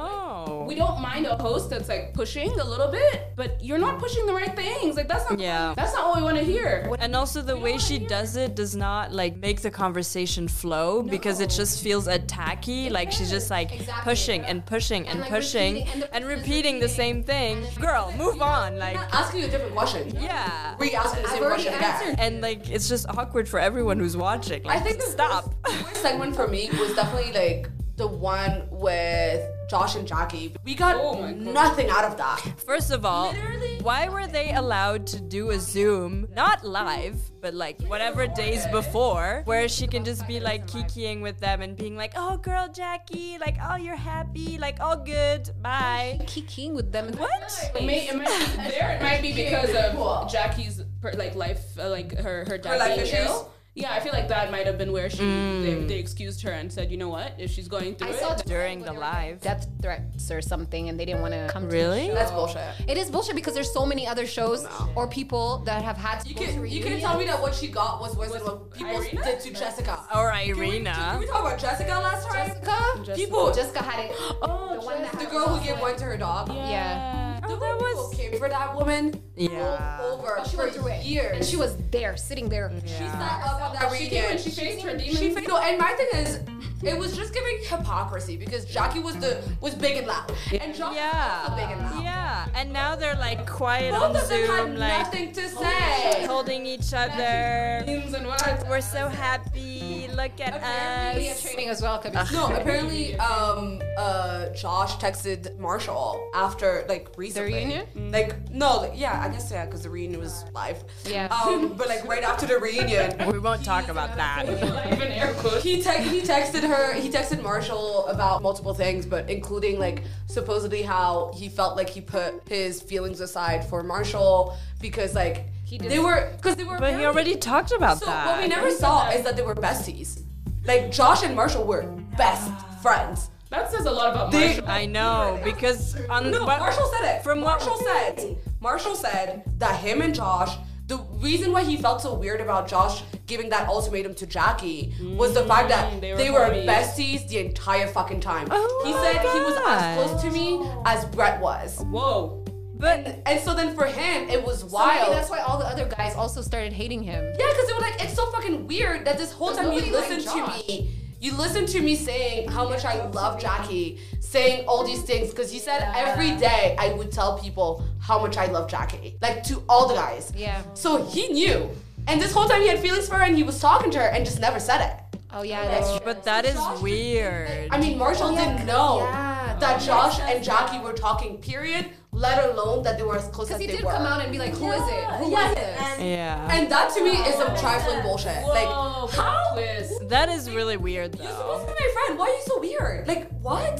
Speaker 4: We don't mind a host that's like pushing a little bit, but you're not pushing the right things. Like that's not.
Speaker 3: Yeah.
Speaker 4: That's not what we want to hear.
Speaker 3: And also the way she does it does not like make the conversation flow because it just feels attacky. like she's just like
Speaker 1: Exactly.
Speaker 3: pushing and pushing and,
Speaker 1: And, like,
Speaker 3: pushing
Speaker 1: repeating- and
Speaker 3: and,
Speaker 1: the person is
Speaker 3: repeating the same
Speaker 1: repeating.
Speaker 3: thing.
Speaker 1: And the-
Speaker 3: Girl, move on. Like
Speaker 2: I'm not asking you a different question.
Speaker 3: yeah.
Speaker 2: We asking the
Speaker 1: I've
Speaker 2: same
Speaker 1: already
Speaker 2: question again.
Speaker 1: answered.
Speaker 3: And like it's just awkward for everyone who's watching.
Speaker 2: I
Speaker 3: Like,
Speaker 2: think the
Speaker 3: stop.
Speaker 2: Worst, the worst segment for me was definitely like the one with Josh and Jackie. We got nothing out of that.
Speaker 3: First of all, why were they allowed to do a Zoom, not live, but like whatever days before, where she can just be like kikiing with them and being like, "Oh, girl, Jackie, like, oh, you're happy, like, all good, bye."
Speaker 1: Kicking with them.
Speaker 3: What?
Speaker 4: It may, it might be there. It might be because of Jackie's per, like life, uh, like her her dad
Speaker 2: life
Speaker 4: being
Speaker 2: issues?
Speaker 4: ill. Yeah, I feel like that might have been where she they,
Speaker 3: Mm.
Speaker 4: they excused her and said, you know what, if she's going through
Speaker 1: I
Speaker 4: it,
Speaker 1: saw the
Speaker 3: During the
Speaker 1: when they were getting
Speaker 3: live.
Speaker 1: death threats or something, and they didn't want to come. to the
Speaker 3: Really?
Speaker 1: show.
Speaker 2: That's bullshit.
Speaker 1: It is bullshit because there's so many other shows or people that have had. To
Speaker 2: You
Speaker 1: go to
Speaker 2: can you can
Speaker 1: reunions.
Speaker 2: tell me that what she got was worse than what people
Speaker 4: Irina?
Speaker 2: did to Jessica.
Speaker 3: Or
Speaker 2: Can we, can
Speaker 3: Irina.
Speaker 2: we talk about Jessica last time?
Speaker 1: Jessica.
Speaker 2: People,
Speaker 1: Jessica had it. Oh, the one that
Speaker 2: the
Speaker 1: had
Speaker 2: girl who gave one to her dog.
Speaker 1: Yeah.
Speaker 2: Uh, The that was came for that woman.
Speaker 3: Oh. Yeah.
Speaker 2: rolled over
Speaker 1: She
Speaker 2: for
Speaker 1: went through it.
Speaker 2: years.
Speaker 1: And she was there, sitting there.
Speaker 2: She sat up on that
Speaker 4: she came and
Speaker 2: weekend.
Speaker 4: she faced her demons.
Speaker 2: She no, and my thing is, it was just giving hypocrisy because Jackie was the was big and loud, and Josh
Speaker 3: Yeah.
Speaker 2: was also big and loud.
Speaker 3: Yeah. And now they're like quiet on
Speaker 2: Both of them
Speaker 3: Zoom,
Speaker 2: had
Speaker 3: like
Speaker 2: nothing to say.
Speaker 3: holding each other.
Speaker 4: memes and words.
Speaker 3: We're so happy. Look at
Speaker 1: Media
Speaker 3: us.
Speaker 1: training as well. could be-
Speaker 2: No, apparently, um, uh, Josh texted Marshall after like recently. Mm.
Speaker 1: reunion?
Speaker 2: Like no, like, yeah, I guess yeah, because the reunion was live.
Speaker 1: Yeah.
Speaker 2: Um, but like right after the reunion,
Speaker 3: We won't talk about that.
Speaker 4: Even air quotes.
Speaker 2: He, te- he texted her, he texted Marshall about multiple things, but including like supposedly how he felt like he put his feelings aside for Marshall because like they
Speaker 1: didn't.
Speaker 2: were, because they were.
Speaker 3: But he already talked about
Speaker 2: So
Speaker 3: that.
Speaker 2: what we never saw is that they were besties. Like Josh and Marshall were best friends.
Speaker 4: That says a lot about
Speaker 2: They-
Speaker 4: Marshall.
Speaker 3: I know because on
Speaker 2: No,
Speaker 3: what-
Speaker 2: Marshall said it.
Speaker 3: From what
Speaker 2: Marshall said, Marshall said that him and Josh, the reason why he felt so weird about Josh giving that ultimatum to Jackie was the fact that
Speaker 4: they
Speaker 2: Mm, they
Speaker 4: were
Speaker 2: were,
Speaker 4: homies.
Speaker 2: besties the entire fucking time.
Speaker 3: Oh
Speaker 2: he
Speaker 3: my
Speaker 2: said he was
Speaker 3: God.
Speaker 2: as close to me as Brett was.
Speaker 4: Whoa.
Speaker 3: But
Speaker 2: And so then for him, it was
Speaker 1: So maybe
Speaker 2: wild.
Speaker 1: that's why all the other guys also started hating him.
Speaker 2: Yeah, because they were like, it's so fucking weird that this whole
Speaker 1: But
Speaker 2: time you
Speaker 1: nobody liked
Speaker 2: listen
Speaker 1: Josh.
Speaker 2: to me. You listen to me saying how much I love Jackie, saying all these things, because he said every day I would tell people how much I love Jackie, like to all the guys.
Speaker 1: Yeah.
Speaker 2: So he knew. And this whole time he had feelings for her and he was talking to her and just never said it.
Speaker 1: Oh yeah, that's true.
Speaker 3: but that is weird.
Speaker 2: I mean, Marshall didn't know
Speaker 1: Oh, yeah.
Speaker 2: that Josh and Jackie were talking, period, let alone that they were as close as
Speaker 1: Because he
Speaker 2: they
Speaker 1: did
Speaker 2: were.
Speaker 1: come out and be like, "Who is it? Who
Speaker 2: Yeah,
Speaker 1: is
Speaker 2: yeah.
Speaker 1: this?"
Speaker 3: Yeah.
Speaker 2: Ah, And that to me is some trifling bullshit. Like,
Speaker 4: Whoa, how? Twist.
Speaker 3: That is really weird though.
Speaker 2: supposed to be my friend. Why are you so weird? Like what?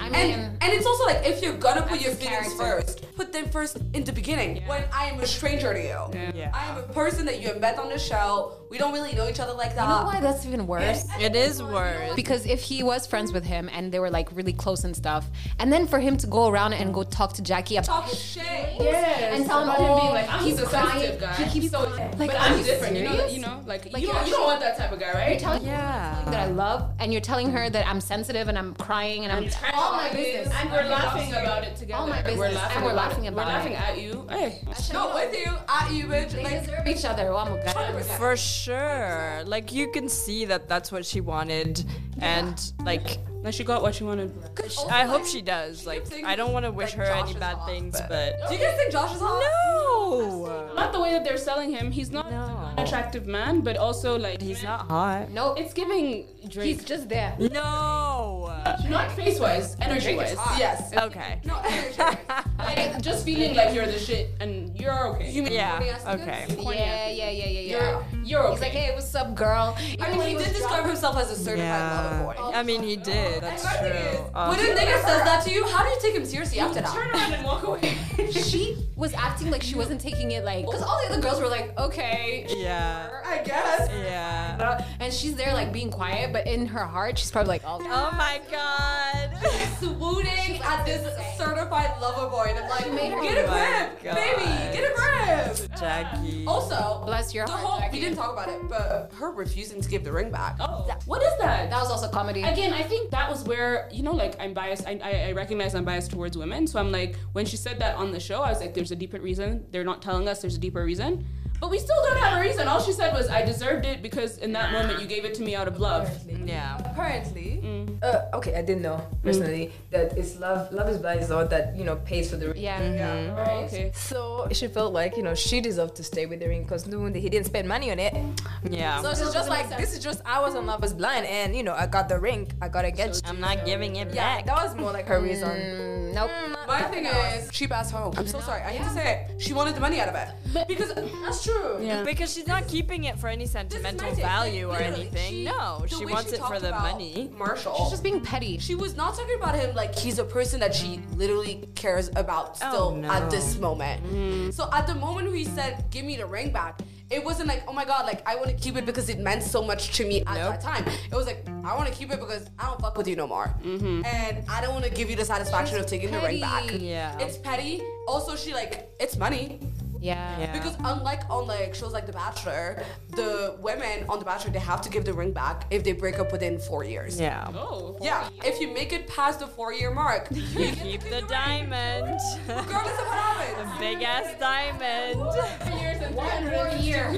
Speaker 1: I
Speaker 2: and
Speaker 1: mean-
Speaker 2: and it's also like if you're gonna put your
Speaker 1: his
Speaker 2: feelings
Speaker 1: character.
Speaker 2: first, put them first in the beginning. When I am a stranger to you,
Speaker 3: Yeah.
Speaker 2: I am a person that you have met on the show. We don't really know each other like that.
Speaker 1: You know why that's even worse?
Speaker 3: It is worse.
Speaker 1: Because if he was friends with him and they were like really close and stuff, and then for him to go around and go talk to Jackie about
Speaker 2: Talk shit.
Speaker 4: Yes.
Speaker 1: and tell him,
Speaker 4: about
Speaker 1: oh,
Speaker 4: him being like, I'm
Speaker 1: he's
Speaker 4: a
Speaker 1: crying.
Speaker 4: sensitive guy.
Speaker 1: He keeps
Speaker 4: so
Speaker 1: crying. Like,
Speaker 4: but
Speaker 1: are
Speaker 4: I'm
Speaker 1: you
Speaker 4: different. You know,
Speaker 1: serious?
Speaker 4: you know, like,
Speaker 1: Like,
Speaker 4: you,
Speaker 1: you're
Speaker 4: don't, you don't want that type of guy, right?
Speaker 1: telling me
Speaker 3: Yeah.
Speaker 1: that I love, and you're telling her that I'm sensitive and I'm crying and I'm Oh, all my business.
Speaker 4: And we're laughing about it together.
Speaker 1: All my
Speaker 4: We're
Speaker 1: business.
Speaker 4: laughing
Speaker 1: And we're
Speaker 4: about
Speaker 1: laughing
Speaker 4: it.
Speaker 1: about
Speaker 4: We're
Speaker 1: it.
Speaker 4: laughing at you. Hey.
Speaker 2: No, with you, at you, bitch.
Speaker 1: They
Speaker 2: Like,
Speaker 1: deserve each other. Oh, I'm a guy.
Speaker 3: For sure. Like you can see that that's what she wanted and like
Speaker 4: Now she got what she wanted.
Speaker 3: I hope she does. Like
Speaker 2: thinking,
Speaker 3: I don't want to wish
Speaker 2: like,
Speaker 3: her
Speaker 2: Josh
Speaker 3: any
Speaker 2: is
Speaker 3: bad
Speaker 2: off,
Speaker 3: things,
Speaker 2: but-
Speaker 3: but
Speaker 2: do you guys think Josh is hot?
Speaker 3: no.
Speaker 4: Not the way that they're selling him. He's not
Speaker 3: No.
Speaker 4: an attractive man, but also like
Speaker 3: He's not hot.
Speaker 1: No,
Speaker 4: It's giving Drake.
Speaker 1: he's just there.
Speaker 3: No.
Speaker 4: not face wise, energy wise.
Speaker 2: Yes.
Speaker 3: Okay.
Speaker 2: No, energy.
Speaker 4: Like, just feeling like you're the shit and you're okay.
Speaker 3: Yeah.
Speaker 2: Yes.
Speaker 3: Okay.
Speaker 1: Yeah, yeah, yeah, yeah, yeah.
Speaker 2: You're- You're
Speaker 1: He's like, hey, what's up, girl?
Speaker 2: I
Speaker 1: Even
Speaker 2: mean,
Speaker 1: when
Speaker 2: he
Speaker 1: was
Speaker 2: did describe
Speaker 1: drunk-
Speaker 2: himself as a certified lover boy.
Speaker 3: I mean, he did. That's
Speaker 2: my
Speaker 3: true.
Speaker 2: thing is,
Speaker 3: Uh,
Speaker 2: when a nigga says that to you, how do you take him seriously after
Speaker 6: Turn
Speaker 2: that?
Speaker 6: around and walk away.
Speaker 1: She was acting like she wasn't taking it, like, because all the other girls were like, okay.
Speaker 3: yeah.
Speaker 2: I guess.
Speaker 3: Yeah.
Speaker 1: And she's there, like, being quiet, but in her heart, she's probably like, oh,
Speaker 3: Oh my god.
Speaker 2: Swooning at this certified lover boy, and I'm like,
Speaker 1: made her-
Speaker 2: get a
Speaker 3: Oh my
Speaker 2: grip,
Speaker 3: God.
Speaker 2: baby, get a grip.
Speaker 3: Jackie.
Speaker 2: Also,
Speaker 1: Bless your
Speaker 2: the
Speaker 1: heart,
Speaker 2: whole
Speaker 1: Jackie.
Speaker 2: we didn't talk about it, but her refusing to give the ring back.
Speaker 6: Oh, what is that?
Speaker 1: that was also comedy.
Speaker 4: Again, I think that was where, you know, like I'm biased. I, I, I recognize I'm biased towards women. So I'm like, when she said that on the show, I was like, there's a deeper reason. They're not telling us there's a deeper reason. But we still don't have a reason. All she said was, I deserved it because in that moment you gave it to me out of love.
Speaker 3: Yeah.
Speaker 5: Apparently, uh, okay, I didn't know personally that it's love. Love is blind is the one that you know pays for the ring.
Speaker 1: yeah.
Speaker 4: Oh, okay.
Speaker 5: So she felt like you know she deserved to stay with the ring because he didn't spend money on it. So
Speaker 3: Yeah.
Speaker 5: it's just like this is just I was on Love is Blind and you know I got the ring. I gotta get.
Speaker 3: I'm not giving it
Speaker 5: yeah,
Speaker 3: back.
Speaker 5: that was more like her reason.
Speaker 1: Mm, nope.
Speaker 2: My thing is, cheap ass hoe. I'm so sorry. I hate to say it. She wanted the money out of it. because that's true.
Speaker 4: Yeah.
Speaker 3: Because she's not keeping it for any sentimental value or anything. no, she wants it for the money.
Speaker 2: Marshall.
Speaker 1: She's just being petty.
Speaker 2: She was not talking about him like he's a person that she literally cares about still
Speaker 3: Oh, no. Mm.
Speaker 2: at this moment. So at the moment who he said, "Give me the ring back," it wasn't like, "Oh my god, like I want to keep it because it meant so much to me at that time." It was like, "I want to keep it because I don't fuck with you no more,
Speaker 3: Mm-hmm.
Speaker 2: and I don't want to give you the satisfaction of taking the ring back."
Speaker 1: petty.
Speaker 3: Yeah.
Speaker 2: It's petty. Also, she like it's money.
Speaker 1: Yeah.
Speaker 3: Yeah.
Speaker 2: Because unlike on like shows like The Bachelor, the women on The Bachelor they have to give the ring back if they break up within four years.
Speaker 3: yeah.
Speaker 4: Oh.
Speaker 2: Yeah, if you make it past the four-year mark, you get
Speaker 3: Keep
Speaker 2: to
Speaker 3: the
Speaker 2: ring,
Speaker 3: diamond.
Speaker 2: regardless of what happens.
Speaker 3: Big ass diamond.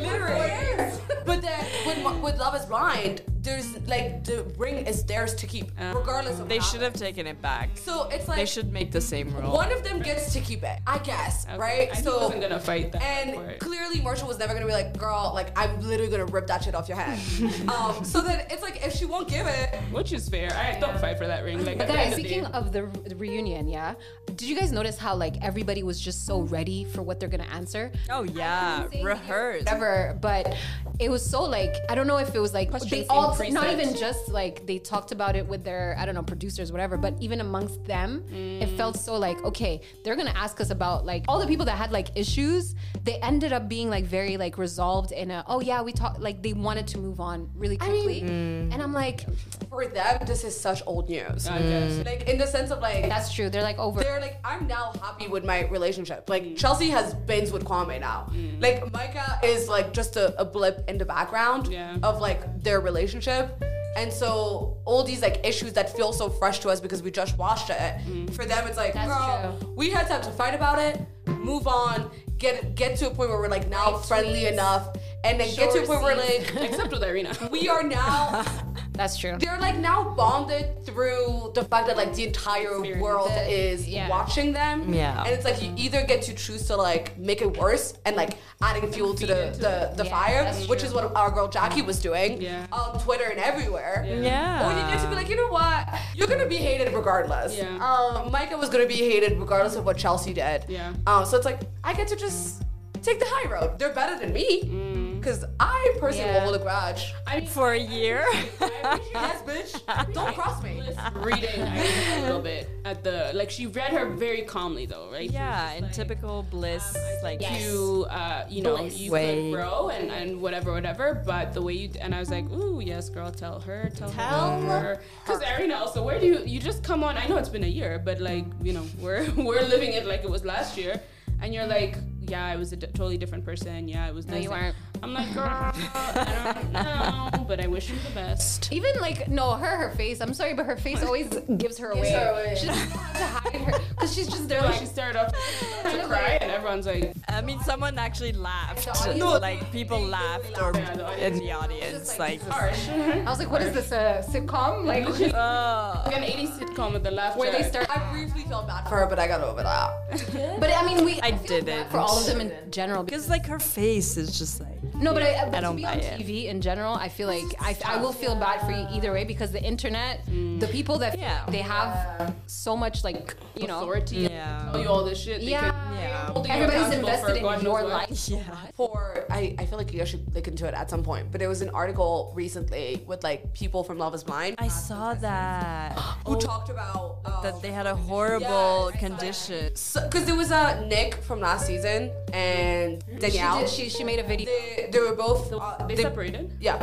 Speaker 2: Literally. But then with Mo- with Love Is Blind, there's like the ring is theirs to keep, regardless of.
Speaker 3: They
Speaker 2: what
Speaker 3: should have
Speaker 2: happens.
Speaker 3: taken it back.
Speaker 2: So it's like
Speaker 3: They should make the same rule.
Speaker 2: one of them gets to keep it, I guess,
Speaker 4: Okay.
Speaker 2: right?
Speaker 4: I so, wasn't gonna fight that. for
Speaker 2: And
Speaker 4: it.
Speaker 2: clearly, Marshall was never gonna be like, "Girl, like I'm literally gonna rip that shit off your head." um, so then it's like if she won't give it,
Speaker 4: Which is fair. I don't fight for that ring. Like,
Speaker 1: But
Speaker 4: at the end
Speaker 1: guys,
Speaker 4: of the
Speaker 1: speaking
Speaker 4: day.
Speaker 1: of the re- the reunion, yeah, did you guys notice how like everybody was just so ready for what they're gonna answer?
Speaker 3: oh yeah,
Speaker 1: Same year,
Speaker 3: rehearsed.
Speaker 1: Whatever, but it was so like I don't know if it was like
Speaker 4: Questions
Speaker 1: they
Speaker 4: in
Speaker 1: all
Speaker 4: preset.
Speaker 1: not even just like they talked about it with their I don't know producers whatever, but even amongst them, it felt so like okay they're gonna ask us about like all the people that had like issues. They ended up being like very like resolved in a oh yeah we talked like they wanted to move on really quickly, and I'm like
Speaker 2: for them, this is such old news.
Speaker 4: I guess.
Speaker 2: Like in the sense of like
Speaker 1: that's true they're like over.
Speaker 2: they're like, I'm now happy with my relationship. Like
Speaker 1: Mm.
Speaker 2: Chelsea has bins with Kwame now. Like Micah is like just a, a blip in the background
Speaker 4: Yeah.
Speaker 2: of like their relationship. And so all these like issues that feel so fresh to us because we just watched it. For them, it's like,
Speaker 1: Mm. That's
Speaker 2: girl, we had to have to fight about it, move on, get get to a point where we're like now
Speaker 1: Like
Speaker 2: friendly
Speaker 1: tweets.
Speaker 2: enough, and then get to
Speaker 1: Sure
Speaker 2: a point where
Speaker 1: sees.
Speaker 2: like
Speaker 4: Except with Irina.
Speaker 2: we are now
Speaker 1: That's true.
Speaker 2: they're like now bonded through the fact that like the entire world
Speaker 1: The-
Speaker 2: is
Speaker 1: yeah.
Speaker 2: watching them.
Speaker 3: Yeah.
Speaker 2: And it's like you either get to choose to like make it worse and like adding fuel to the the, the
Speaker 1: Yeah,
Speaker 2: fire,
Speaker 1: that's
Speaker 2: which
Speaker 1: true.
Speaker 2: is what our girl Jackie was doing
Speaker 4: Yeah.
Speaker 2: on Twitter and everywhere.
Speaker 3: Yeah.
Speaker 2: Or you get to be like, you know what? You're gonna be hated regardless.
Speaker 4: Yeah.
Speaker 2: Um, Micah was gonna be hated regardless of what Chelsea did.
Speaker 4: Yeah.
Speaker 2: Um, so it's like I get to just take the high road. They're better than me, because I personally will
Speaker 1: Yeah.
Speaker 2: hold a grudge.
Speaker 4: I mean,
Speaker 3: For a year.
Speaker 2: yes, bitch. Don't cross me.
Speaker 4: reading Irina a little bit at the like she read her very calmly though, right? She was
Speaker 3: yeah,
Speaker 4: just
Speaker 3: in
Speaker 4: like,
Speaker 3: typical bliss, like
Speaker 1: Yes.
Speaker 4: You, uh, you know, you
Speaker 3: Way.
Speaker 4: could grow and, and whatever, whatever. But the way you d- and I was like, ooh, yes, girl, tell her, tell,
Speaker 3: Tell
Speaker 4: her, because Irina also. Where do you you just come on? I know it's been a year, but like you know, we're we're living it like it was last year, and you're like, yeah, I was a d- totally different person. Yeah, I was.
Speaker 1: No,
Speaker 4: this
Speaker 1: you
Speaker 4: and-
Speaker 1: aren't.
Speaker 4: I'm like, girl, I don't know, but I wish you the best.
Speaker 1: Even like no, her her face. I'm sorry, but her face always gives her away.
Speaker 5: her away.
Speaker 1: She doesn't know how to hide her because she's just there
Speaker 4: When
Speaker 1: like
Speaker 4: she started up to cry, and everyone's like,
Speaker 3: I mean, someone actually laughed.
Speaker 1: audience-
Speaker 3: like people laughed, or
Speaker 4: Yeah, the audience-
Speaker 3: in the audience, like.
Speaker 4: harsh.
Speaker 1: I was like, what is this a sitcom? Like
Speaker 3: Oh.
Speaker 4: Like an 80s sitcom with the laugh
Speaker 1: where they
Speaker 4: track.
Speaker 1: start.
Speaker 2: I briefly felt bad for her, but I got over that.
Speaker 1: But I mean, we
Speaker 3: I
Speaker 1: feel bad
Speaker 3: didn't.
Speaker 1: for all of them in general. Because
Speaker 3: Because like her face is just like.
Speaker 1: no, but I, but
Speaker 3: I don't
Speaker 1: to be on
Speaker 3: buy it.
Speaker 1: TV in general, I feel like I, I will feel bad for you either way because the internet, the people that
Speaker 3: Yeah.
Speaker 1: they have so much like you know
Speaker 4: authority.
Speaker 3: Yeah.
Speaker 4: Tell you all this shit. They
Speaker 1: Yeah.
Speaker 4: can
Speaker 3: Yeah.
Speaker 4: hold holding you
Speaker 1: Everybody's
Speaker 4: accountable
Speaker 1: invested
Speaker 4: for
Speaker 1: in
Speaker 4: God knows
Speaker 1: your
Speaker 4: what.
Speaker 1: life.
Speaker 2: for I, I feel like you guys should look into it at some point. But there was an article recently with like people from Love Is Blind
Speaker 3: I saw that.
Speaker 2: who talked about um,
Speaker 3: That they had a horrible
Speaker 2: Yes, I saw
Speaker 3: condition.
Speaker 2: because there was a Nick from last season and
Speaker 1: She,
Speaker 2: Danielle.
Speaker 1: did, she she made a video.
Speaker 2: they, they were both uh,
Speaker 4: They separated.
Speaker 2: Yeah,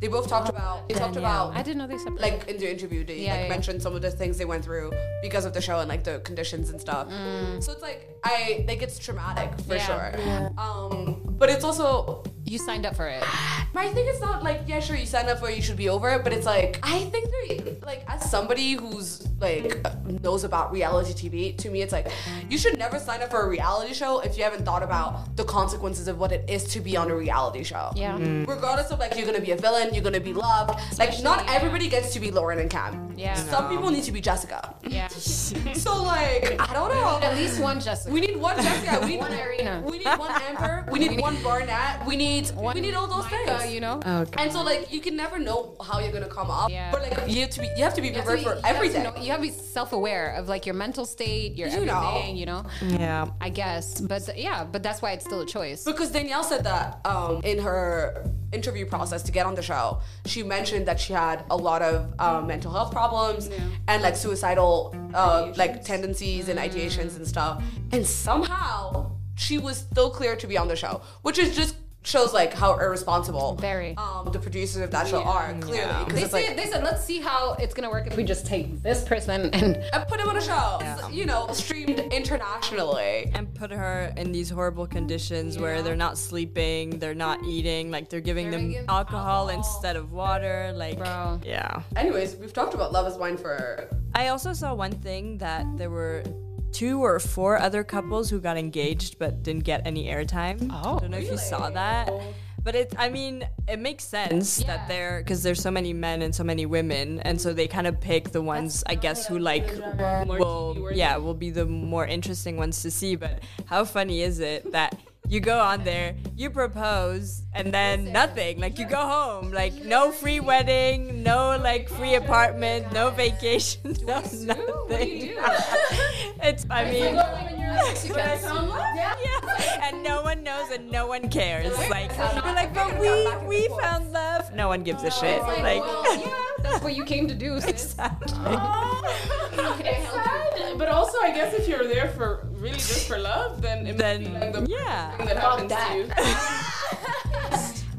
Speaker 2: they both talked about they talked
Speaker 3: Danielle.
Speaker 2: about
Speaker 1: I didn't know they separated.
Speaker 2: like in the interview they
Speaker 1: Yeah,
Speaker 2: like
Speaker 1: yeah,
Speaker 2: mentioned some of the things they went through because of the show and like the conditions and stuff. So it's like I like it's traumatic for
Speaker 1: Mm. Yeah.
Speaker 2: sure. Um, but it's also
Speaker 1: you signed up for it.
Speaker 2: but I think it's not like yeah, sure, you sign up for it, you should be over it. But it's like I think there, like as somebody who's like knows about reality TV, to me it's like you should never sign up for a reality show if you haven't thought about the consequences of what it is to be on a reality show.
Speaker 1: Yeah.
Speaker 2: Regardless of like you're gonna be a villain, you're gonna be loved. like not
Speaker 1: Especially, yeah.
Speaker 2: everybody gets to be Lauren and Cam.
Speaker 1: Yeah.
Speaker 2: Some people need to be Jessica.
Speaker 1: Yeah.
Speaker 2: So like I don't
Speaker 1: At
Speaker 2: know.
Speaker 1: least one Jessica.
Speaker 2: We need one Jessica. We need
Speaker 1: One Irina.
Speaker 2: We need one Amber. We need one Barnett. We need we need all those
Speaker 1: Micah,
Speaker 2: things.
Speaker 1: you know.
Speaker 3: Okay.
Speaker 2: And so like you can never know how you're gonna come up.
Speaker 1: Yeah.
Speaker 2: But like you have to be you have to be
Speaker 1: You have to
Speaker 2: prepared
Speaker 1: be-
Speaker 2: for everything.
Speaker 1: You have, to know, you have to be self-aware of like your mental state, your
Speaker 2: You know.
Speaker 1: everything. You know,
Speaker 3: Yeah.
Speaker 1: I guess, but yeah, but that's why it's still a choice.
Speaker 2: because Danielle said that um, in her interview process to get on the show, she mentioned that she had a lot of um, mental health problems and like suicidal uh, like tendencies and ideations and stuff. And somehow she was still clear to be on the show, which is just shows like how irresponsible
Speaker 1: Very.
Speaker 2: um, the producers of that show are clearly because
Speaker 1: They
Speaker 2: it's like
Speaker 1: said, they said, let's see how it's gonna work if we just take this person and
Speaker 2: and put him on a show, you know, streamed internationally.
Speaker 3: And put her in these horrible conditions where they're not sleeping, they're not eating, like they're giving them
Speaker 1: giving
Speaker 3: alcohol, instead of water. Like,
Speaker 1: Bro.
Speaker 3: yeah.
Speaker 2: Anyways, we've talked about Love Is Blind for
Speaker 3: I also saw one thing that there were two or four other couples who got engaged but didn't get any airtime. Oh, I don't know if you saw that. But it, I mean, it makes sense that they're because there's so many men and so many women, and so they kind of pick the ones I guess who like
Speaker 4: More TV
Speaker 3: will
Speaker 4: worthy.
Speaker 3: yeah will be the more interesting ones to see. But how funny is it that you go on there, you propose, and then nothing? Like you go home, like no free wedding, no like free apartment, no vacation, no nothing. it's I mean. Yeah. And no one knows and no one cares. Like we're like, but we we found love. No one gives a shit. Like
Speaker 1: that's what you came to do. Sis.
Speaker 3: exactly.
Speaker 4: Sad, But also, I guess if you're there for really just for love, then it must be like
Speaker 3: Then
Speaker 4: the
Speaker 3: yeah.
Speaker 4: thing that happens
Speaker 5: that.
Speaker 4: to you.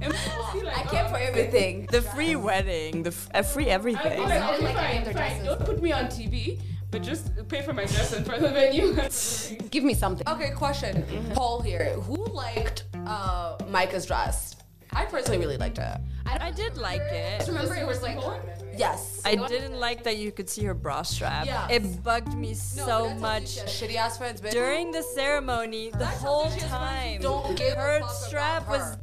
Speaker 4: It must be like,
Speaker 5: I care
Speaker 1: uh,
Speaker 4: oh,
Speaker 5: for everything.
Speaker 3: The free wedding, the f- uh, free
Speaker 4: I feel
Speaker 3: everything.
Speaker 4: like,
Speaker 1: Also, I
Speaker 4: okay,
Speaker 1: like
Speaker 4: fine,
Speaker 1: their
Speaker 4: fine.
Speaker 1: dresses.
Speaker 4: Don't put me on TV, but just pay for my dress and for the venue.
Speaker 1: Give me something.
Speaker 2: Okay, question. Paul here. Who liked uh, Micah's dress? I personally really liked it.
Speaker 3: I did like it.
Speaker 1: Remember, it was like
Speaker 2: Yes.
Speaker 3: I didn't like that you could see her bra strap.
Speaker 2: Yeah.
Speaker 3: It bugged me so much.
Speaker 2: Shitty ass friends, bitch.
Speaker 3: During the ceremony, the whole
Speaker 2: she has friends
Speaker 3: time,
Speaker 2: who don't give a
Speaker 3: her
Speaker 2: fuck about
Speaker 3: strap was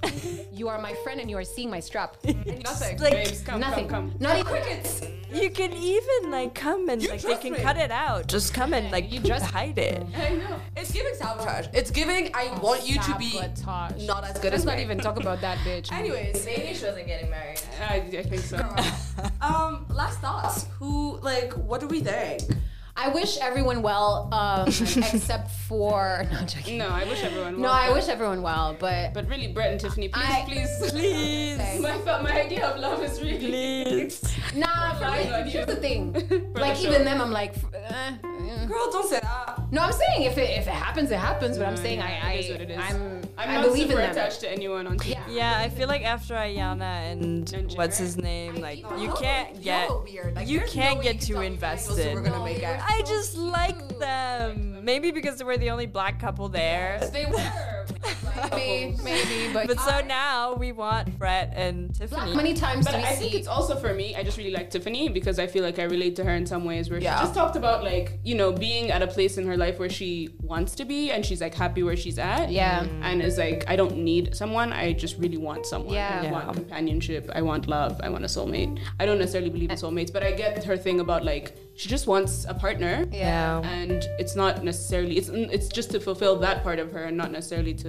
Speaker 1: you are my friend and you are seeing my strap.
Speaker 2: nothing.
Speaker 3: like
Speaker 4: Babes, come,
Speaker 1: Nothing.
Speaker 4: come, come.
Speaker 1: Not even
Speaker 2: crickets.
Speaker 3: you can even like come and like they
Speaker 2: trust
Speaker 3: can
Speaker 2: me.
Speaker 3: cut it out. Just come and like you
Speaker 1: just-
Speaker 3: just hide it.
Speaker 4: I know.
Speaker 2: It's giving sabotage. It's giving. I want you to be
Speaker 1: Sabotage.
Speaker 2: not as good
Speaker 1: Let's
Speaker 2: as
Speaker 1: not
Speaker 2: me.
Speaker 1: even talk about that bitch.
Speaker 2: Anyways,
Speaker 5: Maybe she wasn't getting married.
Speaker 4: I, I think so.
Speaker 2: um, last thoughts. Who like? What do we think?
Speaker 1: I wish everyone well, um, except for no, I'm joking.
Speaker 4: No, I wish everyone.
Speaker 1: No,
Speaker 4: was,
Speaker 1: I
Speaker 4: but-
Speaker 1: wish everyone well, but
Speaker 4: But really, Brett and Tiffany, please,
Speaker 1: I-
Speaker 4: please,
Speaker 3: Please,
Speaker 4: My, my idea of love is really.
Speaker 3: please.
Speaker 1: Nah, but I-
Speaker 4: everybody.
Speaker 1: here's the thing.
Speaker 4: For
Speaker 1: like
Speaker 4: the show.
Speaker 1: even them, I'm like, f- eh, eh.
Speaker 2: Girl, don't say that.
Speaker 1: no, I'm saying if it if it happens, it happens. But I'm saying I, I
Speaker 4: Mm, it is what it is.
Speaker 1: I'm,
Speaker 4: I'm
Speaker 1: I
Speaker 4: not
Speaker 1: believe in
Speaker 4: super
Speaker 1: them.
Speaker 4: attached to anyone on TV.
Speaker 1: Yeah.
Speaker 3: Yeah, I feel like after Ayana and,
Speaker 4: And
Speaker 3: what's
Speaker 4: Jared.
Speaker 3: his name, like you
Speaker 2: Oh,
Speaker 3: can't get
Speaker 2: Y'all are weird. Like,
Speaker 3: you
Speaker 2: there's
Speaker 3: can't
Speaker 2: no way
Speaker 3: get
Speaker 2: can
Speaker 3: too
Speaker 2: tell me
Speaker 3: invested.
Speaker 2: We're gonna make it.
Speaker 3: I just like them. Maybe because we're the only black couple there.
Speaker 1: They were maybe maybe, but,
Speaker 3: But so now we want Brett and
Speaker 1: Black,
Speaker 3: Tiffany.
Speaker 1: many times
Speaker 4: But
Speaker 1: we
Speaker 4: I think
Speaker 1: see
Speaker 4: it's also for me. I just really like Tiffany because I feel like I relate to her in some ways. Where
Speaker 2: Yeah.
Speaker 4: she just talked about like you know being at a place in her life where she wants to be and she's like happy where she's at.
Speaker 1: Yeah.
Speaker 4: And is like I don't need someone. I just really want someone.
Speaker 1: Yeah.
Speaker 4: I
Speaker 1: Yeah.
Speaker 4: want companionship. I want love. I want a soulmate. I don't necessarily believe in
Speaker 1: Uh,
Speaker 4: soulmates, but I get her thing about like she just wants a partner.
Speaker 1: yeah.
Speaker 4: And it's not necessarily it's it's just to fulfill that part of her and not necessarily to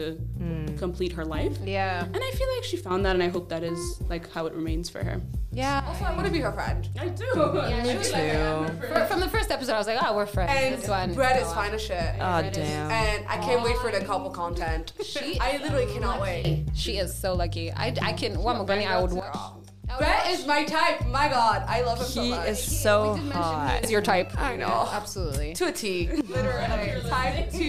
Speaker 4: complete her life.
Speaker 1: Yeah.
Speaker 4: And I feel like she found that, and I hope that is like how it remains for her.
Speaker 1: Yeah.
Speaker 2: Also, I want to be her friend.
Speaker 4: I do.
Speaker 1: Me Fr- From the first episode, I was like, oh, we're friends.
Speaker 2: And
Speaker 1: this one.
Speaker 2: bread is fine as shit.
Speaker 3: Oh
Speaker 1: That is-
Speaker 3: damn.
Speaker 2: and I can't wait for the couple content.
Speaker 1: She
Speaker 2: I literally cannot wait.
Speaker 1: She is so lucky. I, I can, one Granny, I would watch. I would
Speaker 2: Brett
Speaker 1: watch.
Speaker 2: is my type. My God, I love him so
Speaker 3: He
Speaker 2: much.
Speaker 3: is
Speaker 1: He-
Speaker 3: so
Speaker 1: we did mention
Speaker 3: hot.
Speaker 1: he is your type.
Speaker 2: I know.
Speaker 1: Absolutely.
Speaker 2: to a T. Literally, type to.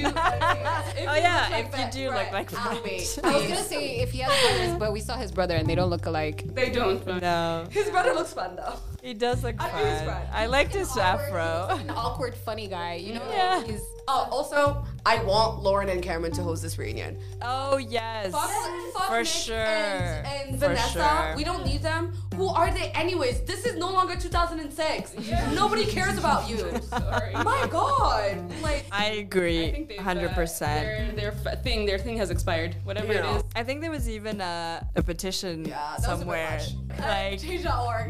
Speaker 3: Oh yeah, if you do look like
Speaker 2: I'll be.
Speaker 1: I was gonna say if he has brothers, but we saw his brother and they don't look alike.
Speaker 4: They don't. but-
Speaker 3: No,
Speaker 2: His brother looks fun though.
Speaker 3: he does look
Speaker 2: I think he's
Speaker 3: fun.
Speaker 2: fun.
Speaker 3: I liked his afro.
Speaker 1: An awkward, funny guy. You know,
Speaker 3: Yeah.
Speaker 1: he's
Speaker 2: Oh, also, I want Lauren and Cameron to host this reunion.
Speaker 3: Oh yes,
Speaker 2: Fuck, fuck
Speaker 3: for
Speaker 2: Nick
Speaker 3: sure.
Speaker 2: And, and
Speaker 3: For
Speaker 2: Vanessa,
Speaker 3: sure.
Speaker 2: we don't need them. Who are they, anyways? This is no longer 2006. Nobody cares about you.
Speaker 4: Sorry.
Speaker 2: My God, like.
Speaker 3: I
Speaker 4: I
Speaker 3: agree,
Speaker 4: think they've, uh,
Speaker 3: hundred percent.
Speaker 4: Their, their f- thing, their thing has expired. Whatever
Speaker 2: Yeah.
Speaker 4: it is.
Speaker 3: I think there was even a, a petition
Speaker 2: Yeah, that was a bit
Speaker 3: somewhere.
Speaker 2: much.
Speaker 3: Like
Speaker 2: Change.org.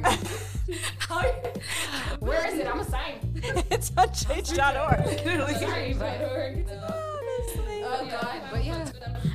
Speaker 2: How
Speaker 1: where is it? I'm a sign.
Speaker 3: it's on change.org.
Speaker 1: Sorry, but
Speaker 3: Honestly.
Speaker 1: oh god, but yeah.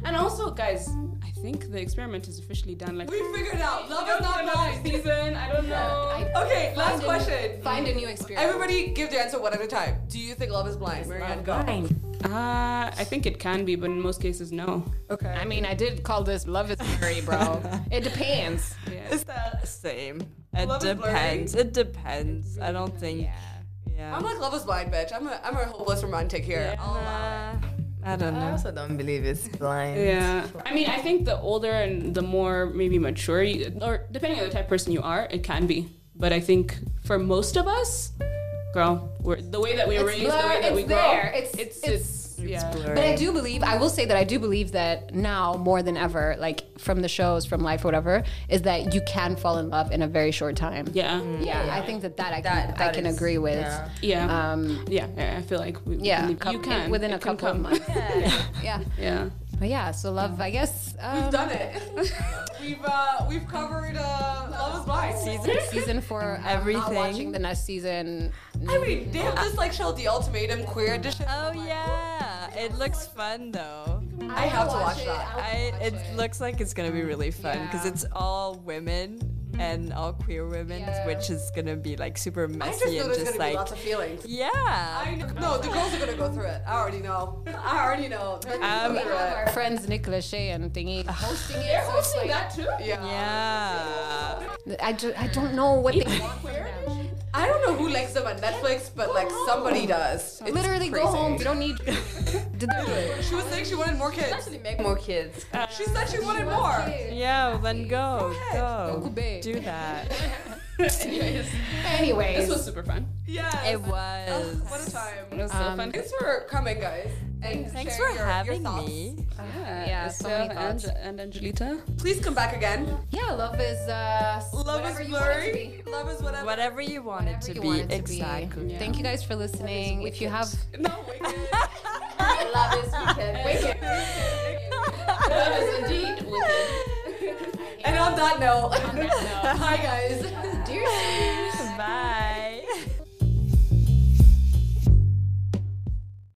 Speaker 4: And also, guys, I think the experiment is officially done. Like,
Speaker 2: we figured out love
Speaker 4: I
Speaker 2: is
Speaker 4: don't
Speaker 2: not
Speaker 4: know
Speaker 2: blind.
Speaker 4: about the season. I don't know.
Speaker 1: I-
Speaker 2: Okay,
Speaker 1: find
Speaker 2: last
Speaker 1: a
Speaker 2: question.
Speaker 1: New, find a new experience.
Speaker 2: Everybody give the answer one at a time. Do you think love is blind? Marianne, go.
Speaker 4: Uh, I think it can be, but in most cases, no.
Speaker 1: I mean, I did call this love is blurry, bro. it depends.
Speaker 4: Yeah.
Speaker 3: It's the same. It
Speaker 2: Love is blurry.
Speaker 3: depends. It depends. I don't think. Yeah.
Speaker 2: I'm like love is blind, bitch. I'm a I'm a hopeless romantic here. Oh I'll allow it.
Speaker 3: I don't
Speaker 5: I
Speaker 3: know.
Speaker 5: also don't believe it's blind.
Speaker 4: Yeah. I mean, I think the older and the more maybe mature, you, or depending on the type of person you are, it can be. But I think for most of us, girl, we're, the way that we
Speaker 1: It's
Speaker 4: raise, the
Speaker 1: blur-
Speaker 4: way that
Speaker 1: it's
Speaker 4: we grow,
Speaker 1: there. It's-
Speaker 4: it's,
Speaker 1: it's-
Speaker 4: it's, yeah.
Speaker 1: But I do believe, I will say that I do believe that now more than ever, like from the shows, from life, whatever, is that you can fall in love in a very short time.
Speaker 4: Yeah.
Speaker 1: Yeah, I think that that I can,
Speaker 5: That-
Speaker 1: I
Speaker 5: that
Speaker 1: can
Speaker 5: is-
Speaker 1: agree with.
Speaker 5: yeah.
Speaker 4: Yeah.
Speaker 1: Um,
Speaker 4: yeah. I- I feel like we, we
Speaker 1: yeah,
Speaker 4: can- you can
Speaker 1: within
Speaker 4: It
Speaker 1: a
Speaker 4: can
Speaker 1: couple of
Speaker 4: come.
Speaker 1: months. yeah,
Speaker 4: Yeah.
Speaker 1: but yeah. So love, I guess. Um,
Speaker 2: We've done it. we've uh we've covered uh love is blind.
Speaker 1: season um, season four. I'm not
Speaker 3: Everything.
Speaker 1: watching the next season.
Speaker 2: I mean, they have this like show the ultimatum queer edition.
Speaker 3: Oh yeah, it looks fun though.
Speaker 2: I have to watch
Speaker 1: it.
Speaker 2: that.
Speaker 3: I
Speaker 1: watch
Speaker 3: it
Speaker 1: it.
Speaker 3: looks like it's gonna be really fun because
Speaker 1: Yeah.
Speaker 3: it's all women and all queer women,
Speaker 1: Yeah.
Speaker 3: which is gonna be like super
Speaker 2: I
Speaker 3: messy
Speaker 2: just know
Speaker 3: and
Speaker 2: there's
Speaker 3: just
Speaker 2: gonna
Speaker 3: like
Speaker 2: be lots of feelings.
Speaker 3: yeah.
Speaker 2: I know. No, the girls are gonna go through it. I already know. I already know. They're gonna
Speaker 3: Um,
Speaker 1: We
Speaker 2: go
Speaker 1: have
Speaker 2: through
Speaker 1: our
Speaker 2: it.
Speaker 1: friends Nick Lachey and thingy hosting it. so it's like-
Speaker 4: too.
Speaker 2: Yeah.
Speaker 3: yeah.
Speaker 1: I, ju- I don't know what they want from them.
Speaker 2: I don't know who likes them on Netflix, but like somebody does. It's
Speaker 1: Literally, go
Speaker 2: crazy.
Speaker 1: home. We don't need. Did they
Speaker 2: She was saying she wanted more kids.
Speaker 5: Make more kids.
Speaker 2: She said she wanted more.
Speaker 3: Yeah, then go, go,
Speaker 1: Okube.
Speaker 3: do that.
Speaker 4: Anyways,
Speaker 1: Anyways,
Speaker 4: this was super fun.
Speaker 2: Yeah.
Speaker 3: It was.
Speaker 2: Oh, What a time.
Speaker 4: It was so
Speaker 1: Um,
Speaker 4: fun.
Speaker 2: Thanks for coming, guys. And
Speaker 3: Thanks for
Speaker 2: sharing your- your
Speaker 3: having
Speaker 2: thoughts.
Speaker 3: me.
Speaker 4: Yeah.
Speaker 1: yeah, so many
Speaker 4: and,
Speaker 1: thoughts.
Speaker 4: and Angelita.
Speaker 2: Please come back again.
Speaker 1: yeah, love is uh,
Speaker 2: Love
Speaker 1: whatever
Speaker 2: is
Speaker 1: you want it to
Speaker 2: blurry. Love is whatever.
Speaker 3: Whatever you want it
Speaker 1: Whatever
Speaker 3: to
Speaker 1: you
Speaker 3: be,
Speaker 1: want it to be.
Speaker 3: exactly.
Speaker 1: be. Thank you guys for listening. If you have
Speaker 2: No, wicked.
Speaker 1: love is wicked, wicked.
Speaker 2: and on that note,
Speaker 1: On that note.
Speaker 2: hi guys.